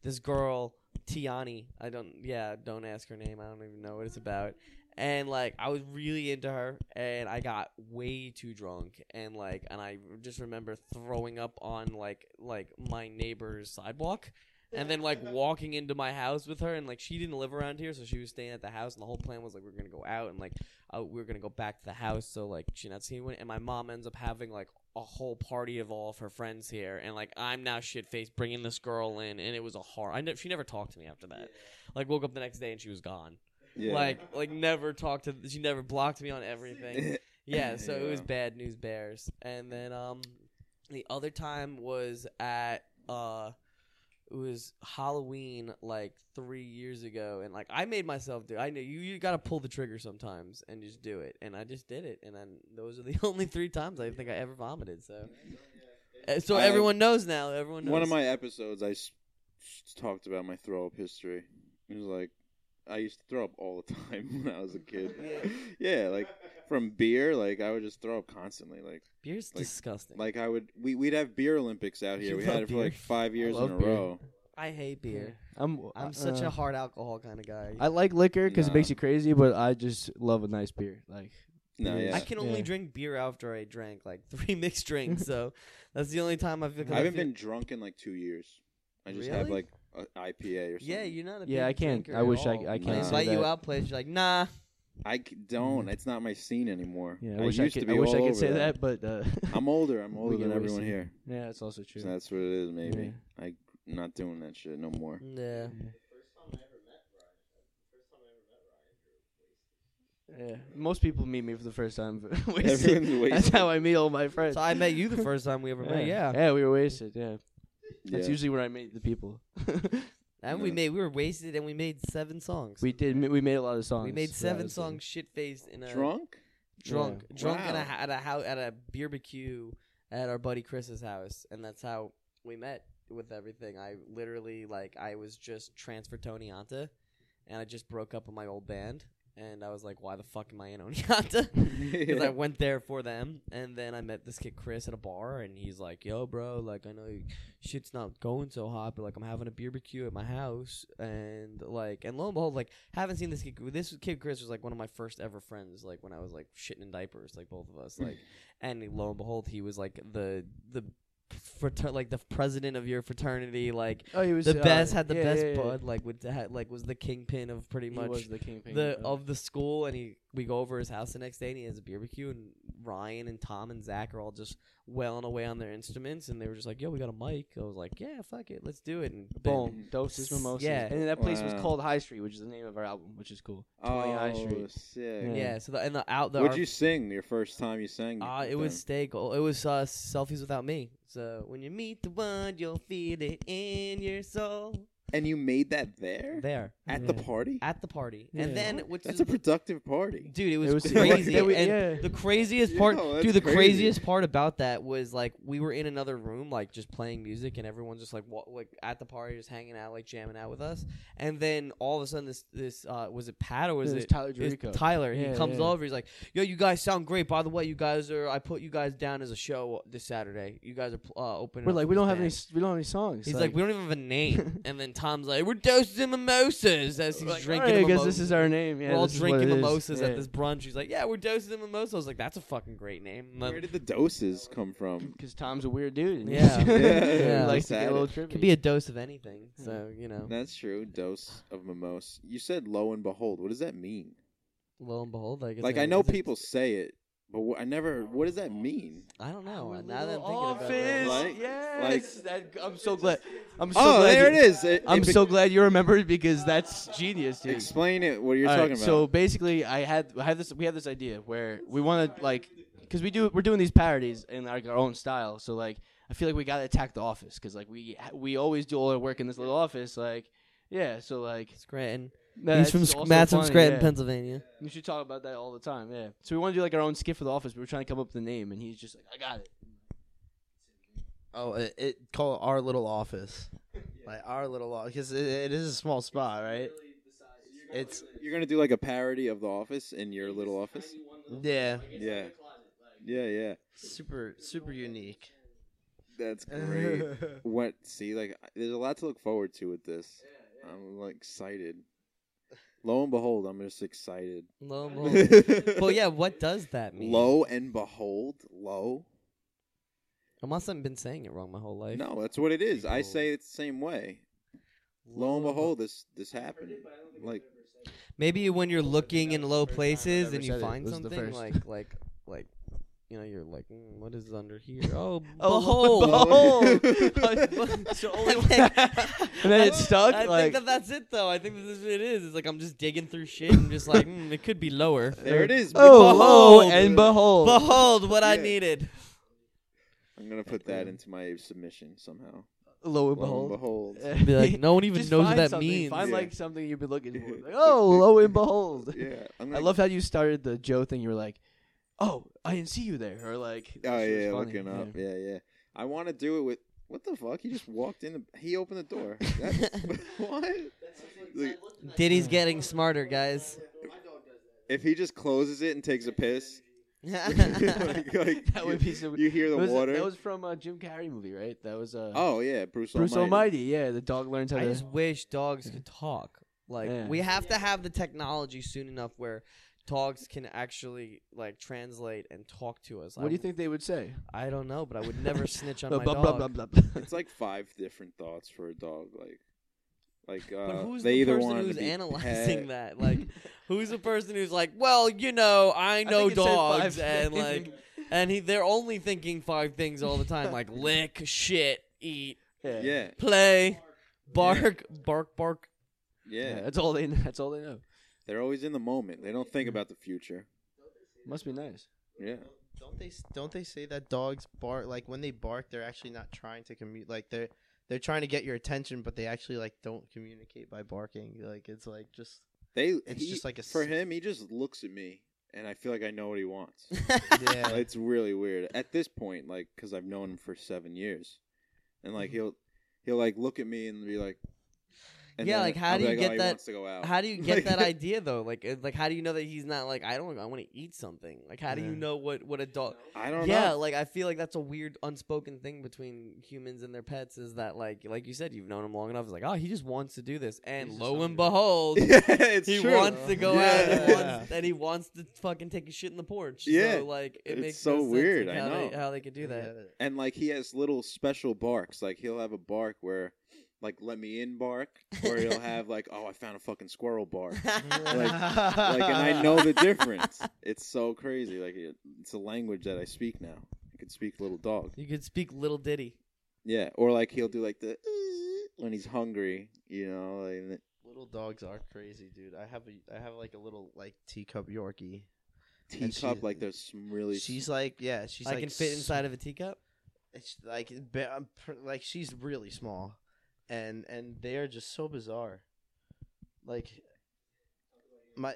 B: this girl Tiani. I don't yeah don't ask her name. I don't even know what it's about. And like I was really into her, and I got way too drunk, and like and I just remember throwing up on like like my neighbor's sidewalk. and then like walking into my house with her and like she didn't live around here so she was staying at the house and the whole plan was like we are gonna go out and like uh, we are gonna go back to the house so like she not seeing anyone and my mom ends up having like a whole party of all of her friends here and like I'm now shit faced bringing this girl in and it was a horror I ne- she never talked to me after that like woke up the next day and she was gone
C: Yeah.
B: like like never talked to she never blocked me on everything yeah so it was
C: Yeah.
B: bad news bears and then um the other time was at uh it was halloween like three years ago and like i made myself do i know you you gotta pull the trigger sometimes and just do it and i just did it and then those are the only three times i think i ever vomited so Uh, so
C: I-
B: everyone knows now everyone knows
C: One of my episodes, I s- s- talked about my throw up history. It was like I used to throw up all the time when I was a kid. yeah. like from beer, like I would just throw up constantly. Like
B: beer's
C: like-
B: disgusting
C: like I would we we'd have beer Olympics out here.
D: You
C: we
D: love
C: had it for like
D: beer.
C: five years in
D: love
C: a
D: beer.
C: row.
B: i hate beer
D: I'm
B: i'm such
D: uh,
B: a hard alcohol kind of guy
D: I like liquor because
C: Nah.
D: it makes you crazy, but I just love a nice beer. Like
C: No,
D: Yeah.
C: yeah.
B: I can only
D: Yeah.
B: drink beer after I drank like three mixed drinks, so that's the only time I feel.
C: I haven't
B: feel-
C: been drunk in like two years. I just have
B: Really?
C: like an IPA or something.
B: Yeah, you're not a
D: Yeah,
B: big
D: I can't.
B: drinker
D: I
B: at
D: wish I-
B: all.
D: I
B: When
C: can't
B: I
C: say
B: invite you
D: that.
B: out places. You're like, nah.
C: I c- don't. It's not my scene anymore.
D: yeah, I, wish I
C: used
D: could.
C: to be
D: I wish
C: all
D: I
C: over
D: could say that, but uh,
C: I'm older. I'm older than
D: get what you're
C: everyone
D: saying.
C: here.
D: yeah, that's also true.
C: So that's what it is. Maybe I I'm not doing that shit no more.
B: Yeah.
D: Yeah, most people meet me for the first time. wasted.
C: Everyone's
D: That's
C: wasted.
D: how I meet all my friends.
B: So I met you the first time we ever met. Yeah,
D: yeah, we were wasted. Yeah, that's
C: Yeah.
D: usually where I meet the people.
B: and we made we were wasted and we made seven songs.
D: we did. We made a lot of songs.
B: We made
D: Yeah, uh,
B: seven
D: that's the-
B: songs, shit faced in a
C: drunk.
B: drunk, drunk at a
C: Wow.
B: ho- at a house at a barbecue at our buddy Chris's house, and that's how we met with everything. I literally like I was just transferred to Oneonta, and I just broke up with my old band, and I was like, why the fuck am I in Oneonta? Because I went there for them, and then I met this kid Chris at a bar, and he's like, "Yo, bro, like I know you- shit's not going so hot, but like I'm having a barbecue at my house, and like, and lo and behold, like haven't seen this kid. This kid Chris was like one of my first ever friends, like when I was like shitting in diapers, like both of us, like, and lo and behold, he was like the the frater- like the president of your fraternity, like
D: Oh, he was
B: the
D: uh,
B: best had the
D: yeah,
B: best
D: yeah, yeah.
B: bud, like would ha- like was the kingpin of pretty
D: He
B: much
D: was the kingpin.
B: the of the school and he we go over his house the next day and he has a barbecue and Ryan and Tom and Zach are all just wailing away on their instruments and they were just like, Yo, we got a mic. I was like, Yeah, fuck it, let's do it and boom.
D: Boom, Doses Mimosas.
B: Yeah.
D: And that place
C: Wow.
D: was called High Street, which is the name of our album, which is cool. 20 High
C: Oh,
D: Street.
C: sick.
D: Yeah.
B: Yeah, so the and the out the
C: What'd
B: our-
C: you sing your first time you sang?
B: uh, it
C: with
B: was
C: them?
B: steak. Oh, It was uh, selfies without me. So when you meet the one, you'll feel it in your soul.
C: And you made that there
B: There
C: at the party.
B: at the party, and
D: Yeah.
B: then which
C: That's
B: is
C: a productive party.
B: Dude, it was,
D: It was
B: crazy.
D: Yeah, we-
B: and
D: yeah.
B: the craziest part,
C: Yeah,
B: dude,
C: that's
B: the
C: crazy.
B: craziest part about that was like we were in another room, like just playing music, and everyone's just like wa- like at the party, just hanging out, like jamming out with us. And then all of a sudden, this this uh, was it Pat or was
D: It
B: it,
D: was Tyler
B: it's
D: Jericho.
B: Tyler.
D: Yeah,
B: he comes
D: yeah.
B: over. He's like, "Yo, you guys sound great. By the way, you guys are. I put you guys down as a show this Saturday. You guys are pl- uh, opening.
D: We're
B: up
D: like,
B: for
D: we
B: this
D: don't have any.
B: band."
D: s- We don't have any songs.
B: He's like, we don't even have a name. and then Tom's like, we're dosing mimosas as he's
D: Like,
B: drinking.
D: alright, I guess
B: mimosas
D: this is our name. Yeah,
B: we're all
D: this is what it
B: drinking
D: is.
B: mimosas
D: Yeah.
B: at this brunch. He's like, "Yeah, we're dosing the mimosas." I was like, "That's a fucking great name." And then-
C: Where did the doses come from?
D: Because Tom's a weird dude. and he
B: Yeah.
D: just-
C: Yeah.
D: he
B: Yeah.
D: likes to
C: Sad.
D: get a little
B: it
D: trippy.
B: could be a dose of anything, so you know.
C: That's true. Dose of mimose. You said lo and behold. What does that mean?
B: Lo and behold, I guess.
C: Like
B: it
C: I know
B: is a-
C: people say it, but wh- I never. What does that mean?
B: I don't know.
D: Our
B: now that I'm
D: little
B: thinking about it,
D: office.
B: right?
C: Like-
D: yes. that, I'm so glad. I'm so
C: oh,
D: glad
C: there it
D: you-
C: is. It-
D: I'm
C: it be-
D: so glad you remembered because that's genius, dude.
C: Explain it. What you're
D: All
C: talking
D: right,
C: about.
D: So basically, I had I had this we had this idea where we want to like because we do we're doing these parodies in like our own style. So like I feel like we gotta attack the office because like we we always do all our work in this little office. Like yeah, so like
B: Scranton. He's
D: that's
B: from
D: also
B: Sc- Matt's from
D: funny,
B: Scranton,
D: yeah.
B: Pennsylvania.
D: We should talk about that all the time. Yeah. So we want to do like our own skit for the office. We were trying to come up with a name, and he's just like, I got it.
F: Oh, it, it call it our little office, like our little office, because it, it is a small spot, right? It's
C: you're gonna do like a parody of The Office in your little office.
F: yeah,
C: Yeah. Yeah, yeah.
F: super super unique.
C: That's great. what? See, like, I- there's a lot to look forward to with this. I'm like excited. Lo and behold, I'm just excited.
B: Lo and behold.
C: well,
B: well, yeah. What does that mean?
C: Lo and behold, low.
B: I must have been saying it wrong my whole life.
C: No, that's what it is. I say it the same way. Lo and behold, this this happened. Like
B: Maybe when you're looking in low places
E: ever said
B: and you
E: it.
B: find
E: This is the
B: something
E: first.
B: like like like you know you're like mm, what is under here? Oh,
E: Oh,
B: behold. Oh!
E: behold.
B: so only like,
E: And then
B: I-
E: it stuck,
B: I
E: like-
B: think that that's it though. I think that this is what it is. It's like I'm just digging through shit and just like mm, it could be lower.
C: there it is.
E: Oh,
B: Behold.
E: and behold.
B: Behold what I
C: Yeah.
B: needed.
C: I'm gonna put that into my submission somehow.
E: Lo and
C: Lo and
E: behold.
D: Eh,
C: behold.
B: Be like no one even
E: Just
B: knows
E: find
B: what that
E: something.
B: means.
E: Find
C: Yeah.
E: like something you've been looking for. Like, oh, lo and behold.
C: Yeah, I'm
D: I
C: gonna,
D: love how you started the Joe thing. You were like, "Oh, I didn't see you there," or like,
C: Oh
D: that shit was
C: yeah,
D: funny.
C: looking up.
D: Yeah.
C: Yeah, yeah. I want to do it with. What the fuck? He just walked in. The, he opened the door. That, what? Like,
B: Diddy's getting smarter, guys.
C: if he just closes it and takes a piss, like, like,
D: That would be so-
C: You hear the
D: That was- uh,
C: water?
D: That was from a Jim Carrey movie, right? That was uh,
C: oh yeah, Bruce.
D: Bruce
C: Almighty.
D: Almighty. Yeah, the dog learns how
B: I
D: to.
B: just wish dogs could talk. Like
D: Yeah.
B: we have to have the technology soon enough where dogs can actually like translate and talk to us.
D: what
B: I,
D: do you think they would say?
B: I don't know, but I would never snitch on
D: Uh,
B: my
D: blah,
B: dog.
D: blah, blah, blah, blah.
C: It's like five different thoughts for a dog. Like, like uh,
B: But who's
C: they
B: the
C: either
B: person
C: wanted
B: who's
C: to be
B: analyzing
C: pet-
B: that? Like, who's the person who's like, well, you know, I know
D: think it said five
B: dogs, and like,
D: things.
B: and he, they're only thinking five things all the time, like lick, shit, eat,
D: yeah.
C: Yeah,
B: play, bark, bark, bark.
C: yeah,
D: Yeah, that's all they. That's all they know.
C: They're always in the moment. They don't think about the future.
D: Must be nice.
C: Yeah.
F: Don't they don't they say that dogs bark like when they bark they're actually not trying to commute like they're they're trying to get your attention but they actually like don't communicate by barking like it's like just
C: They
F: It's
C: he-
F: just like a
C: for
F: s-
C: him, he just looks at me and I feel like I know what he wants.
F: yeah
C: it's really weird at this point like cuz I've known him for 7 years. And like
F: Mm-hmm.
C: he'll he'll like look at me and be like
B: Yeah,
C: then
B: like, how
C: I'll
B: do
C: be
B: you
C: like,
B: get
C: oh, he
B: that-
C: wants to go out.
B: How do you get
C: Like-
B: that idea though? Like, uh, like how do you know that he's not like I don't I want to eat something? Like, how do you
D: Yeah.
B: know what what a dog?
C: I don't
B: Yeah,
C: know.
B: like I feel like that's a weird unspoken thing between humans and their pets is that like like you said you've known him long enough. It's like oh he just wants to do this, and
D: He's just
B: lo
D: hungry.
B: and behold,
C: yeah, it's
B: he
C: true.
B: wants to go out and he,
C: Yeah.
B: wants, and he wants to fucking take a shit in the porch.
C: Yeah.
B: so, like it
C: It's
B: makes
C: so
B: no sense,
C: weird,
B: like,
C: I
B: how they-
C: know.
B: how they could do that.
C: And like he has little special barks. Like he'll have a bark where like let me in bark or he'll have like oh I found a fucking squirrel bark. like and I know the difference. It's so crazy. Like it, it's a language that I speak now. I could speak little dog.
B: You could speak little ditty.
C: Yeah, or like he'll do like the when he's hungry, you know. Like, and it-
F: little dogs are crazy dude I have a I have like a little like teacup Yorkie And
C: teacup,
F: she-
C: like there's some really.
F: she's like yeah she's
B: I
F: like
B: can fit
F: s-
B: inside of a teacup.
F: it's like be- I'm pr- like she's really small and and they are just so bizarre like my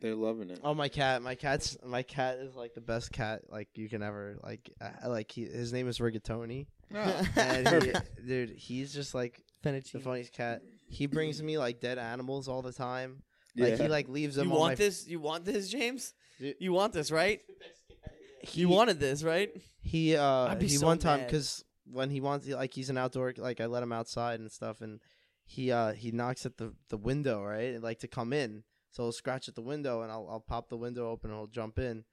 C: they're loving it.
F: Oh my cat, my cat's my cat is like the best cat like you can ever like I- I like he, his name is Rigatoni.
B: Oh.
F: And he, dude, he's just like the
B: Fettuccine.
F: funniest cat. He brings me like dead animals all the time.
C: yeah.
F: Like he like leaves them
B: You
F: on
B: want
F: my
B: this? You want this, James?
F: Dude.
B: You want this, right?
F: He,
B: You wanted this, right?
F: he uh
B: I'd be
F: he
B: so
F: one time
B: mad.
F: cuz when he wants like he's an outdoor like I let him outside and stuff and he uh he knocks at the the window, right? And, like to come in. So he'll scratch at the window and I'll I'll pop the window open and he'll jump in.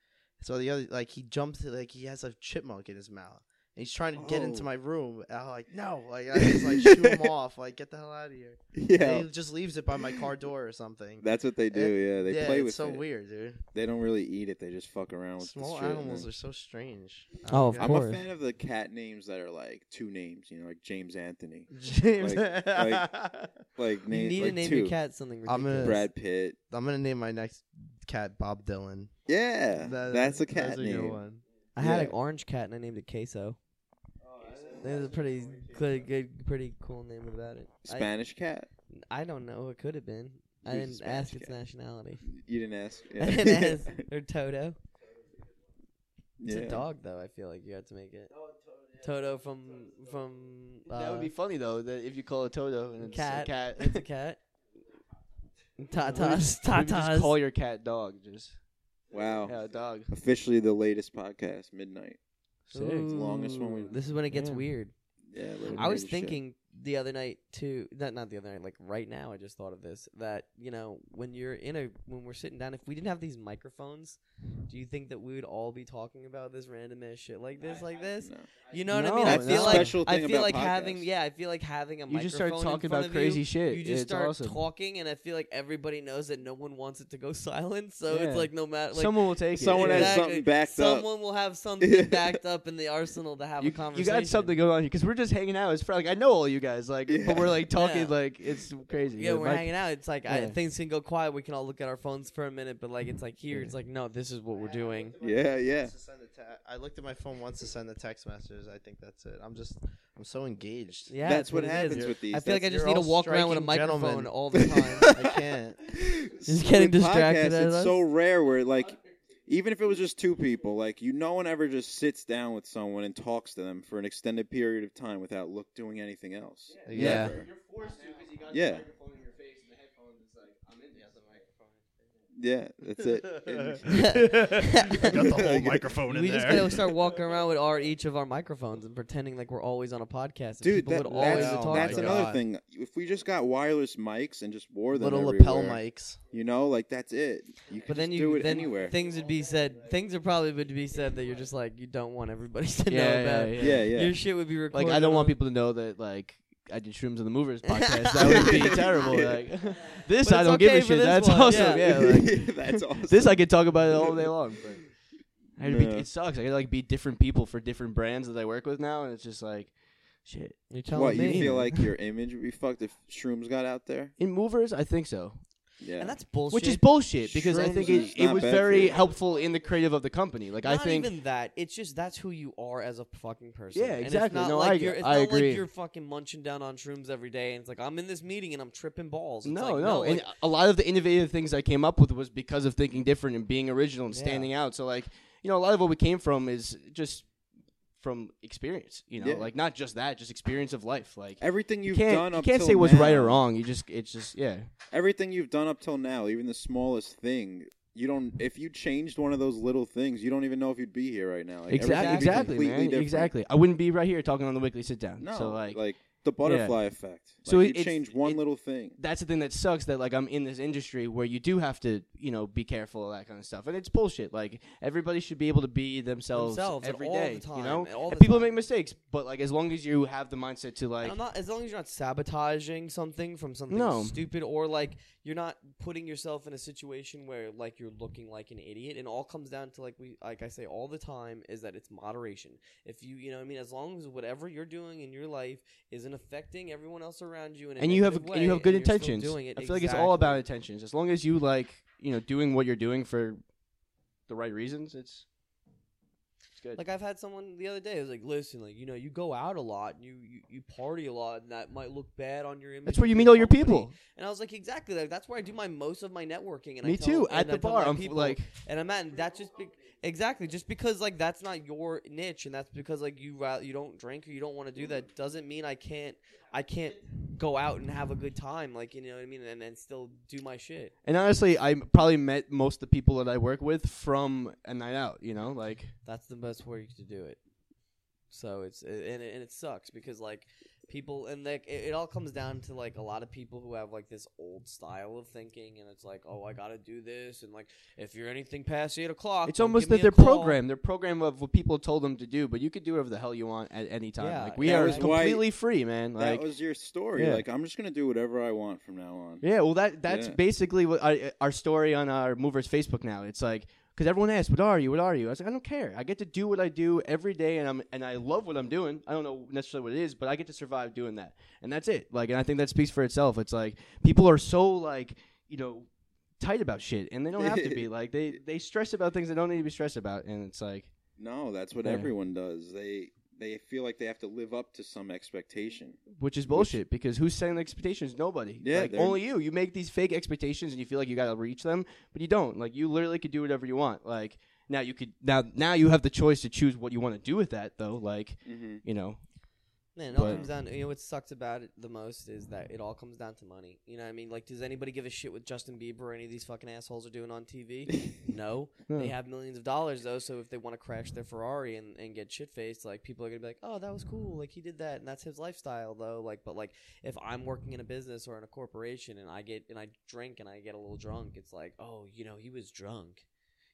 F: So the other like he jumps like he has a chipmunk in his mouth. And he's trying to get into
C: Oh.
F: my room. And I'm like, no. Like I just like shoo him off. Like, get the hell out of here.
C: yeah,
F: And he just leaves it by my car door or something.
C: that's what they do. Yeah, they
F: yeah,
C: play
F: it's
C: with
F: so
C: it.
F: weird, dude.
C: They don't really eat it. They just fuck around with
F: Small
C: the shit and
F: animals
C: then-
F: are so strange.
B: Oh, of
F: God.
C: I'm
B: course.
C: a fan of the cat names that are like two names. You know, like James Anthony,
F: James.
C: Like- like
B: You
C: name,
B: need
C: like
B: to name
C: two.
B: your cat something
F: I'm
B: ridiculous.
F: gonna-
C: Brad Pitt.
F: I'm gonna name my next cat Bob Dylan.
C: Yeah,
F: That-
C: that's a
F: that's
C: cat
F: good
C: name.
F: one.
B: I had
C: Yeah.
B: an orange cat and I named it Queso. Oh, It was a pretty good, good, pretty cool name about it. I,
C: Spanish cat.
B: I don't know. It could have been. I
C: It
B: didn't
C: was a
B: ask
C: Spanish
B: its
C: cat.
B: nationality.
C: You didn't ask.
B: I didn't ask. Or Toto. It's
C: Yeah.
B: a dog, though. I feel like you had to make it. Toto from from. Uh,
D: that would be funny though. That if you call a Toto and it's
B: cat.
D: a cat,
B: It's a cat.
D: Maybe
B: Tatas,
D: just- maybe Just call
B: tatas.
D: your cat dog. Just
C: Wow.
D: yeah, dog.
C: Officially the latest podcast, midnight.
D: Sick.
C: longest one we've-
B: This is when it gets
D: Yeah.
B: weird.
C: Yeah. a little
B: I was
C: nerdy shit.
B: thinking the other night too. Not not the other night. Like right now, I just thought of this. That you know, when you're in a when we're sitting down, if we didn't have these microphones, do you think that we would all be talking about this random ass shit like this, like this?
C: No.
B: You know
E: No,
B: what I mean?
E: that's
B: I
E: the
B: feel like
C: special
B: I
C: thing
B: feel
C: about
B: like having
C: podcasts.
B: yeah, I feel like having a
E: You
B: microphone.
E: just start
B: in
E: talking
B: front
E: about
B: of you,
E: crazy shit.
B: You just
E: it's
B: start
E: awesome.
B: talking, and I feel like everybody knows that no one wants it to go silent. So
E: Yeah.
B: it's like no matter like
E: Someone will take
C: Someone
E: it.
C: has
B: Exactly.
C: something backed up.
B: Someone will have something backed up in the arsenal to have a
D: You, you
B: conversation.
D: got something going on here because we're just hanging out. It's probably, like I know all you guys, like,
C: Yeah.
D: but we're like talking,
B: Yeah.
D: like it's crazy.
B: Yeah,
D: The
B: we're
D: mic-
B: hanging out. It's like I,
D: Yeah.
B: things can go quiet. We can all look at our phones for a minute, but like it's like here, it's like no, this is what we're doing.
C: Yeah, yeah.
F: To send a te- I looked at my phone once to send the text messages. I think that's it. I'm just, I'm so engaged.
B: Yeah,
C: That's
B: it's
C: what
B: it is.
C: happens with these.
B: I feel like I
F: That's-
B: just
F: you're
B: need to
F: all
B: walk around with a
F: striking
B: microphone
F: gentlemen.
B: all the time.
F: I can't.
B: Just getting
C: With
B: distracted
C: podcasts,
B: at
C: it's
B: us.
C: so rare where like even if it was just two people, like you no one ever just sits down with someone and talks to them for an extended period of time without look doing anything else.
F: Yeah.
C: Never.
D: You're forced to because you got
C: the Yeah.
D: microphone in your face and the headphones. It's like I'm in the microphone.
C: Yeah, that's it. And-
B: I
M: got the whole microphone in
B: we
M: there.
B: just gotta start walking around with our each of our microphones and pretending like we're always on a podcast. And
C: Dude,
B: people
C: that,
B: would always
C: that's,
B: be talking
C: that's
B: to
F: my
C: another
F: God.
C: thing. If we just got wireless mics and just wore them,
F: Little
C: everywhere,
F: lapel mics.
C: you know, like that's it. You can
B: But then
C: just
B: you
C: do it
B: then
C: anywhere.
B: things would be said. Things are probably would be said that you're just like you don't want everybody to
D: Yeah,
B: know about.
D: yeah,
C: yeah, yeah.
B: Your shit would be recorded.
D: Like I don't want
B: on-
D: people to know that like I did shrooms in the movers podcast. that would be terrible. Like this,
B: But
D: I
B: it's
D: don't
B: okay
D: give a
B: for
D: shit.
B: this
D: That's
B: one,
D: awesome.
B: yeah.
D: Yeah, like,
C: that's awesome.
D: this I could talk about it all day long. But I had to be,
C: Yeah.
D: It sucks. I got to like be different people for different brands that I work with now, and it's just like shit.
B: You're telling
C: what you
B: me.
C: feel like your image would be fucked if shrooms got out there?
D: In movers, I think so,
C: Yeah,
B: and that's bullshit.
D: which is bullshit because I
C: Shrooms
D: think
C: is
D: it, it
C: not
D: was
C: bad for
D: very
C: you.
D: helpful in the creative of the company. Like
B: Not
D: I think
B: even that. It's just that's who you are as a fucking person.
D: Yeah,
B: And it's
D: exactly.
B: not
D: No,
B: like
D: I-
B: you're, it's
D: I
B: not
D: agree.
B: like you're fucking munching down on shrooms every day, and it's like I'm in this meeting and I'm tripping balls. It's
D: No,
B: like,
D: no,
B: like,
D: and a lot of the innovative things I came up with was because of thinking different and being original and
B: Yeah.
D: standing out. So like, you know, a lot of what we came from is just from experience. You know,
C: Yeah.
D: like not just that, just experience of life. Like
C: everything
D: you
C: you've
D: can't
C: done.
D: you
C: up
D: can't
C: till
D: say what's right or
C: now-
D: wrong. You just it's just yeah.
C: everything you've done up till now, even the smallest thing, you don't. If you changed one of those little things, you don't even know if you'd be here right now. Like, everything
D: exactly,
C: would be
D: exactly, man,
C: completely different.
D: exactly. I wouldn't be right here talking on the weekly sit down.
C: No,
D: so
C: like,
D: like,
C: the butterfly effect.
D: So
C: so
D: it-
C: you
D: it's-
C: change one
D: it-
C: little thing.
D: that's the thing that sucks that like I'm in this industry where you do have to, you know, be careful of that kind of stuff. And it's bullshit. Like everybody should be able to be themselves,
B: Themselves at
D: every
B: all the
D: day,
B: time,
D: you know?
B: at all
D: And
B: the
D: people
B: time.
D: make mistakes, but like as long as you have the mindset to like
B: I'm not as long as you're not sabotaging something from something
D: No.
B: stupid or like you're not putting yourself in a situation where like you're looking like an idiot. And all comes down to like we like I say all the time is that it's moderation. If you you know what I mean as long as whatever you're doing in your life isn't affecting everyone else around you in a
D: and you have
B: negative
D: and you
B: way
D: have good
B: and you're still
D: intentions.
B: doing it,
D: I feel like it's
B: exactly.
D: all about intentions. As long as you like, you know, doing what you're doing for the right reasons, it's it's good.
B: Like I've had someone the other day was like, "Listen, like you know, you go out a lot and you you, you party a lot, and that might look bad on your image."
D: that's where
B: with
D: you meet all your
B: company."
D: people.
B: And I was like, "Exactly, like, that's where I do my most of my networking." And I
D: Me
B: tell-
D: too.
B: and
D: At
B: I
D: the
B: tell
D: bar,
B: my
D: I'm
B: people,
D: like,
B: and I'm at, and that's just be- exactly just because like that's not your niche, and that's because like you ra- you don't drink or you don't want to do that doesn't mean I can't I can't go out and have a good time, like you know what I mean, and and still do my shit.
D: And honestly, I probably met most of the people that I work with from a night out. You know, like
B: That's the best way to do it. So it's and it, and it sucks because like people and like it, it all comes down to like a lot of people who have like this old style of thinking and it's like oh I gotta do this and like if you're anything past eight o'clock
D: it's
B: don't
D: almost
B: give me
D: that
B: a
D: they're
B: call.
D: programmed. They're programmed of what people told them to do, but you could do whatever the hell you want at any time.
B: Yeah,
D: like we
B: that
D: are
B: was
C: why-
D: completely free, man. Like
C: that was your story.
D: Yeah.
C: Like I'm just gonna do whatever I want from now on.
D: Yeah, well, that that's
C: Yeah.
D: basically what I, our story on our movers Facebook now. It's like because everyone asks, "What are you? What are you?" I was like, "I don't care. I get to do what I do every day, and I'm and I love what I'm doing. I don't know necessarily what it is, but I get to survive doing that, and that's it. Like, and I think that speaks for itself. It's like people are so like you know tight about shit, and they don't have to be. Like they they stress about things they don't need to be stressed about, and it's like
C: No, that's what
D: Yeah.
C: everyone does. They they feel like they have to live up to some expectation.
D: which is bullshit because who's setting the expectations? Nobody.
C: Yeah,
D: like,
C: they're-
D: only you. You make these fake expectations and you feel like you gotta reach them, but you don't. Like you literally could do whatever you want. Like now you could now now you have the choice to choose what you want to do with that though. Like
C: Mm-hmm.
D: you know
B: Then it all
E: But-
B: comes down. You know what sucks about it the most is that it all comes down to money. You know what I mean? Like, does anybody give a shit what Justin Bieber or any of these fucking assholes are doing on TV? no, they have millions of dollars though. So if they want to crash their Ferrari and, and get shit faced, like people are gonna be like, oh, that was cool. Like he did that, and that's his lifestyle though. Like, but like if I'm working in a business or in a corporation and I get and I drink and I get a little drunk, it's like, oh, you know, he was drunk.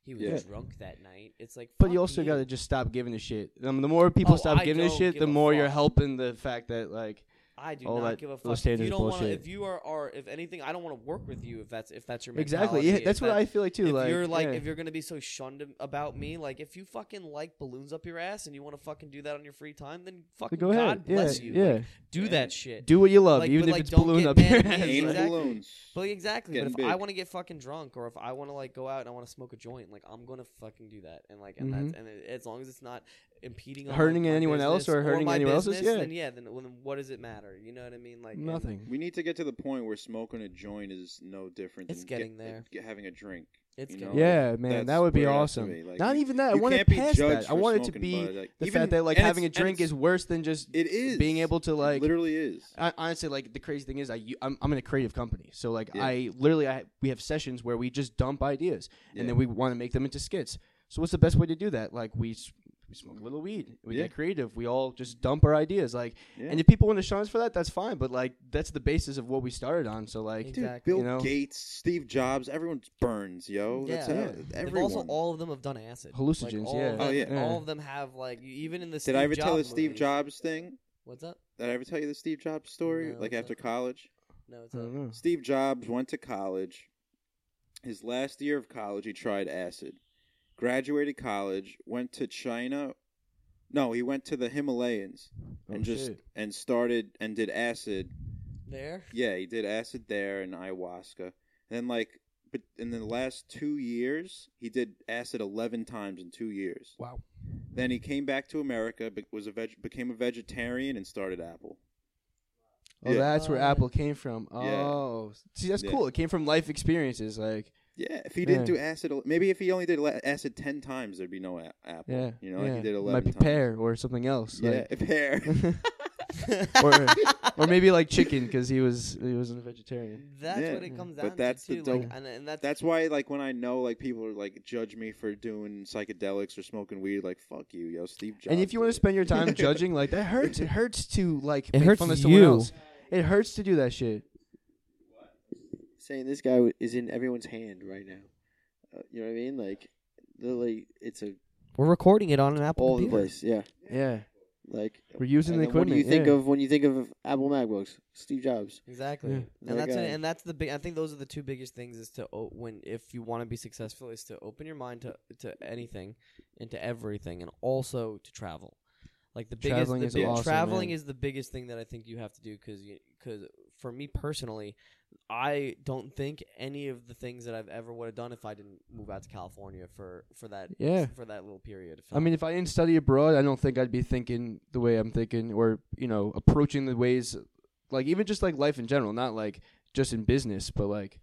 B: He was
C: Yeah.
B: drunk that night. It's like,
D: But
B: fuck
D: you also got to just stop giving a shit. Um, the more people
B: Oh,
D: stop
B: I
D: giving a
B: don't
D: shit,
B: give
D: the
B: a
D: more you're
B: fuck.
D: helping the fact that like
B: I do
D: all
B: not
D: that-
B: give a fuck.
D: those
B: If you
D: standards
B: don't want to,
D: bullshit.
B: if you are, are, if anything, I don't want to work with you. If that's if that's your mentality.
D: exactly. Yeah,
B: If
D: that's what
B: that-
D: I feel like too.
B: If
D: like
B: you're like,
D: yeah.
B: if you're gonna be so shunned ab- about me, like if you fucking like balloons up your ass and you want to fucking do that on your free time, then fucking
D: go
B: God
D: ahead.
B: bless
D: yeah,
B: you.
D: yeah.
B: Like, do that shit.
D: do what you love,
B: Like,
D: even
B: but,
D: if
B: like,
D: it's
B: don't
D: balloon
B: get
D: up your
B: mad at me.
D: ass.
C: Aim
B: Exactly.
C: balloons.
B: But exactly, but if
C: Getting
B: I
C: big.
B: want to get fucking drunk or if I want to like go out and I want to smoke a joint, like I'm gonna fucking do that. And like, and that's and it, as long as it's not impeding on, like,
D: Mm-hmm. Hurting
B: my
D: anyone else
B: business
D: or hurting
B: my
D: anyone else's?
B: business,
D: Yeah.
B: Then yeah, then, well, then what does it matter? You know what I mean? Like and-
D: Nothing.
C: We need to get to the point where smoking a joint is no different
B: It's
C: than
B: getting
C: get-
B: there.
C: get- having a drink.
B: It's
C: you
B: getting
C: know?
B: there.
D: Yeah, man, that
C: Oh, That's
D: would be
C: where it has to
D: awesome.
C: be. Like,
D: Not
C: you-
D: even that. I
C: you
D: want it
C: can't be
D: past
C: judged
D: that. I
C: for
D: want it to
C: smoking,
D: be
C: but, like,
D: the
C: even-
D: fact that like
C: and
D: having a
C: it's- and
D: drink
C: it's-
D: is worse than just
C: It is
D: being able to
C: It
D: like
C: literally is.
D: I, honestly, like the crazy thing is, I u- I'm, I'm in a creative company, so like
C: Yeah.
D: I literally I we have sessions where we just dump ideas,
C: Yeah.
D: and then we want to make them into skits. So what's the best way to do that? Like we s- we smoke a little weed, we
C: Yeah.
D: get creative, we all just dump our ideas. Like,
C: Yeah.
D: and if people want to shun us for that, that's fine. But like that's the basis of what we started on. So like,
B: Dude,
C: Bill
D: you know,
C: Gates, Steve Jobs, everyone burns, yo. That's
B: Yeah.
C: how
D: Yeah.
B: They've
C: everyone.
B: Also, all of them have done acid. Like,
D: Hallucinogens,
B: all
D: yeah.
B: Of
C: Oh,
B: them,
C: yeah.
B: All of them have like you, even in the.
C: Did
B: Steve
C: I ever tell the
B: Jobs
C: Steve
B: movies-
C: Jobs thing?
B: What's up?
C: Did I ever tell you the Steve Jobs story?
B: No,
C: like
B: what's
C: after
B: that?
C: college,
B: No, it's
D: I
B: up.
C: Uh-huh.
D: don't know.
C: Steve Jobs went to college. His last year of college, he tried acid. Graduated college, went to China. No, he went to the Himalayas and
D: Oh,
C: just
D: shit.
C: and started and did acid
B: there.
C: Yeah, he did acid there and ayahuasca. And then like but in the last 2 years, he did acid 11 times in 2 years.
D: Wow.
C: Then he came back to America, be- was a veg- became a vegetarian and started Apple.
D: Oh,
C: Yeah.
D: that's where
B: Oh.
D: Apple came from.
C: Yeah.
D: Oh, see, that's
C: Yeah.
D: cool. It came from life experiences. Like,
C: Yeah, if he didn't
D: Yeah.
C: do acid, el- maybe if he only did la- acid 10 times, there'd be no a- Apple.
D: yeah,
C: You know, like
D: yeah.
C: he did 11
D: might be
C: times.
D: pear or something else.
C: Yeah,
D: like-
C: pear.
D: or or maybe like chicken because he was he wasn't a vegetarian.
B: That's
C: Yeah.
B: what it comes
C: But
B: down
C: that's
B: to
C: the
B: too. like,
C: dope-
B: and, and that's,
C: That's why, like, when I know, like, people are like judge me for doing psychedelics or smoking weed, like, fuck you, yo, Steve Jobs.
D: and if you
C: did
D: want to
C: it.
D: spend your time judging, like that hurts. It hurts to like
E: It
D: make
E: hurts
D: fun of someone
E: you.
D: else. It hurts to do that shit.
G: saying this guy w- is in everyone's hand right now. Uh, you know what I mean? Like, literally, it's a
B: we're recording it on an Apple
G: all over the place. Yeah,
D: Yeah,
G: like.
D: we're using
G: and
D: the
G: then what
D: equipment.
G: do you think
D: yeah.
G: of when you think of Apple MacBooks? Steve Jobs.
B: Exactly.
D: Yeah.
G: There
B: And that's
G: you go.
B: and that's the big. I think those are the two biggest things is to o- when if you want to be successful is to open your mind to to anything, and to everything, and also to travel. Like the biggest
D: Traveling
B: the
D: is
B: big-
D: awesome,
B: traveling
D: man.
B: is the biggest thing that I think you have to do because because for me personally, I don't think any of the things that I've ever would have done if I didn't move out to California for for that
D: Yeah.
B: for that little period. Of
D: I mean, if I didn't study abroad, I don't think I'd be thinking the way I'm thinking, or you know, approaching the ways, like even just like life in general, not like just in business, but like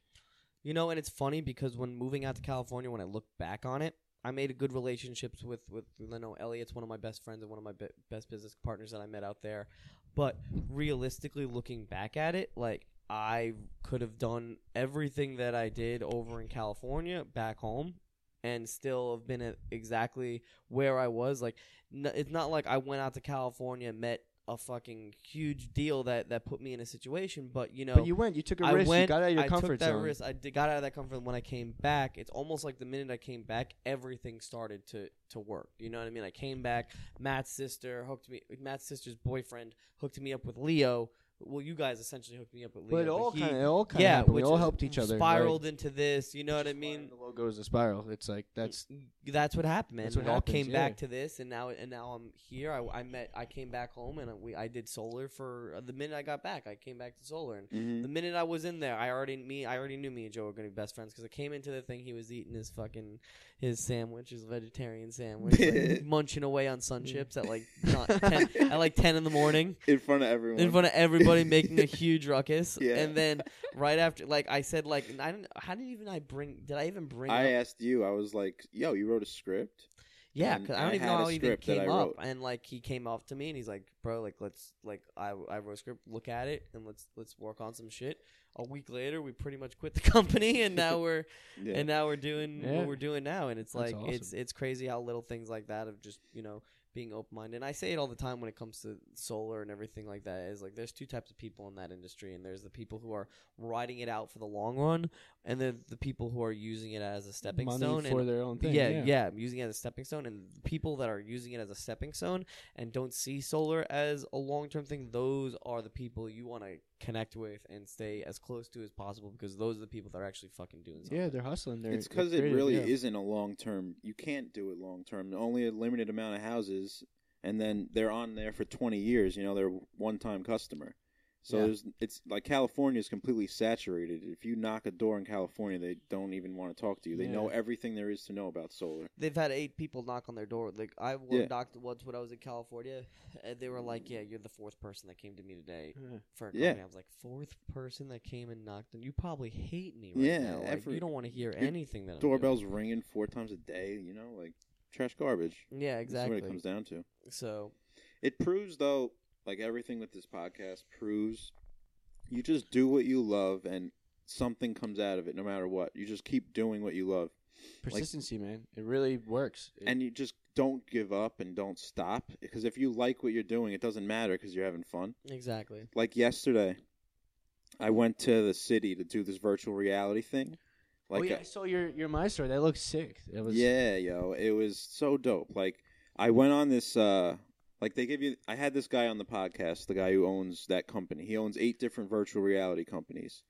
B: You know, and it's funny because when moving out to California, when I look back on it, I made a good relationships with with you know Elliot's one of my best friends and one of my be- best business partners that I met out there. But realistically, looking back at it, like I could have done everything that I did over in California back home, and still have been at exactly where I was. Like n- it's not like I went out to California and met a fucking huge deal that that put me in a situation, but you know,
D: but you went, you took a
B: I
D: risk,
B: went.
D: you got out of your
B: I
D: comfort
B: took that
D: zone.
B: risk. I did, got out of that comfort zone when I came back. It's almost like the minute I came back, everything started to to work. You know what I mean? I came back. Matt's sister hooked me. Matt's sister's boyfriend hooked me up with Leo. Well, you guys essentially hooked me up with Leo.
D: But it all
B: he-
D: kind of, it all kind of
B: yeah,
D: happened. We
B: which
D: all
B: is-
D: helped each other.
B: spiraled into this. You know what I mean?
D: The logo is a spiral. It's like that's
B: that's what happened, man.
D: That's what
B: it all
D: happens,
B: came
D: yeah.
B: back to this, and now and now I'm here. I, I met. I came back home, and we I did solar for uh, the minute I got back. I came back to solar, and
C: Mhm.
B: the minute I was in there, I already me I already knew me and Joe were gonna be best friends because I came into the thing. He was eating his fucking his sandwich, his vegetarian sandwich, like, munching away on sun chips at like not ten, at like ten in the morning
C: in front of everyone.
B: in front of everybody, making a huge ruckus.
C: Yeah.
B: And then right after, like I said, like I didn't. How did even I bring? Did I even bring?
C: I
B: up-
C: asked you. I was like, "Yo, you wrote a script."
B: Yeah,
C: and-
B: because I
C: and
B: don't
C: I
B: even
C: had
B: know
C: a
B: how he even
C: script that I
B: came up.
C: wrote.
B: And like he came off to me and he's like, "Bro, like let's like I I wrote a script, look at it, and let's let's work on some shit." A week later, we pretty much quit the company, and now we're
C: Yeah.
B: and now we're doing
E: Yeah.
B: what we're doing now, and it's
E: That's
B: like it's it's crazy how little things like that of just you know being open minded. And I say it all the time when it comes to solar and everything like that is like there's two types of people in that industry, and there's the people who are riding it out for the long run, and then the people who are using it as a stepping
E: money
B: stone.
E: for
B: and
E: their own thing.
B: yeah, yeah, using it as a stepping stone, and people that are using it as a stepping stone and don't see solar as a long term thing, those are the people you want to connect with and stay as close to as possible because those are the people that are actually fucking doing something.
E: Yeah, they're hustling. They're,
C: it's
E: they're
C: because it
E: creative,
C: really
E: yeah.
C: isn't a long term. You can't do it long term. Only a limited amount of houses, and then they're on there for twenty years. You know, they're one time customer. So
B: Yeah.
C: there's, it's like California is completely saturated. If you knock a door in California, they don't even want to talk to you. They know
E: Yeah.
C: everything there is to know about solar.
B: They've had eight people knock on their door. Like I one
C: Yeah.
B: knocked once when I was in California, and they were like, "Yeah, you're the fourth person that came to me today
E: Yeah.
B: for a
C: Yeah.
B: company." I was like, fourth person that came and knocked on. You probably hate me right
C: Yeah,
B: now. Like,
C: every-
B: you don't want to hear
C: your
B: anything that I'm doing.
C: Doorbells ringing four times a day. You know, like trash garbage.
B: Yeah,
C: That's what it
B: exactly.
C: comes down to.
B: So
C: It proves though, like everything with this podcast proves you just do what you love and something comes out of it no matter what. You just keep doing what you love.
E: Persistency, man. It really works. It-
C: And you just don't give up and don't stop because if you like what you're doing, it doesn't matter cuz you're having fun.
B: exactly.
C: Like yesterday, I went to the city to do this virtual reality thing. Like uh,
E: oh yeah, I saw your your my story. That looks sick. That was
C: yeah, yo, it was so dope. Like I went on this uh like they give you I had this guy on the podcast, the guy who owns that company. He owns eight different virtual reality companies.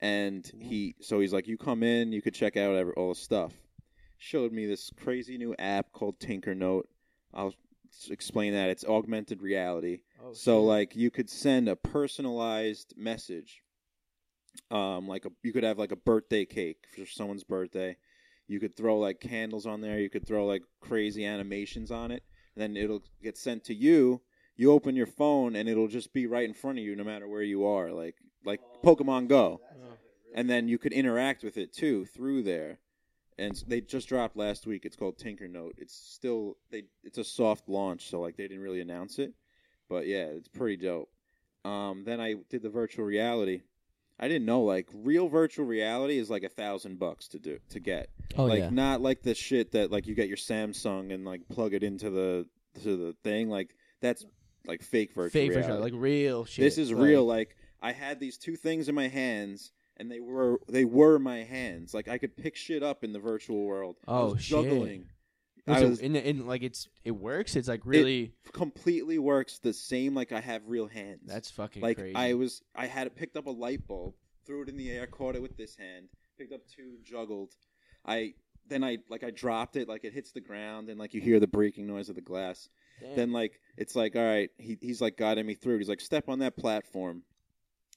C: And he so he's like you come in, you could check out every, all the stuff. Showed me this crazy new app called Tinkernote. I'll s- explain that. It's augmented reality.
E: Oh,
C: so
E: shit.
C: like you could send a personalized message. Um like a you could have like a birthday cake for someone's birthday. You could throw like candles on there. You could throw like crazy animations on it. And then it'll get sent to you. You open your phone and it'll just be right in front of you, no matter where you are. Like like Pokemon Go. And then you could interact with it too through there. And s- they just dropped last week. It's called Tinker Note. It's still they. It's a soft launch, so like they didn't really announce it. But yeah, it's pretty dope. Um, then I did the virtual reality. I didn't know like real virtual reality is like a thousand bucks to do to get
B: Oh
C: like not like the shit that like you get your Samsung and like plug it into the to the thing. Like that's like fake virtual
E: fake
C: reality.
E: version, like real shit.
C: this is
E: like-
C: real. Like I had these two things in my hands, and they were they were my hands. Like I could pick shit up in the virtual world. I
E: Oh,
C: was
E: shit.
C: juggling.
E: Wait,
C: I
E: so
C: was-
E: in, the- in like it's it works. It's like really
C: completely works the same. Like I have real hands.
E: that's fucking
C: like
E: crazy.
C: I was I had picked up a light bulb, threw it in the air, caught it with this hand, picked up two, juggled. I then I like I dropped it, like it hits the ground, and like you hear the breaking noise of the glass. Then like it's like all right, he, he's like guiding me through. it. He's like step on that platform.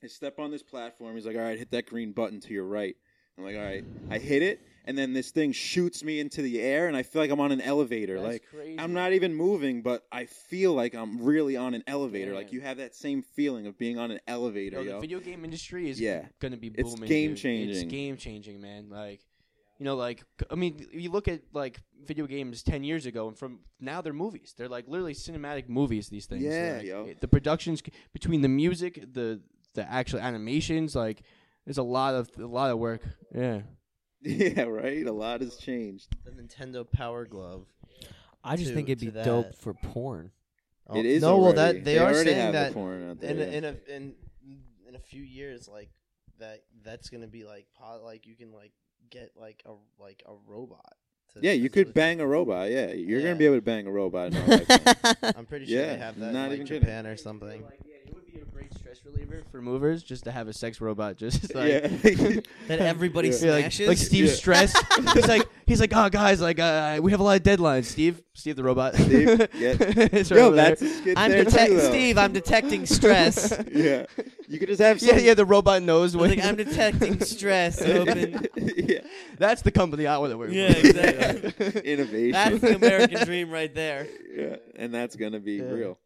C: I step on this platform. He's like all right, hit that green button to your right. I'm like all right, I hit it, and then this thing shoots me into the air, and I feel like I'm on an elevator.
E: That's
C: like
E: crazy.
C: I'm not even moving, but I feel like I'm really on an elevator. Like
E: Damn.
C: you have that same feeling of being on an elevator,
E: Yo,
C: yo.
E: the video game industry is
C: Yeah.
E: gonna be
C: It's
E: booming. dude. It's
C: game-changing.
E: game changing, man. Like, you know, like I mean, you look at like video games ten years ago, and from now they're movies. They're like literally cinematic movies. These things.
C: Yeah,
E: like,
C: yo.
E: it- The productions c- between the music, the the actual animations, like there's a lot of a lot of work. Yeah.
C: yeah, right. A lot has changed.
F: The Nintendo Power Glove.
B: I just
F: to-
B: think it'd
F: to
B: be
F: that.
B: dope for porn.
F: Oh,
C: it is.
F: no. Well,
C: already-
F: that they, are
C: already
F: saying
C: have
F: that
C: the porn out there.
F: in
C: yeah.
F: a, in a in in a few years, like that that's gonna be like po- like you can like get like a like a robot. To
C: Yeah, you
F: that's
C: could
F: what-
C: bang a robot. Yeah, you're
F: Yeah.
C: gonna be able to bang a robot. in our lifetime.
F: I'm pretty sure
C: Yeah,
F: they have that
C: not
F: in like,
C: even kidding.
F: Japan or something.
E: it would be a great stress reliever for movers just to have a sex robot. Just like
C: Yeah.
B: That everybody
C: Yeah.
E: Yeah, like-
B: smashes.
E: Like, Steve
C: Yeah.
E: stressed. he's like he's like, oh guys, like uh, we have a lot of deadlines. Steve, Steve the robot.
C: Steve, yeah.
E: It's right
C: Yo,
E: over there.
C: that's a skit
B: I'm
C: there too,
B: detecting
C: though.
B: Steve. I'm detecting stress.
C: Yeah, you could just have.
E: yeah,
C: Some,
E: yeah. The robot knows
B: I was
E: when.
B: like, I'm detecting stress. Open.
C: yeah,
E: that's the company I want to work
B: Yeah,
E: for.
B: exactly.
C: innovation.
B: That's the American dream right there.
C: yeah, and that's gonna be
E: Yeah.
C: real.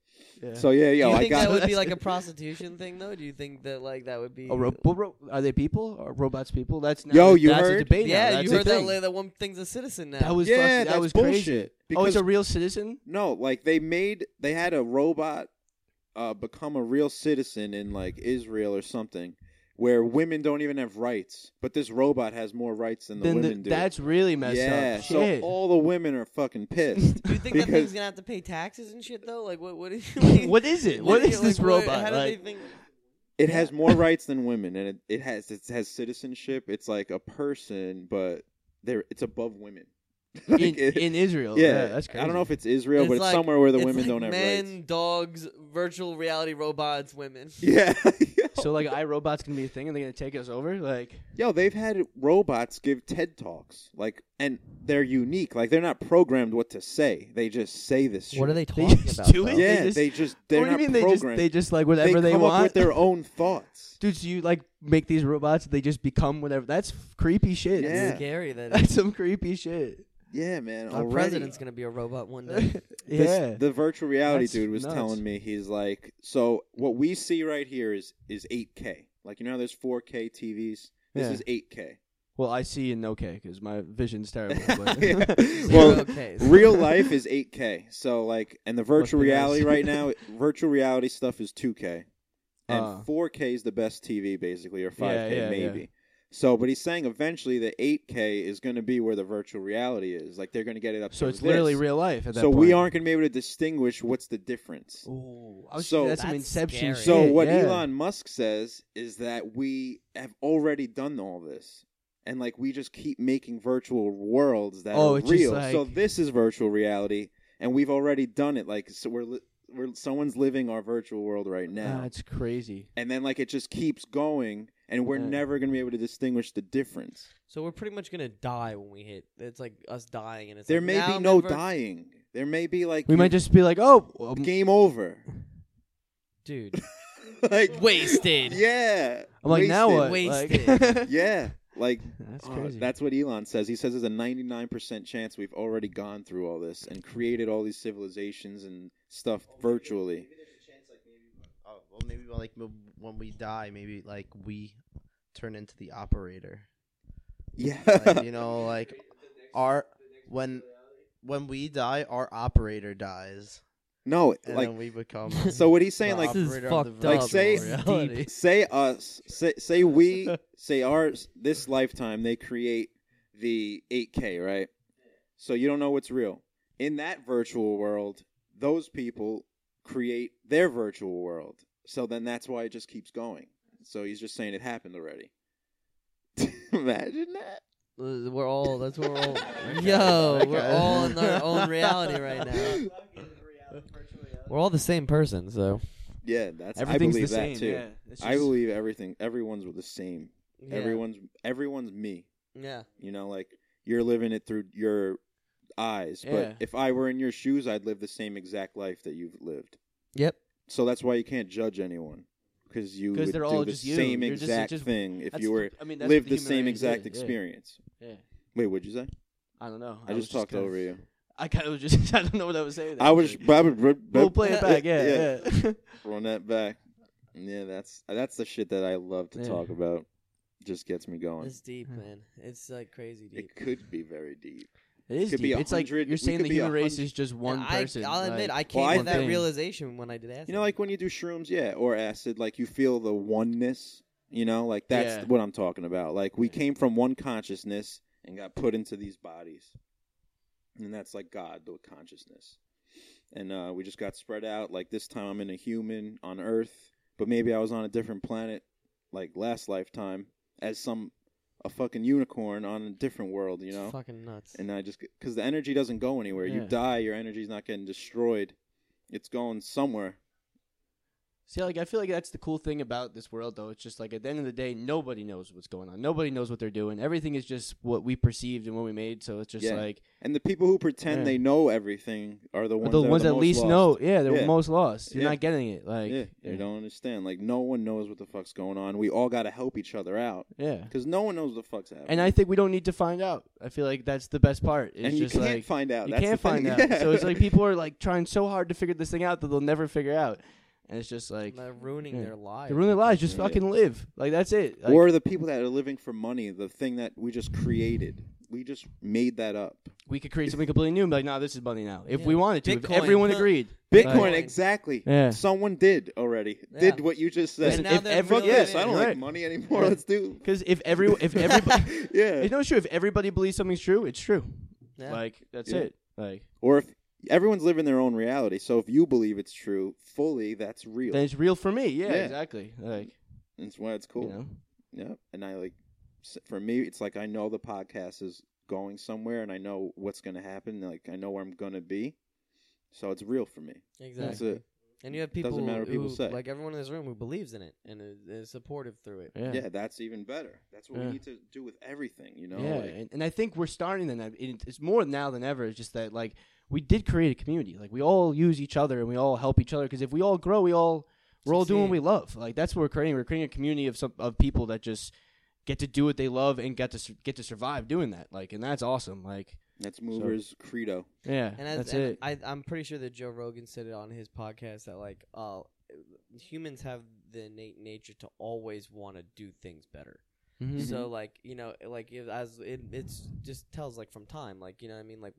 C: So yeah, yo,
B: Do you
C: I
B: think that
C: got
B: would be like a prostitution thing, though? Do you think that like that would be?
E: A ro- but ro- are they people?
D: Uh,
E: Are robots people? That's now,
C: Yo, you
E: that's
C: heard?
E: a debate. now.
B: yeah,
E: That's
B: you
E: a
B: heard that
E: thing.
B: la- that one thing's a citizen now.
E: That was
C: yeah,
E: fucking,
C: that's
E: that was
C: bullshit.
E: crazy.
C: Because
E: Oh, it's a real citizen.
C: no, like they made they had a robot uh, become a real citizen in like Israel or something, where women don't even have rights, but this robot has more rights than the
D: then
C: women
D: the,
C: do.
D: that's really messed
C: yeah,
D: up.
C: so
D: Shit.
C: all the women are fucking pissed.
B: Do you think that
C: because-
B: thing's gonna have to pay taxes and shit though? Like what? What is? What,
D: what is it? What is this
B: How
D: robot?
B: do
D: Like,
B: they think?
C: It has more rights than women, and it, it has it has citizenship. It's like a person, but they're it's above women. Like,
D: in,
C: it-
D: in Israel.
C: yeah,
D: Yeah, that's crazy.
C: I don't know if it's Israel, but it's
B: like-
C: somewhere where the
B: it's
C: women
B: like
C: don't have
B: men,
C: rights.
B: dogs, virtual reality robots, women.
C: Yeah.
D: So like iRobot's gonna be a thing and they're gonna take us over? Like
C: Yo, they've had robots give TED talks, like, and they're unique. Like, they're not programmed what to say; they just say this shit.
E: What are they
D: they
E: talking
D: just
E: about?
D: do
E: though?
D: it?
C: Yeah,
D: they just,
C: they just they're
D: what do you
C: not
D: mean they just
C: programmed.
D: they just like whatever they,
C: they come
D: want?
C: up with their own thoughts.
D: Dude, so you like make these robots they just become whatever that's creepy shit. dude.
C: Yeah.
B: Scary that
D: That's some creepy shit.
C: Yeah, man.
B: our
C: already.
B: president's gonna be a robot one day.
C: This-
D: yeah.
C: the virtual reality
D: That's
C: dude was
D: nuts.
C: telling me he's like, so what we see right here is is 8K. Like, you know, how there's 4K TVs. This
D: Yeah.
C: is 8K.
D: well, I see and okay because my vision's terrible. But
C: Yeah.
B: Zero
C: Well,
B: Ks.
C: real life is 8K. So like, and the virtual
D: Must be nice.
C: reality right now, virtual reality stuff is 2K, and
D: Uh.
C: 4K is the best TV basically, or 5K
D: yeah, yeah.
C: maybe. So, but he's saying eventually the 8K is going to be where the virtual reality is. Like they're going to get it up.
D: so
C: to
D: it's literally
C: this.
D: real life at that
C: So
D: point.
C: we aren't going to be able to distinguinsh what's the difference.
D: Ooh, I was-
C: So-
D: that's, some
B: That's
D: inception.
B: scary.
C: So
D: shit,
C: what
D: yeah.
C: Elon Musk says is that we have already done all this. And like we just keep making virtual worlds that
D: Oh,
C: are
D: it's just
C: real.
D: like-
C: So this is virtual reality and we've already done it like so we're li- we're someone's living our virtual world right now.
D: Ah, That's crazy.
C: and then like it just keeps going and we're
D: Yeah.
C: never going to be able to distinguish the difference.
B: So we're pretty much gonna die when we hit. It's like us dying, and it's
C: There
B: like,
C: may
B: now
C: be no
B: never-
C: dying. There may be like
D: We
C: you-
D: might just be like, oh, um,
C: game over.
B: dude.
C: like
B: Wasted.
C: Yeah.
D: I'm like now what?
C: Wasted.
B: Wasted.
D: Like,
C: Yeah. Like
D: that's
C: Uh,
D: crazy.
C: that's what Elon says. He says there's a 99% chance we've already gone through all this and created all these civilizations and stuff virtually.
F: Oh, well, maybe like m- when we die, maybe like we turn into the operator.
C: Yeah.
F: Like, you know, like our when when we die, our operator dies,
C: no,
F: and
C: like
F: then we become.
C: so what he's saying
F: the
C: like
B: This is
F: operator of the
B: fucked
F: virtual
C: like say
F: reality.
B: deep.
C: say us say say we say ours this lifetime they create the 8K, right? So you don't know what's real. In that virtual world, those people create their virtual world. So then that's why it just keeps going. So he's just saying it happened already. Imagine that.
B: Uh, We're all. That's what we're all. Yo, we're
F: Okay.
B: all in our own reality right now. We're all the same person, so
C: Yeah, that's I
D: Everything's
C: believe
D: the
C: that
D: same.
C: too.
D: Yeah. It's
C: I
D: just-
C: believe everything. Everyone's the same.
B: yeah.
C: Everyone's everyone's me.
B: Yeah.
C: You know, like you're living it through your eyes.
D: Yeah.
C: But if I were in your shoes, I'd live the same exact life that you've lived.
B: Yep.
C: So that's why you can't judge anyone because you
D: 'Cause
C: would
D: they're
C: do
D: all
C: the
D: just you.
C: same
D: You're just- it's
C: exact
D: just-
C: thing if
D: that's-
C: you were
D: I mean, that's
C: live
D: what
C: the
D: human
C: same
D: race
C: exact
D: is, yeah.
C: experience.
D: Yeah.
C: Wait, what'd you say?
D: I don't know.
C: I,
D: was
C: just talked
D: kinda-
C: over you.
D: I kind of was just. I don't know what I was saying.
C: I was.
D: actually.
C: I would,
D: We'll play it back. Yeah, yeah.
C: Run that back. Yeah, that's that's the shit that I love to
D: Yeah.
C: talk about. Just gets me going.
B: It's deep, man. It's like crazy deep.
C: It could be very deep.
D: It is
C: Could be
D: deep.
C: a
D: It's like
C: hundred-
D: you're
C: we
D: saying
C: could
D: the
C: be a
D: human race
C: hundred-
D: is just one
B: And
D: person.
B: I, I'll
D: like-
B: admit, I came
C: I
B: to that
D: think-
B: realization when I did acid.
C: You know, like when you do shrooms, yeah, or acid, like you feel the oneness. You know, like that's
D: Yeah.
C: what I'm talking about. Like we came from one consciousness and got put into these bodies, and that's like God, the consciousness. And uh, we just got spread out. Like this time, I'm in a human on Earth, but maybe I was on a different planet, like last lifetime, as some a fucking unicorn on a different world. You know,
B: it's fucking nuts.
C: and I just because the energy doesn't go anywhere. You
D: Yeah.
C: die, your energy's not getting destroyed. It's going somewhere.
D: See, like I feel like that's the cool thing about this world, though. It's just like at the end of the day, nobody knows what's going on. Nobody knows what they're doing. Everything is just what we perceived and what we made. So it's just
C: Yeah.
D: like
C: And the people who pretend
D: Yeah.
C: they know everything are the ones
D: the
C: that,
D: ones
C: are
D: that
C: most
D: least
C: lost.
D: know. Yeah, they're
C: Yeah.
D: most lost. You're
C: Yeah.
D: not getting it. Like
C: yeah, they don't understand. Like no one knows what the fuck's going on. We all got to help each other out
D: yeah.
C: because no one knows what the fuck's happening.
D: And I think we don't need to find out. I feel like that's the best part. It's
C: And you
D: just
C: can't
D: like
C: find out.
D: you
C: That's the
D: can't find
C: thing.
D: out.
C: Yeah.
D: So it's like people are like trying so hard to figure this thing out that they'll never figure out. And it's just like
B: they're ruining
D: yeah.
B: their lives.
D: they ruin their lives. Just
C: Yeah.
D: fucking live. Like that's it. Like,
C: or the people that are living for money, the thing that we just created. We just made that up.
D: we could create something completely new and be like, nah, this is money now. If
B: Yeah.
D: we wanted to, if
B: Bitcoin.
D: everyone
B: Huh.
D: agreed.
C: Bitcoin,
D: Bitcoin.
C: exactly.
D: Yeah.
C: Someone did already. Did
B: Yeah.
C: what you just
B: And
C: said.
D: Listen,
B: now
D: if
B: they're
D: every-
C: Fuck
B: really
C: yes,
B: in
C: I
B: it.
C: don't
D: You're
C: like
D: right.
C: money anymore.
D: Yeah.
C: Let's do.
D: Because if every if everybody
C: yeah.
D: it's no true. If everybody believes something's true, it's true.
B: Yeah.
D: Like that's
C: Yeah.
D: it. Like
C: Or if everyone's living their own reality, so if you believe it's true fully, that's real.
D: then it's real for me. Yeah,
C: Yeah.
D: exactly. Like
C: That's why it's cool.
D: you know.
C: Yep. And I like, s- for me, it's like I know the podcast is going somewhere, and I know what's gonna happen. Like I know where I'm gonna be, so it's real for me. That's
B: Exactly.
C: it.
B: And you have
C: Doesn't
B: people,
C: matter what people
B: who-
C: say.
B: like everyone in this room, who believes in it and is, is supportive through it.
D: Yeah.
C: Yeah. that's even better. That's what
D: Yeah.
C: we need to do with everything. You know.
D: yeah,
C: Like,
D: and, and I think we're starting then. I- it- It's more now than ever. It's just that like we did create a community. Like we all use each other and we all help each other because if we all grow, we all we're all doing what we
B: Succeed.
D: love. Like that's what we're creating. We're creating a community of some of people that just get to do what they love and get to su- get to survive doing that. Like and that's awesome. Like
C: that's Mover's credo.
D: yeah,
B: And, as,
D: that's
B: and
D: it.
B: I, I'm pretty sure that Joe Rogan said it on his podcast that like uh, humans have the innate nature to always want to do things better.
D: Mhm.
B: So like you know like if, as it it's just tells like from time like you know what I mean like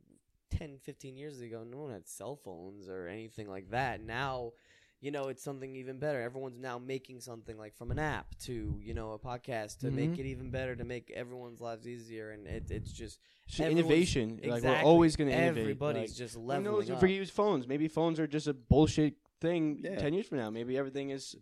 B: 10, 15 years ago no one had cell phones or anything like that. Now you know it's something even better. Everyone's now making something like from an app to you know a podcast to
D: Mhm.
B: make it even better to make everyone's lives easier and it, it's just
D: So
B: everyone's-
D: innovation. Like we're
B: Exactly.
D: always going to innovate.
B: Everybody's
D: like,
B: just
D: Who knows
B: leveling
D: if
B: up.
D: we use phones? Maybe phones are just a bullshit thing
C: Yeah.
D: ten years from now. Maybe everything is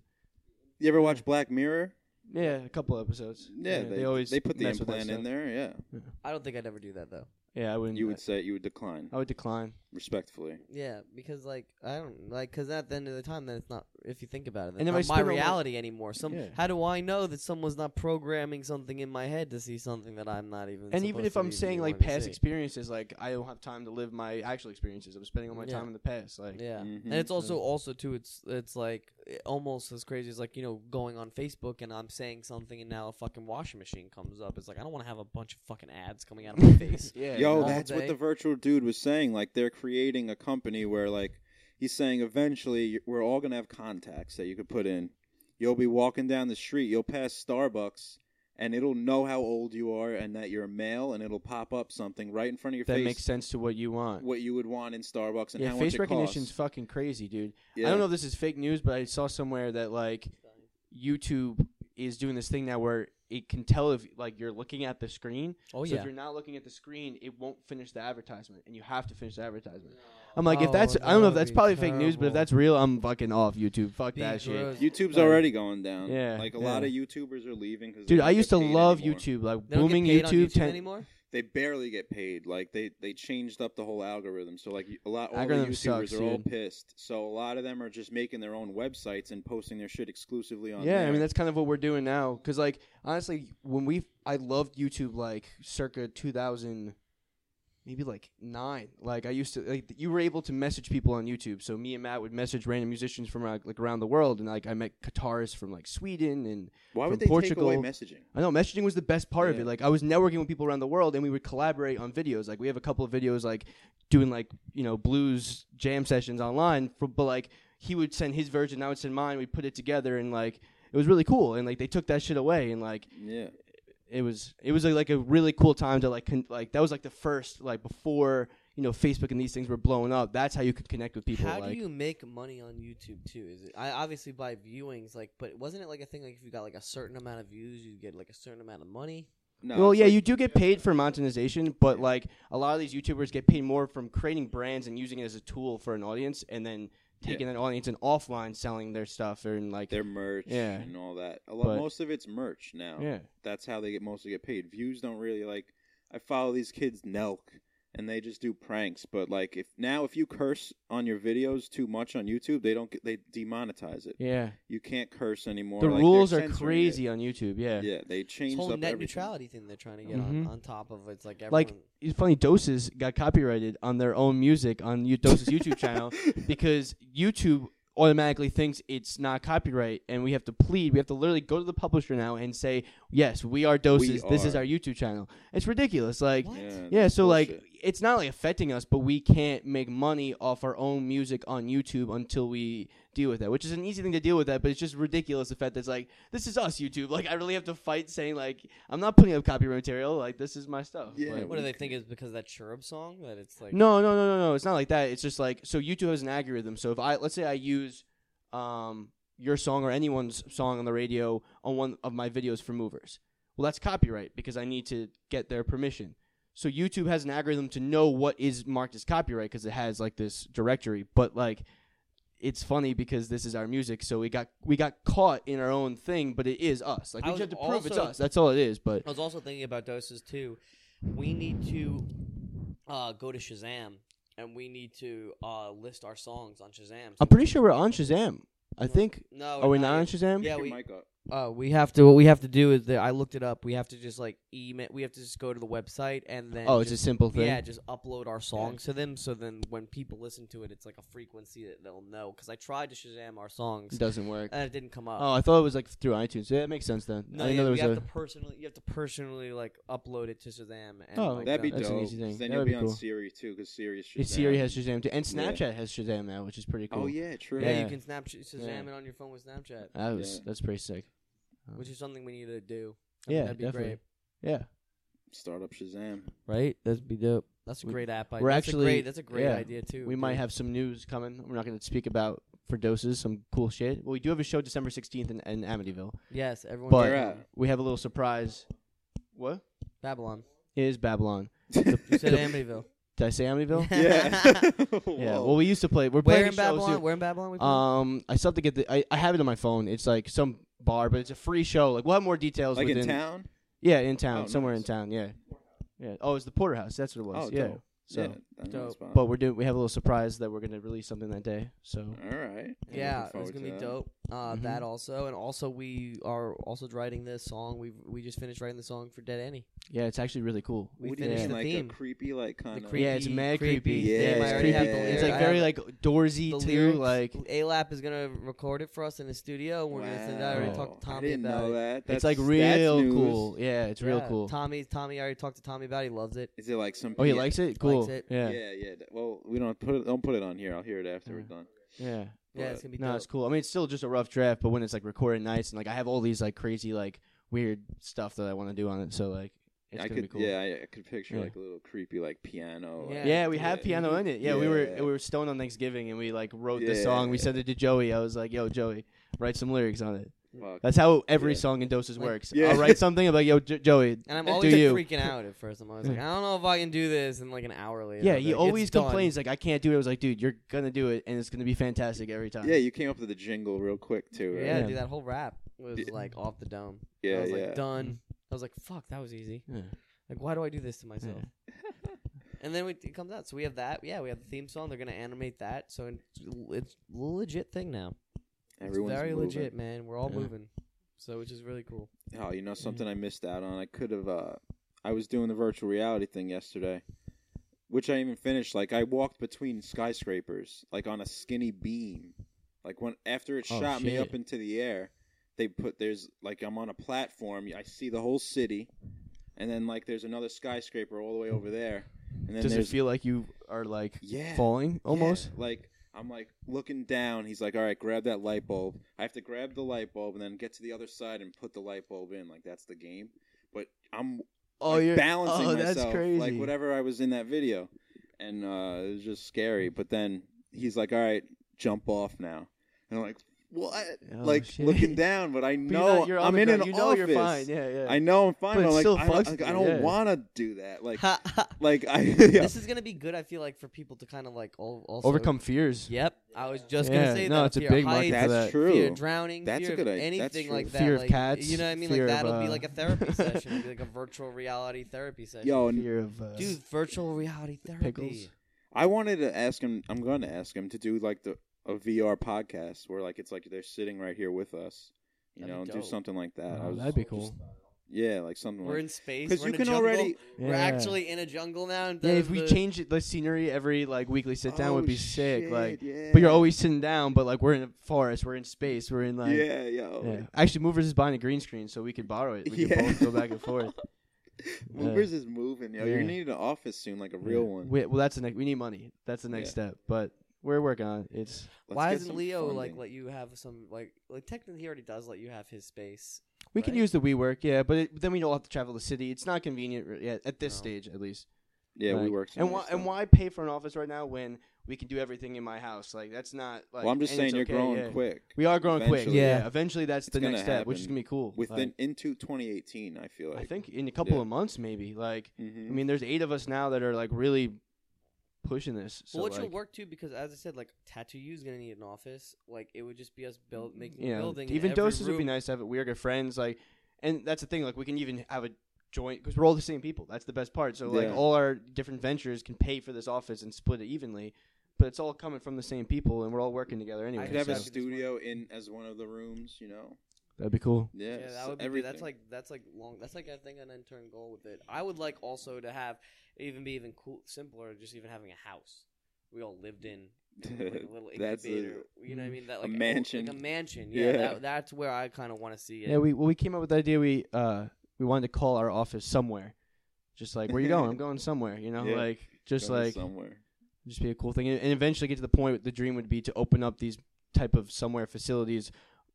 C: You ever watch Black Mirror?
D: yeah, a couple episodes.
C: Yeah, they, always they put the
D: mess with that
C: implant
D: stuff.
C: in there. Yeah,
B: I don't think I'd ever do that though.
D: Yeah, Oh. I wouldn't.
C: you would say you would decline
D: I would decline.
C: respectfully.
B: Yeah, because like I don't like because at the end of the time, then it's not. If you think about it,
D: And
B: then
D: if I
B: it's not my
D: spend all my-
B: reality anymore. Some
D: Yeah.
B: how do I know that someone's not programming something in my head to see something that I'm not even?
D: And even
B: supposed
D: if
B: to
D: I'm
B: even
D: saying
B: be
D: like
B: wanting to
D: past
B: see?
D: experiences, like I don't have time to live my actual experiences. I'm spending all my
B: Yeah.
D: time in the past. Like
B: yeah,
C: Mhm.
D: Mm-hmm.
B: and it's also also too. It's it's like eh, almost as crazy as like you know going on Facebook and I'm saying something and now a fucking washing machine comes up. It's like I don't want to have a bunch of fucking ads coming out of my face.
D: yeah,
C: Yo,
B: all
D: yeah.
C: that's what
B: day.
C: the virtual dude was saying. Like they're creating a company where like he's saying eventually y- we're all gonna have contacts that you could put in. You'll be walking down the street, you'll pass Starbucks, and it'll know how old you are and that you're a male, and it'll pop up something right in front of your
D: that
C: face.
D: makes sense to what you want.
C: What you would want in Starbucks and
D: yeah,
C: how
D: face
C: much it
D: recognition's
C: costs.
D: fucking crazy, dude.
C: Yeah.
D: I don't know if this is fake news, but I saw somewhere that like YouTube is doing this thing now where it can tell if like you're looking at the screen.
B: Oh
D: so
B: yeah,
D: if you're not looking at the screen, it won't finish the advertisement, and you have to finish the advertisement. I'm like, if
B: Oh,
D: that's
B: that
D: I don't know if
B: would
D: that's
B: be
D: probably fake news, but if
B: terrible.
D: that's real, I'm fucking off YouTube. Fuck
B: Be
D: that shit.
B: gross.
C: YouTube's
D: Like-
C: already going down.
D: Yeah,
C: like a
D: yeah.
C: lot of YouTubers are leaving. Cause they
D: Dude,
C: don't
D: I
C: get
D: used to
C: paid
D: love
C: anymore.
D: YouTube, like
B: They don't
D: booming
B: get paid on
D: YouTube.
B: YouTube
D: ten-
B: anymore.
C: They barely get paid. Like they they changed up the whole algorithm. So like a lot all the
D: Algorithm
C: YouTubers
D: sucks,
C: are all
D: dude.
C: pissed. So a lot of them are just making their own websites and posting their shit exclusively on.
D: yeah, I
C: there.
D: mean that's kind of what we're doing now. Cause like honestly, when we I loved YouTube like circa 2000, maybe like nine. Like I used to like you were able to message people on YouTube. So me and Matt would message random musicians from like, like around the world, and like I met guitarists from like Sweden and
C: why
D: from
C: would they take
D: Portugal.
C: away messaging?
D: I know messaging was the best part of
C: Yeah.
D: it. Like I was networking with people around the world, and we would collaborate on videos. Like we have a couple of videos, like doing like you know blues jam sessions online. For, but like he would send his version, I would send mine. We would put it together, and like it was really cool. And like they took that shit away, and like
C: Yeah,
D: it was it was like a really cool time to like con- like that was like the first like before you know Facebook and these things were blowing up. That's how you could connect with people.
B: How
D: like,
B: do you make money on YouTube too? Is it I obviously by viewings like but wasn't it like a thing like if you got like a certain amount of views you get like a certain amount of money?
C: no.
D: well,
C: it's
D: yeah,
C: like-
D: you do get paid for monetization, but like a lot of these YouTubers get paid more from creating brands and using it as a tool for an audience, and then taking that audience and offline selling their stuff and like
C: their merch
D: Yeah.
C: and all that. A lot,
D: But-
C: most of it's merch now.
D: yeah,
C: That's how they get mostly get paid. Views don't really like. I follow these kids Nelk, and they just do pranks. But like if now if you curse on your videos too much on YouTube, they don't get- they demonetize it.
D: Yeah.
C: You can't curse anymore.
D: The
C: like, they're
D: rules are
C: censoring it.
D: crazy on YouTube. Yeah.
C: Yeah, they
B: This
C: changed
B: whole
C: up
B: net
C: everything.
B: neutrality thing they're trying to get on,
D: Mhm.
B: on top of it's like everyone.
D: Like, It's funny. Doses got copyrighted on their own music on U- Doses YouTube channel because YouTube automatically thinks it's not copyright, and we have to plead. We have to literally go to the publisher now and say, "Yes, we are Doses. this is
C: are.
D: our YouTube channel." It's ridiculous. Like,
B: What?
C: Yeah,
D: yeah.
C: that's
D: So like,
C: bullshit.
D: it's not like affecting us, but we can't make money off our own music on YouTube until we deal with that, which is an easy thing to deal with that, but it's just ridiculous the fact that it's like, this is us, YouTube. Like, I really have to fight saying like, I'm not putting up copyright material. Like, this is my stuff.
C: Yeah,
D: Like-
B: what do they think is because of that cherub song that it's like
D: no, no, no, no, no. It's not like that. It's just like so YouTube has an algorithm. So if I let's say I use um your song or anyone's song on the radio on one of my videos for movers. Well, that's copyright because I need to get their permission. So YouTube has an algorithm to know what is marked as copyright because it has like this directory. But like it's funny because this is our music, so we got we got caught in our own thing, but it is us. Like
B: I
D: we
B: was
D: just have to prove it's
B: also-
D: us. That's all it is. But
B: I was also thinking about doses too. We need to uh, go to Shazam and we need to uh, list our songs on Shazam.
D: I'm pretty sure we're on Shazam. I think
B: No,
D: Um, are we
B: not
D: not on
B: yet. Oh,
D: Shazam?
B: Yeah,
C: Pick your
B: we
C: mic up.
B: uh, we have to. What we have to do is that I looked it up. We have to just like email. We have to just go to the website and then.
D: Oh, it's a
B: just,
D: simple thing.
B: yeah, just upload our songs to them. So then when people listen to it, it's like a frequency that they'll know. Because I tried to Shazam our songs
D: It doesn't work.
B: and it didn't come up.
D: Oh, I thought it was like through iTunes. Yeah, that makes sense then.
B: uh, No,
D: I
B: yeah,
D: didn't know there
B: you
D: was
B: have
D: a.
B: to personally, you have to personally like upload it to Shazam. And,
D: Oh,
B: like,
C: That'd be
B: download it.
D: that's an
C: dope.
D: easy thing.
C: 'cause Then
D: That
C: you'll
D: would
C: be
D: be
C: on
D: cool.
C: Siri too, because Siri is Shazam.
D: It's Siri has Shazam too, and
C: Yeah.
D: Snapchat has Shazam now, which is pretty cool.
C: Oh yeah, true.
B: Yeah,
D: Yeah.
B: you can Snapchat Shazam
D: Yeah.
B: it on your phone with Snapchat,
D: That was
C: Yeah.
D: that's pretty sick.
B: which is something we need to do.
D: Yeah, definitely. Yeah,
C: Start up Shazam.
B: Right? That'd be dope. That's a
D: We-
B: great app. Idea.
D: we're
B: that's
D: actually-
B: a great, that's a great
D: yeah.
B: idea too.
D: we might
B: dude.
D: have some news coming. We're not going to speak about for doses some cool shit. Well, we do have a show December sixteenth in, in Amityville.
B: yes, everyone.
D: But-
C: Where at?
D: We have a little surprise. What
B: Babylon.
D: It is Babylon?
B: You said Amityville.
D: Did I say Amityville?
C: yeah.
D: yeah.
C: Whoa.
D: Well, we used to play. We're
B: Where
D: playing
B: in
D: a show soon.
B: Babylon? Where in Babylon? We playing?
D: Um, I still have to get the. I, I have it on my phone. It's like some bar, but it's a free show. Like we'll have more details.
C: like
D: within,
C: in town.
D: Yeah, in town,
C: Oh,
D: somewhere in
C: nice.
D: town. Yeah, yeah. Oh, it's the Porterhouse. That's what it was.
C: Oh,
D: yeah.
C: dope.
D: So,
C: yeah, that's a
B: dope.
C: spot.
D: but we're doing. We have a little surprise that we're gonna release something that day. So
C: all right. I'm
B: yeah,
C: looking
B: it's
C: forward
B: gonna
C: to
B: be
C: that.
B: dope. Uh,
D: Mhm.
B: That also, and also we are also writing this song. We we just finished writing the song for Dead Annie.
D: yeah, it's actually really cool.
B: We
C: What do you
B: finished
C: mean,
B: the
C: like
B: theme.
C: a creepy, like kind of?
B: creepy-
D: yeah, it's mad creepy.
B: creepy
D: Yeah,
C: theme. I
D: it's
C: already
D: creepy.
C: have the
D: it's like
C: lyrics.
D: very
B: I
D: like doorsy
B: the
D: too.
B: lyrics.
D: Like
B: ALAP is gonna record it for us in the studio. And we're gonna send it. out. I already talked to
C: Wow. I
B: Tommy
C: didn't
B: about
C: know
B: it.
C: that.
D: it's
C: That's,
D: like
C: that's
D: real
C: news.
D: cool. Yeah, it's real
B: Yeah,
D: cool.
B: Tommy, Tommy, I already talked to Tommy about. it. He loves it.
C: Is it like some?
D: oh, he
C: yeah,
D: likes it. Cool.
B: it.
D: Yeah, yeah.
C: Yeah, yeah. that- Well, we don't put it. Don't put it on here. I'll hear it after we're
D: Yeah.
C: done.
B: Yeah,
C: But-
B: it's gonna be
D: No,
B: dope.
D: it's cool. I mean, it's still just a rough draft, but when it's like recorded nights and like I have all these like crazy like weird stuff that I want to do on it, so like it's
C: I could.
D: gonna be cool.
C: Yeah, I, I could picture
D: Yeah.
C: like a little creepy, like piano. like-
B: Yeah.
D: Yeah, we have piano in it. Yeah, we were
C: mm-hmm. Yeah.
D: we were stoned on Thanksgiving and we like wrote the song. We
C: Yeah.
D: sent it to Joey. I was like, "Yo, Joey, write some lyrics on it."
C: Fuck.
D: That's how every
C: Yeah.
D: song in Doses
B: Like-
D: works.
C: Yeah.
D: I'll write something about, "Yo, J- Joey."
B: And I'm
D: do
B: always
D: you.
B: freaking out at first. I'm always like, I don't know if I can do this. And like an hour later,
D: Yeah,
B: I'm
D: he
B: like,
D: always
B: "It's done."
D: complains like, "I can't do it." I was like, "Dude, you're gonna do it, and it's gonna be fantastic every time."
C: Yeah, you came up with the jingle real quick too. Right?
B: Yeah,
D: Yeah.
B: dude, that whole rap was
C: Yeah.
B: like off the dome.
C: yeah,
B: I was
C: yeah.
B: like done. I was like, fuck, that was easy.
D: Yeah.
B: Like, why do I do this to myself? and then we, it comes out. So we have that. Yeah, we have the theme song. They're gonna animate that. So it's it's a legit thing now.
C: Everyone's
B: it's very
C: moving.
B: legit, man. We're all
D: Yeah.
B: moving. So which is really cool.
C: Oh, you know
B: Mm-hmm.
C: something I missed out on. I could have. Uh, I was doing the virtual reality thing yesterday, which I even finished. Like I walked between skyscrapers, like on a skinny beam. Like when after it
D: Oh,
C: shot me
D: shit.
C: up into the air, they put there's like I'm on a platform. I see the whole city, and then like there's another skyscraper all the way over there, and then
D: Does it
C: there's
D: feel like you are like
C: yeah
D: falling almost?
C: yeah, Like I'm like looking down. He's like, "All right, grab that light bulb." I have to grab the light bulb and then get to the other side and put the light bulb in. Like that's the game. But I'm
D: Oh,
C: like,
D: you're
C: balancing
D: oh,
C: myself
D: That's crazy.
C: like whatever I was in that video, and uh, it was just scary. But then he's like, "All right, jump off now," and I'm like, well, I,
D: Oh,
C: like
D: shit.
C: looking down, but I
D: But you're
C: know
D: not- you're on
C: I'm
D: the
C: in
D: ground.
C: an
D: you know
C: office.
D: You're fine. Yeah, yeah.
C: I know I'm fine.
D: But
C: But
D: it
C: I'm like,
D: still
C: I don't,
D: fucks
C: like, I
D: you,
C: don't
D: yeah.
C: want to do that. Like,
B: Ha.
C: like I, yeah.
B: This is gonna be good. I feel like for people to kind of like al- also
D: Overcome fears.
B: Yep, I was just
D: Yeah,
B: gonna say
D: no,
B: that.
D: it's a
B: fear
D: big
B: of
D: market for
B: heights,
C: that's
D: that.
C: true.
B: Fear of drowning.
C: That's
B: fear
C: a good
B: of
C: idea.
B: anything
C: That's true.
B: like that.
D: Fear of
B: like,
D: cats,
B: You know what I mean?
D: fear
B: Like
D: of,
B: that'll be
D: uh,
B: like a therapy session. It'll be like a virtual reality therapy session.
C: Yo, n-
D: Fear of uh,
B: dude, virtual reality therapy.
D: pickles.
C: I wanted to ask him. I'm going to ask him to do like the a VR podcast where like it's like they're sitting right here with us, you
B: That'd be
C: know, and do
B: dope.
C: something like that. I
D: Oh,
C: was-
D: that'd be cool.
C: Yeah, like something
B: We're
C: like
B: in space.
C: because
B: we're in
C: you
B: a
C: can
B: jungle.
C: already.
B: We're actually in a jungle now. and
D: Yeah,
B: the-
D: if we
B: the-
D: change it, the scenery every like weekly sit down
C: Oh,
D: would be sick.
C: shit,
D: Like,
C: yeah.
D: but you're always sitting down. But like we're in a forest, we're in space, we're in like
C: yeah, yo.
D: yeah. Actually, Movers is buying a green screen, so we could borrow it. We could
C: Yeah.
D: both go back and forth. Yeah.
C: Movers is moving, yo. You're
D: Yeah.
C: gonna need an office soon, like a real
D: Yeah.
C: one.
D: We, well, that's the next. We need money. That's the next
C: Yeah.
D: step. But we're working on it. It's
C: Let's
B: Why
C: get
B: doesn't
C: some
B: Leo like
C: funding.
B: let you have some like like technically he already does let you have his space.
D: we can
B: Right.
D: use the WeWork, yeah. But it, then we don't have to travel the city. It's not convenient re- yet at this
B: No.
D: stage, at least.
C: Yeah, we
D: Like,
C: work. some
D: And
C: other
D: why and
C: stuff.
D: why pay for an office right now when we can do everything in my house? Like that's not like.
C: well, I'm just
D: and it's
C: saying you're
D: okay,
C: growing
D: yeah.
C: quick.
D: We are growing quick.
C: Eventually.
D: Yeah.
C: Yeah.
D: Eventually, that's
C: It's
D: the
C: gonna
D: next step, which is
C: happen.
D: gonna be cool.
C: Within
D: Like,
C: into 2018, I feel like.
D: I think in a couple
C: yeah.
D: of months, maybe. Like,
C: Mhm.
D: I mean, there's eight of us now that are like really pushing this. So
B: well, which
D: like,
B: will work too because as I said, like Tattoo is gonna need an office. Like it would just be us build making a
D: you know,
B: building. and
D: Mm, even
B: every
D: doses would be
B: room-
D: nice to have. It. We are good friends. Like, and that's the thing. Like, we can even have a joint because we're all the same people. That's the best part. So like,
C: Yeah.
D: all our different ventures can pay for this office and split it evenly. But it's all coming from the same people, and we're all working together
C: we
D: anyway.
C: could have a
B: Exactly.
D: so-
C: studio in as one of the rooms, you know.
D: That'd be cool.
C: Yeah,
B: Yeah,
C: so
B: that would be good.
C: everything.
B: that's like that's like long that's like I think an end turn goal with it. I would like also to have even be even cool simpler, just even having a house we all lived in, like a little
C: That's a-
B: incubator. you know what I mean? That like
C: mansion.
B: like a mansion. Yeah,
C: Yeah.
B: That, that's where I kind of want to see it.
D: Yeah, we well, we came up with the idea. We uh we wanted to call our office somewhere, just like where you going? I'm going somewhere. You know,
C: Yeah.
D: like just
C: going
D: like
C: somewhere.
D: just be a cool thing, and, and eventually get to the point. where The dream would be to open up these type of somewhere facilities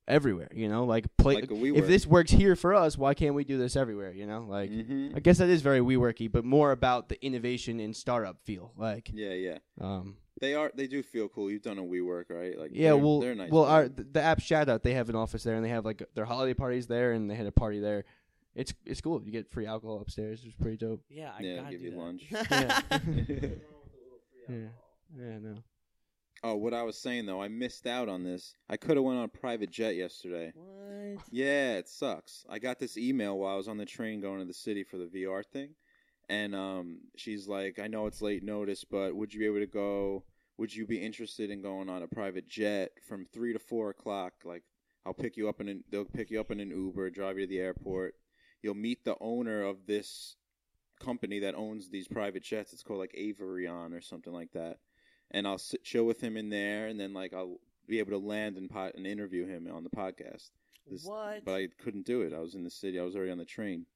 D: everywhere. You know, like play.
C: Like a WeWork.
D: if this works here for us, why can't we do this everywhere? You know, like
C: Mhm.
D: I guess that is very WeWorky, but more about the innovation and startup feel. Like,
C: Yeah, yeah.
D: um,
C: They are. They do feel cool. You've done a WeWork, right? Like,
D: yeah,
C: they're,
D: well,
C: they're nice.
D: well,
C: people.
D: our the app shout out. They have an office there, and they have like their holiday parties there, and they had a party there. It's it's cool. You get free alcohol upstairs. It's pretty dope.
B: Yeah, I
C: Yeah,
B: gotta
C: give
B: do
C: you
B: that.
C: lunch.
D: Yeah. yeah, yeah, no.
C: oh, what I was saying though, I missed out on this. I could have went on a private jet yesterday.
B: What?
C: Yeah, it sucks. I got this email while I was on the train going to the city for the VR thing, and um, she's like, "I know it's late notice, but would you be able to go? Would you be interested in going on a private jet from three to four o'clock? Like, I'll pick you up in an, they'll pick you up in an Uber, drive you to the airport. You'll meet the owner of this company that owns these private jets. It's called like Averion or something like that. And I'll sit, chill with him in there, and then like I'll be able to land and pot and interview him on the podcast. This-
B: what?
C: But I couldn't do it. I was in the city. I was already on the train.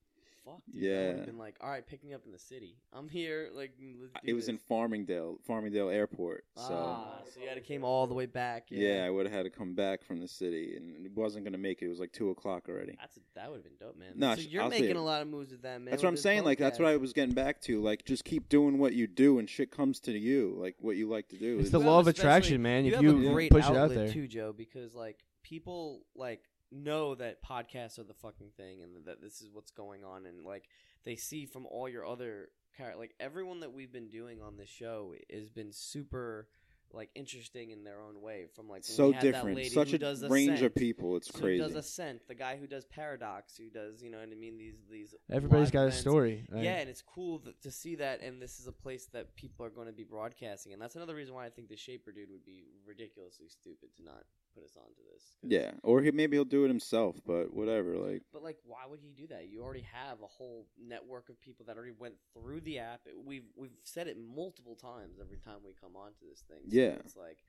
B: Fuck, dude. Yeah. I would
C: Yeah.
B: have been like, all right, pick me up in the city. I'm here. Like, mm, let's do
C: It was
B: this.
C: in Farmingdale, Farmingdale Airport. So
B: Ah, so you had to came all the way back.
C: yeah. I would have had to come back from the city, and it wasn't gonna make it. It was like two o'clock already.
B: That's a, that would have been dope, man.
C: No,
B: so
C: sh-
B: you're
C: I'll see
B: making
C: it.
B: a lot of moves with that, man.
C: That's what I'm saying. Like that's what I was getting back to. Like just keep doing what you do, and shit comes to you. Like what you like to do.
D: It's
C: And-
D: the
B: You
D: law
B: have
D: of
B: a
D: attraction,
B: special-
D: man.
B: You
D: if
B: have
D: you
B: a great
D: push it
B: outlet
D: out there,
B: too, Joe, because like people like know that podcasts are the fucking thing, and that this is what's going on, and like they see from all your other char- like everyone that we've been doing on this show has been super like interesting in their own way. From like when
C: so
B: we had that
C: different.
B: lady
C: Such
B: who
C: a
B: does
C: range
B: Ascent,
C: of people. It's
B: who
C: crazy.
B: does Ascent, the guy who does Paradox, who does you know what I mean? These these
D: everybody's
B: live
D: got a
B: events.
D: story. like-
B: Yeah, and it's cool th- to see that, and this is a place that people are going to be broadcasting, and that's another reason why I think the Shaper dude would be ridiculously stupid to not put us onto this. 'cause-
C: yeah, or he, maybe he'll do it himself. But whatever. Like
B: but like, why would he do that? You already have a whole network of people that already went through the app. It- We've we've said it multiple times every time we come onto this thing.
C: Yeah.
B: it's like,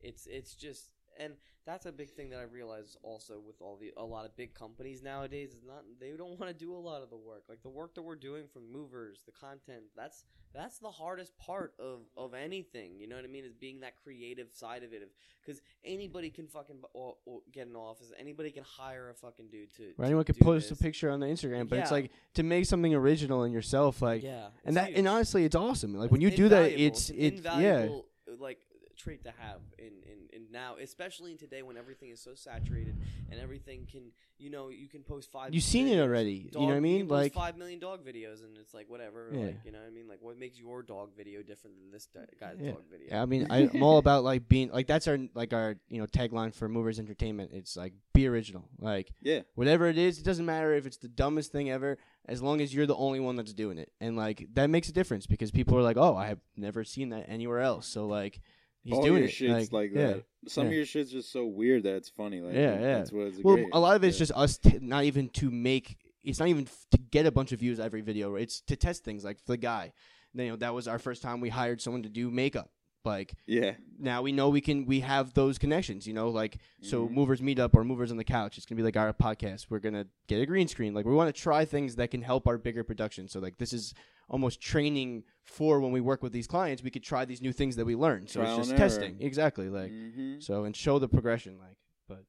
B: it's it's just, and that's a big thing that I realize also with all the a lot of big companies nowadays is not they don't want to do a lot of the work. Like the work that we're doing from movers, the content that's that's the hardest part of of anything. You know what I mean? Is being that creative side of it. Of because anybody can fucking bu- or, or get an office. Anybody can hire a fucking dude to.
D: Or
B: to
D: anyone could
B: do
D: post
B: this.
D: a picture on the Instagram, but it's
B: Yeah.
D: like to make something original in yourself, like
B: yeah, it's
D: and that
B: huge.
D: and honestly, it's awesome. Like
B: It's
D: when you do that,
B: invaluable.
D: it's
B: an
D: it's yeah.
B: invaluable, uh, like trait to have in in in now, especially in today when everything is so saturated and everything can, you know, you can post five.
D: You've seen it
B: videos,
D: already.
B: dog-
D: you know what I
B: can
D: mean?
B: post
D: Like,
B: five million dog videos, and it's like whatever.
D: Yeah.
B: Like you know what I mean? Like what makes your dog video different than this di- guy's
D: Yeah.
B: dog video?
D: I mean, I, I'm all about like being like that's our like our you know tagline for Movers Entertainment. It's like be original. Like
C: Yeah.
D: whatever it is, it doesn't matter if it's the dumbest thing ever, as long as you're the only one that's doing it. And like that makes a difference because people are like, oh, I have never seen that anywhere else. So like he's
C: All
D: doing
C: your
D: it.
C: shit's like,
D: yeah.
C: that. Some of
D: yeah.
C: your shit's just so weird that it's funny. Like,
D: Yeah, yeah.
C: That's what it's
D: Well,
C: great.
D: a lot of it's
C: Yeah.
D: just us t- not even to make. It's not even f- to get a bunch of views every video. It's to test things. Like for the guy, you know, that was our first time we hired someone to do makeup. Like
C: Yeah.
D: now we know we can we have those connections you know like so
C: Mhm.
D: movers meet up or movers on the couch it's gonna be like our podcast we're gonna get a green screen like we want to try things that can help our bigger production so like this is almost training for when we work with these clients we could try these new things that we learn so
C: Trial
D: it's just
C: and error.
D: testing exactly like
C: hmm
D: so and show the progression like but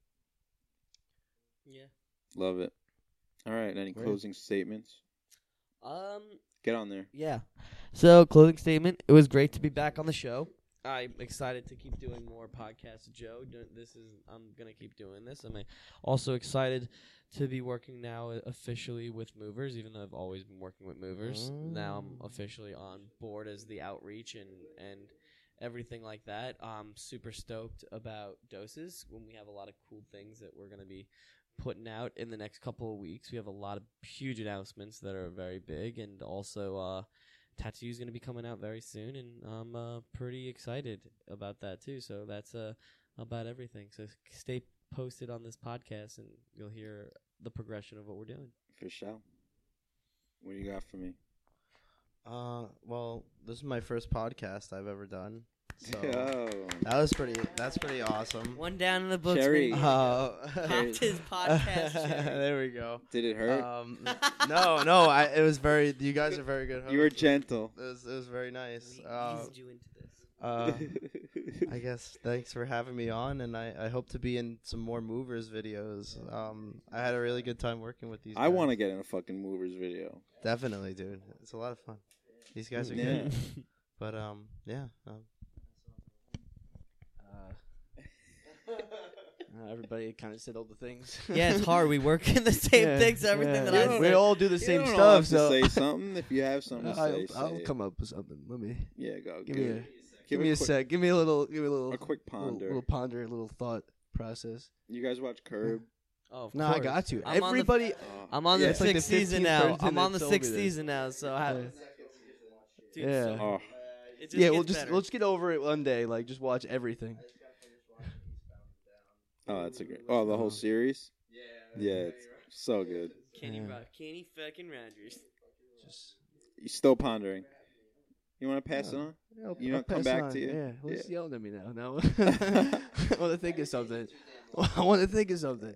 B: Yeah.
C: Love it. All right. Any
D: Great.
C: closing statements?
B: Um.
C: Get on there.
B: Yeah. So, closing statement. It was great to be back on the show. I'm excited to keep doing more podcasts, Joe. D- This is I'm gonna keep doing this. I'm uh, also excited to be working now uh, officially with Movers, even though I've always been working with Movers. Now I'm officially on board as the outreach and and everything like that. I'm super stoked about doses when we have a lot of cool things that we're gonna be putting out in the next couple of weeks. We have a lot of huge announcements that are very big, and also uh, Tattoo is going to be coming out very soon, and I'm uh, pretty excited about that too. So that's uh, about everything. So s- stay posted on this podcast, and you'll hear the progression of what we're doing.
C: For sure. What do you got for me?
F: Uh, well, this is my first podcast I've ever done, so
C: Oh.
F: that was pretty. That's pretty awesome.
B: One down in the
C: books, Cherry. baby.
F: Uh,
C: Popped his
F: there we go.
C: Did it
D: Uh,
C: hurt?
F: Um, no, no, I, it was very. You guys are very good.
C: you were
F: hosts.
C: gentle.
F: It was, it was very nice. Uh,
B: you into this.
F: uh, I guess thanks for having me on, and I, I hope to be in some more movers videos. Um, I had a really good time working with these.
C: I want to get in a fucking movers video.
F: definitely, dude. It's a lot of fun. These guys are
C: Yeah.
F: good, but um, yeah. Um,
D: uh, everybody kind of said all the things
B: yeah, it's hard. We work in the same
D: Yeah,
B: things. Everything
D: yeah.
B: that I
D: we
B: say.
D: all do the
C: You
D: same
C: don't
D: stuff
C: have to
D: so
C: say something if you have something to
D: I'll,
C: say.
D: I'll
C: say it.
D: come up with something let me
C: Yeah, go.
D: give
C: give
D: me a
C: it-
D: give
C: give
D: me a
C: quick,
D: sec give me a little give me a little
C: A quick
D: little,
C: ponder.
D: little ponder, little thought process.
C: You guys watch Curb?
B: Oh, of
D: No, I
B: course.
D: got you.
B: I'm on the-
D: Everybody,
C: Oh.
B: I'm on
C: Yeah.
B: the
D: It's like
B: sixth
D: the
B: season
D: 15th
B: now.
D: person
B: I'm on the
D: that told
B: sixth
D: me this.
B: season now. So I,
D: Yeah.
B: dude,
D: Yeah.
B: so-
C: Oh,
B: it just
D: yeah, we'll
B: gets
D: just
B: better.
D: let's get over it one day. Like, just watch everything.
C: oh, that's a great. Oh, the whole
D: Uh,
C: series. Yeah. Yeah, it's so good.
B: Kenny,
D: Yeah.
B: Rod- Kenny fucking Rogers.
D: Just
C: You still pondering? You want to pass it on?
D: yeah, I'll-
C: You
D: I'll
C: don't come
D: pass
C: back
D: on.
C: to you?
D: Yeah, who's
C: Yeah.
D: yelling at me now? No, I want to think of something. I want to think of something.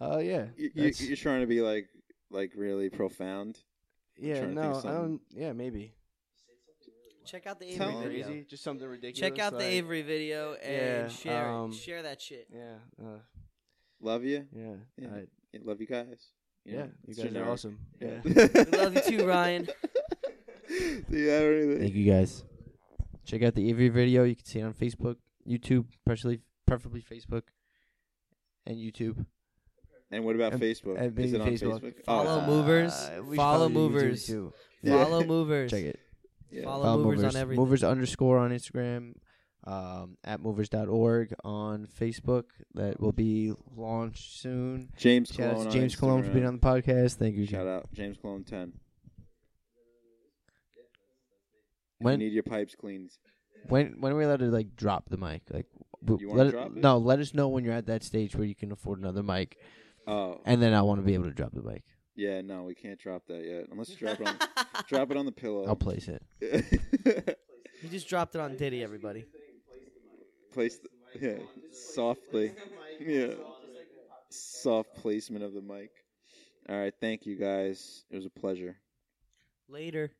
D: Oh yeah,
C: You, you,
D: that's-
C: you're trying to be like, like really profound.
D: yeah.
C: trying to think of
D: No, I
C: something.
D: don't. Yeah, maybe.
B: Check out the
C: Tell-
B: Avery
D: Something
B: video.
D: crazy, just something ridiculous.
B: Check out the
D: like-
B: Avery video
D: Yeah,
B: and share it.
D: um,
B: share that shit.
D: Yeah, uh,
C: Love you.
D: yeah,
C: Yeah.
D: I-
C: I love you guys. You know,
D: yeah. You
C: it's
D: guys
C: generic.
D: are awesome. Yeah.
C: we
B: love you too, Ryan.
C: Do you have anything?
E: Thank you guys. Check out the Avery video. You can see it on Facebook, YouTube, preferably preferably Facebook and YouTube.
C: And what about
E: And-
C: Facebook?
E: and
C: Is
E: maybe
C: it on
E: Facebook.
C: Facebook? Oh,
B: Follow
C: it's-
B: Movers,
F: Uh,
E: we should
B: follow
E: probably do
B: Movers.
E: YouTube too.
C: Yeah.
B: Follow movers.
E: Check it.
C: Yeah.
B: Follow
E: Follow
B: movers, on everything.
E: Movers underscore on Instagram, um, at movers.org on Facebook. That will be launched soon.
C: James
E: Shout out
C: Cologne.
E: to James Cologne for being on the podcast. Thank you.
C: Shout out James Cologne ten.
E: When
C: you need your pipes cleaned.
E: when when are we allowed to like drop the mic? Like w-
C: You wanna
E: let it-
C: drop it?
E: no, let us know when you're at that stage where you can afford another mic,
C: Oh,
E: and then I want to be able to drop the mic.
C: yeah. No, we can't drop that yet. Unless you drop it on, drop it on the pillow.
E: I'll place it.
B: He just dropped it on Diddy, everybody.
C: Place the, yeah, softly. Yeah. Soft placement of the mic. All right. Thank you guys. It was a pleasure.
B: Later.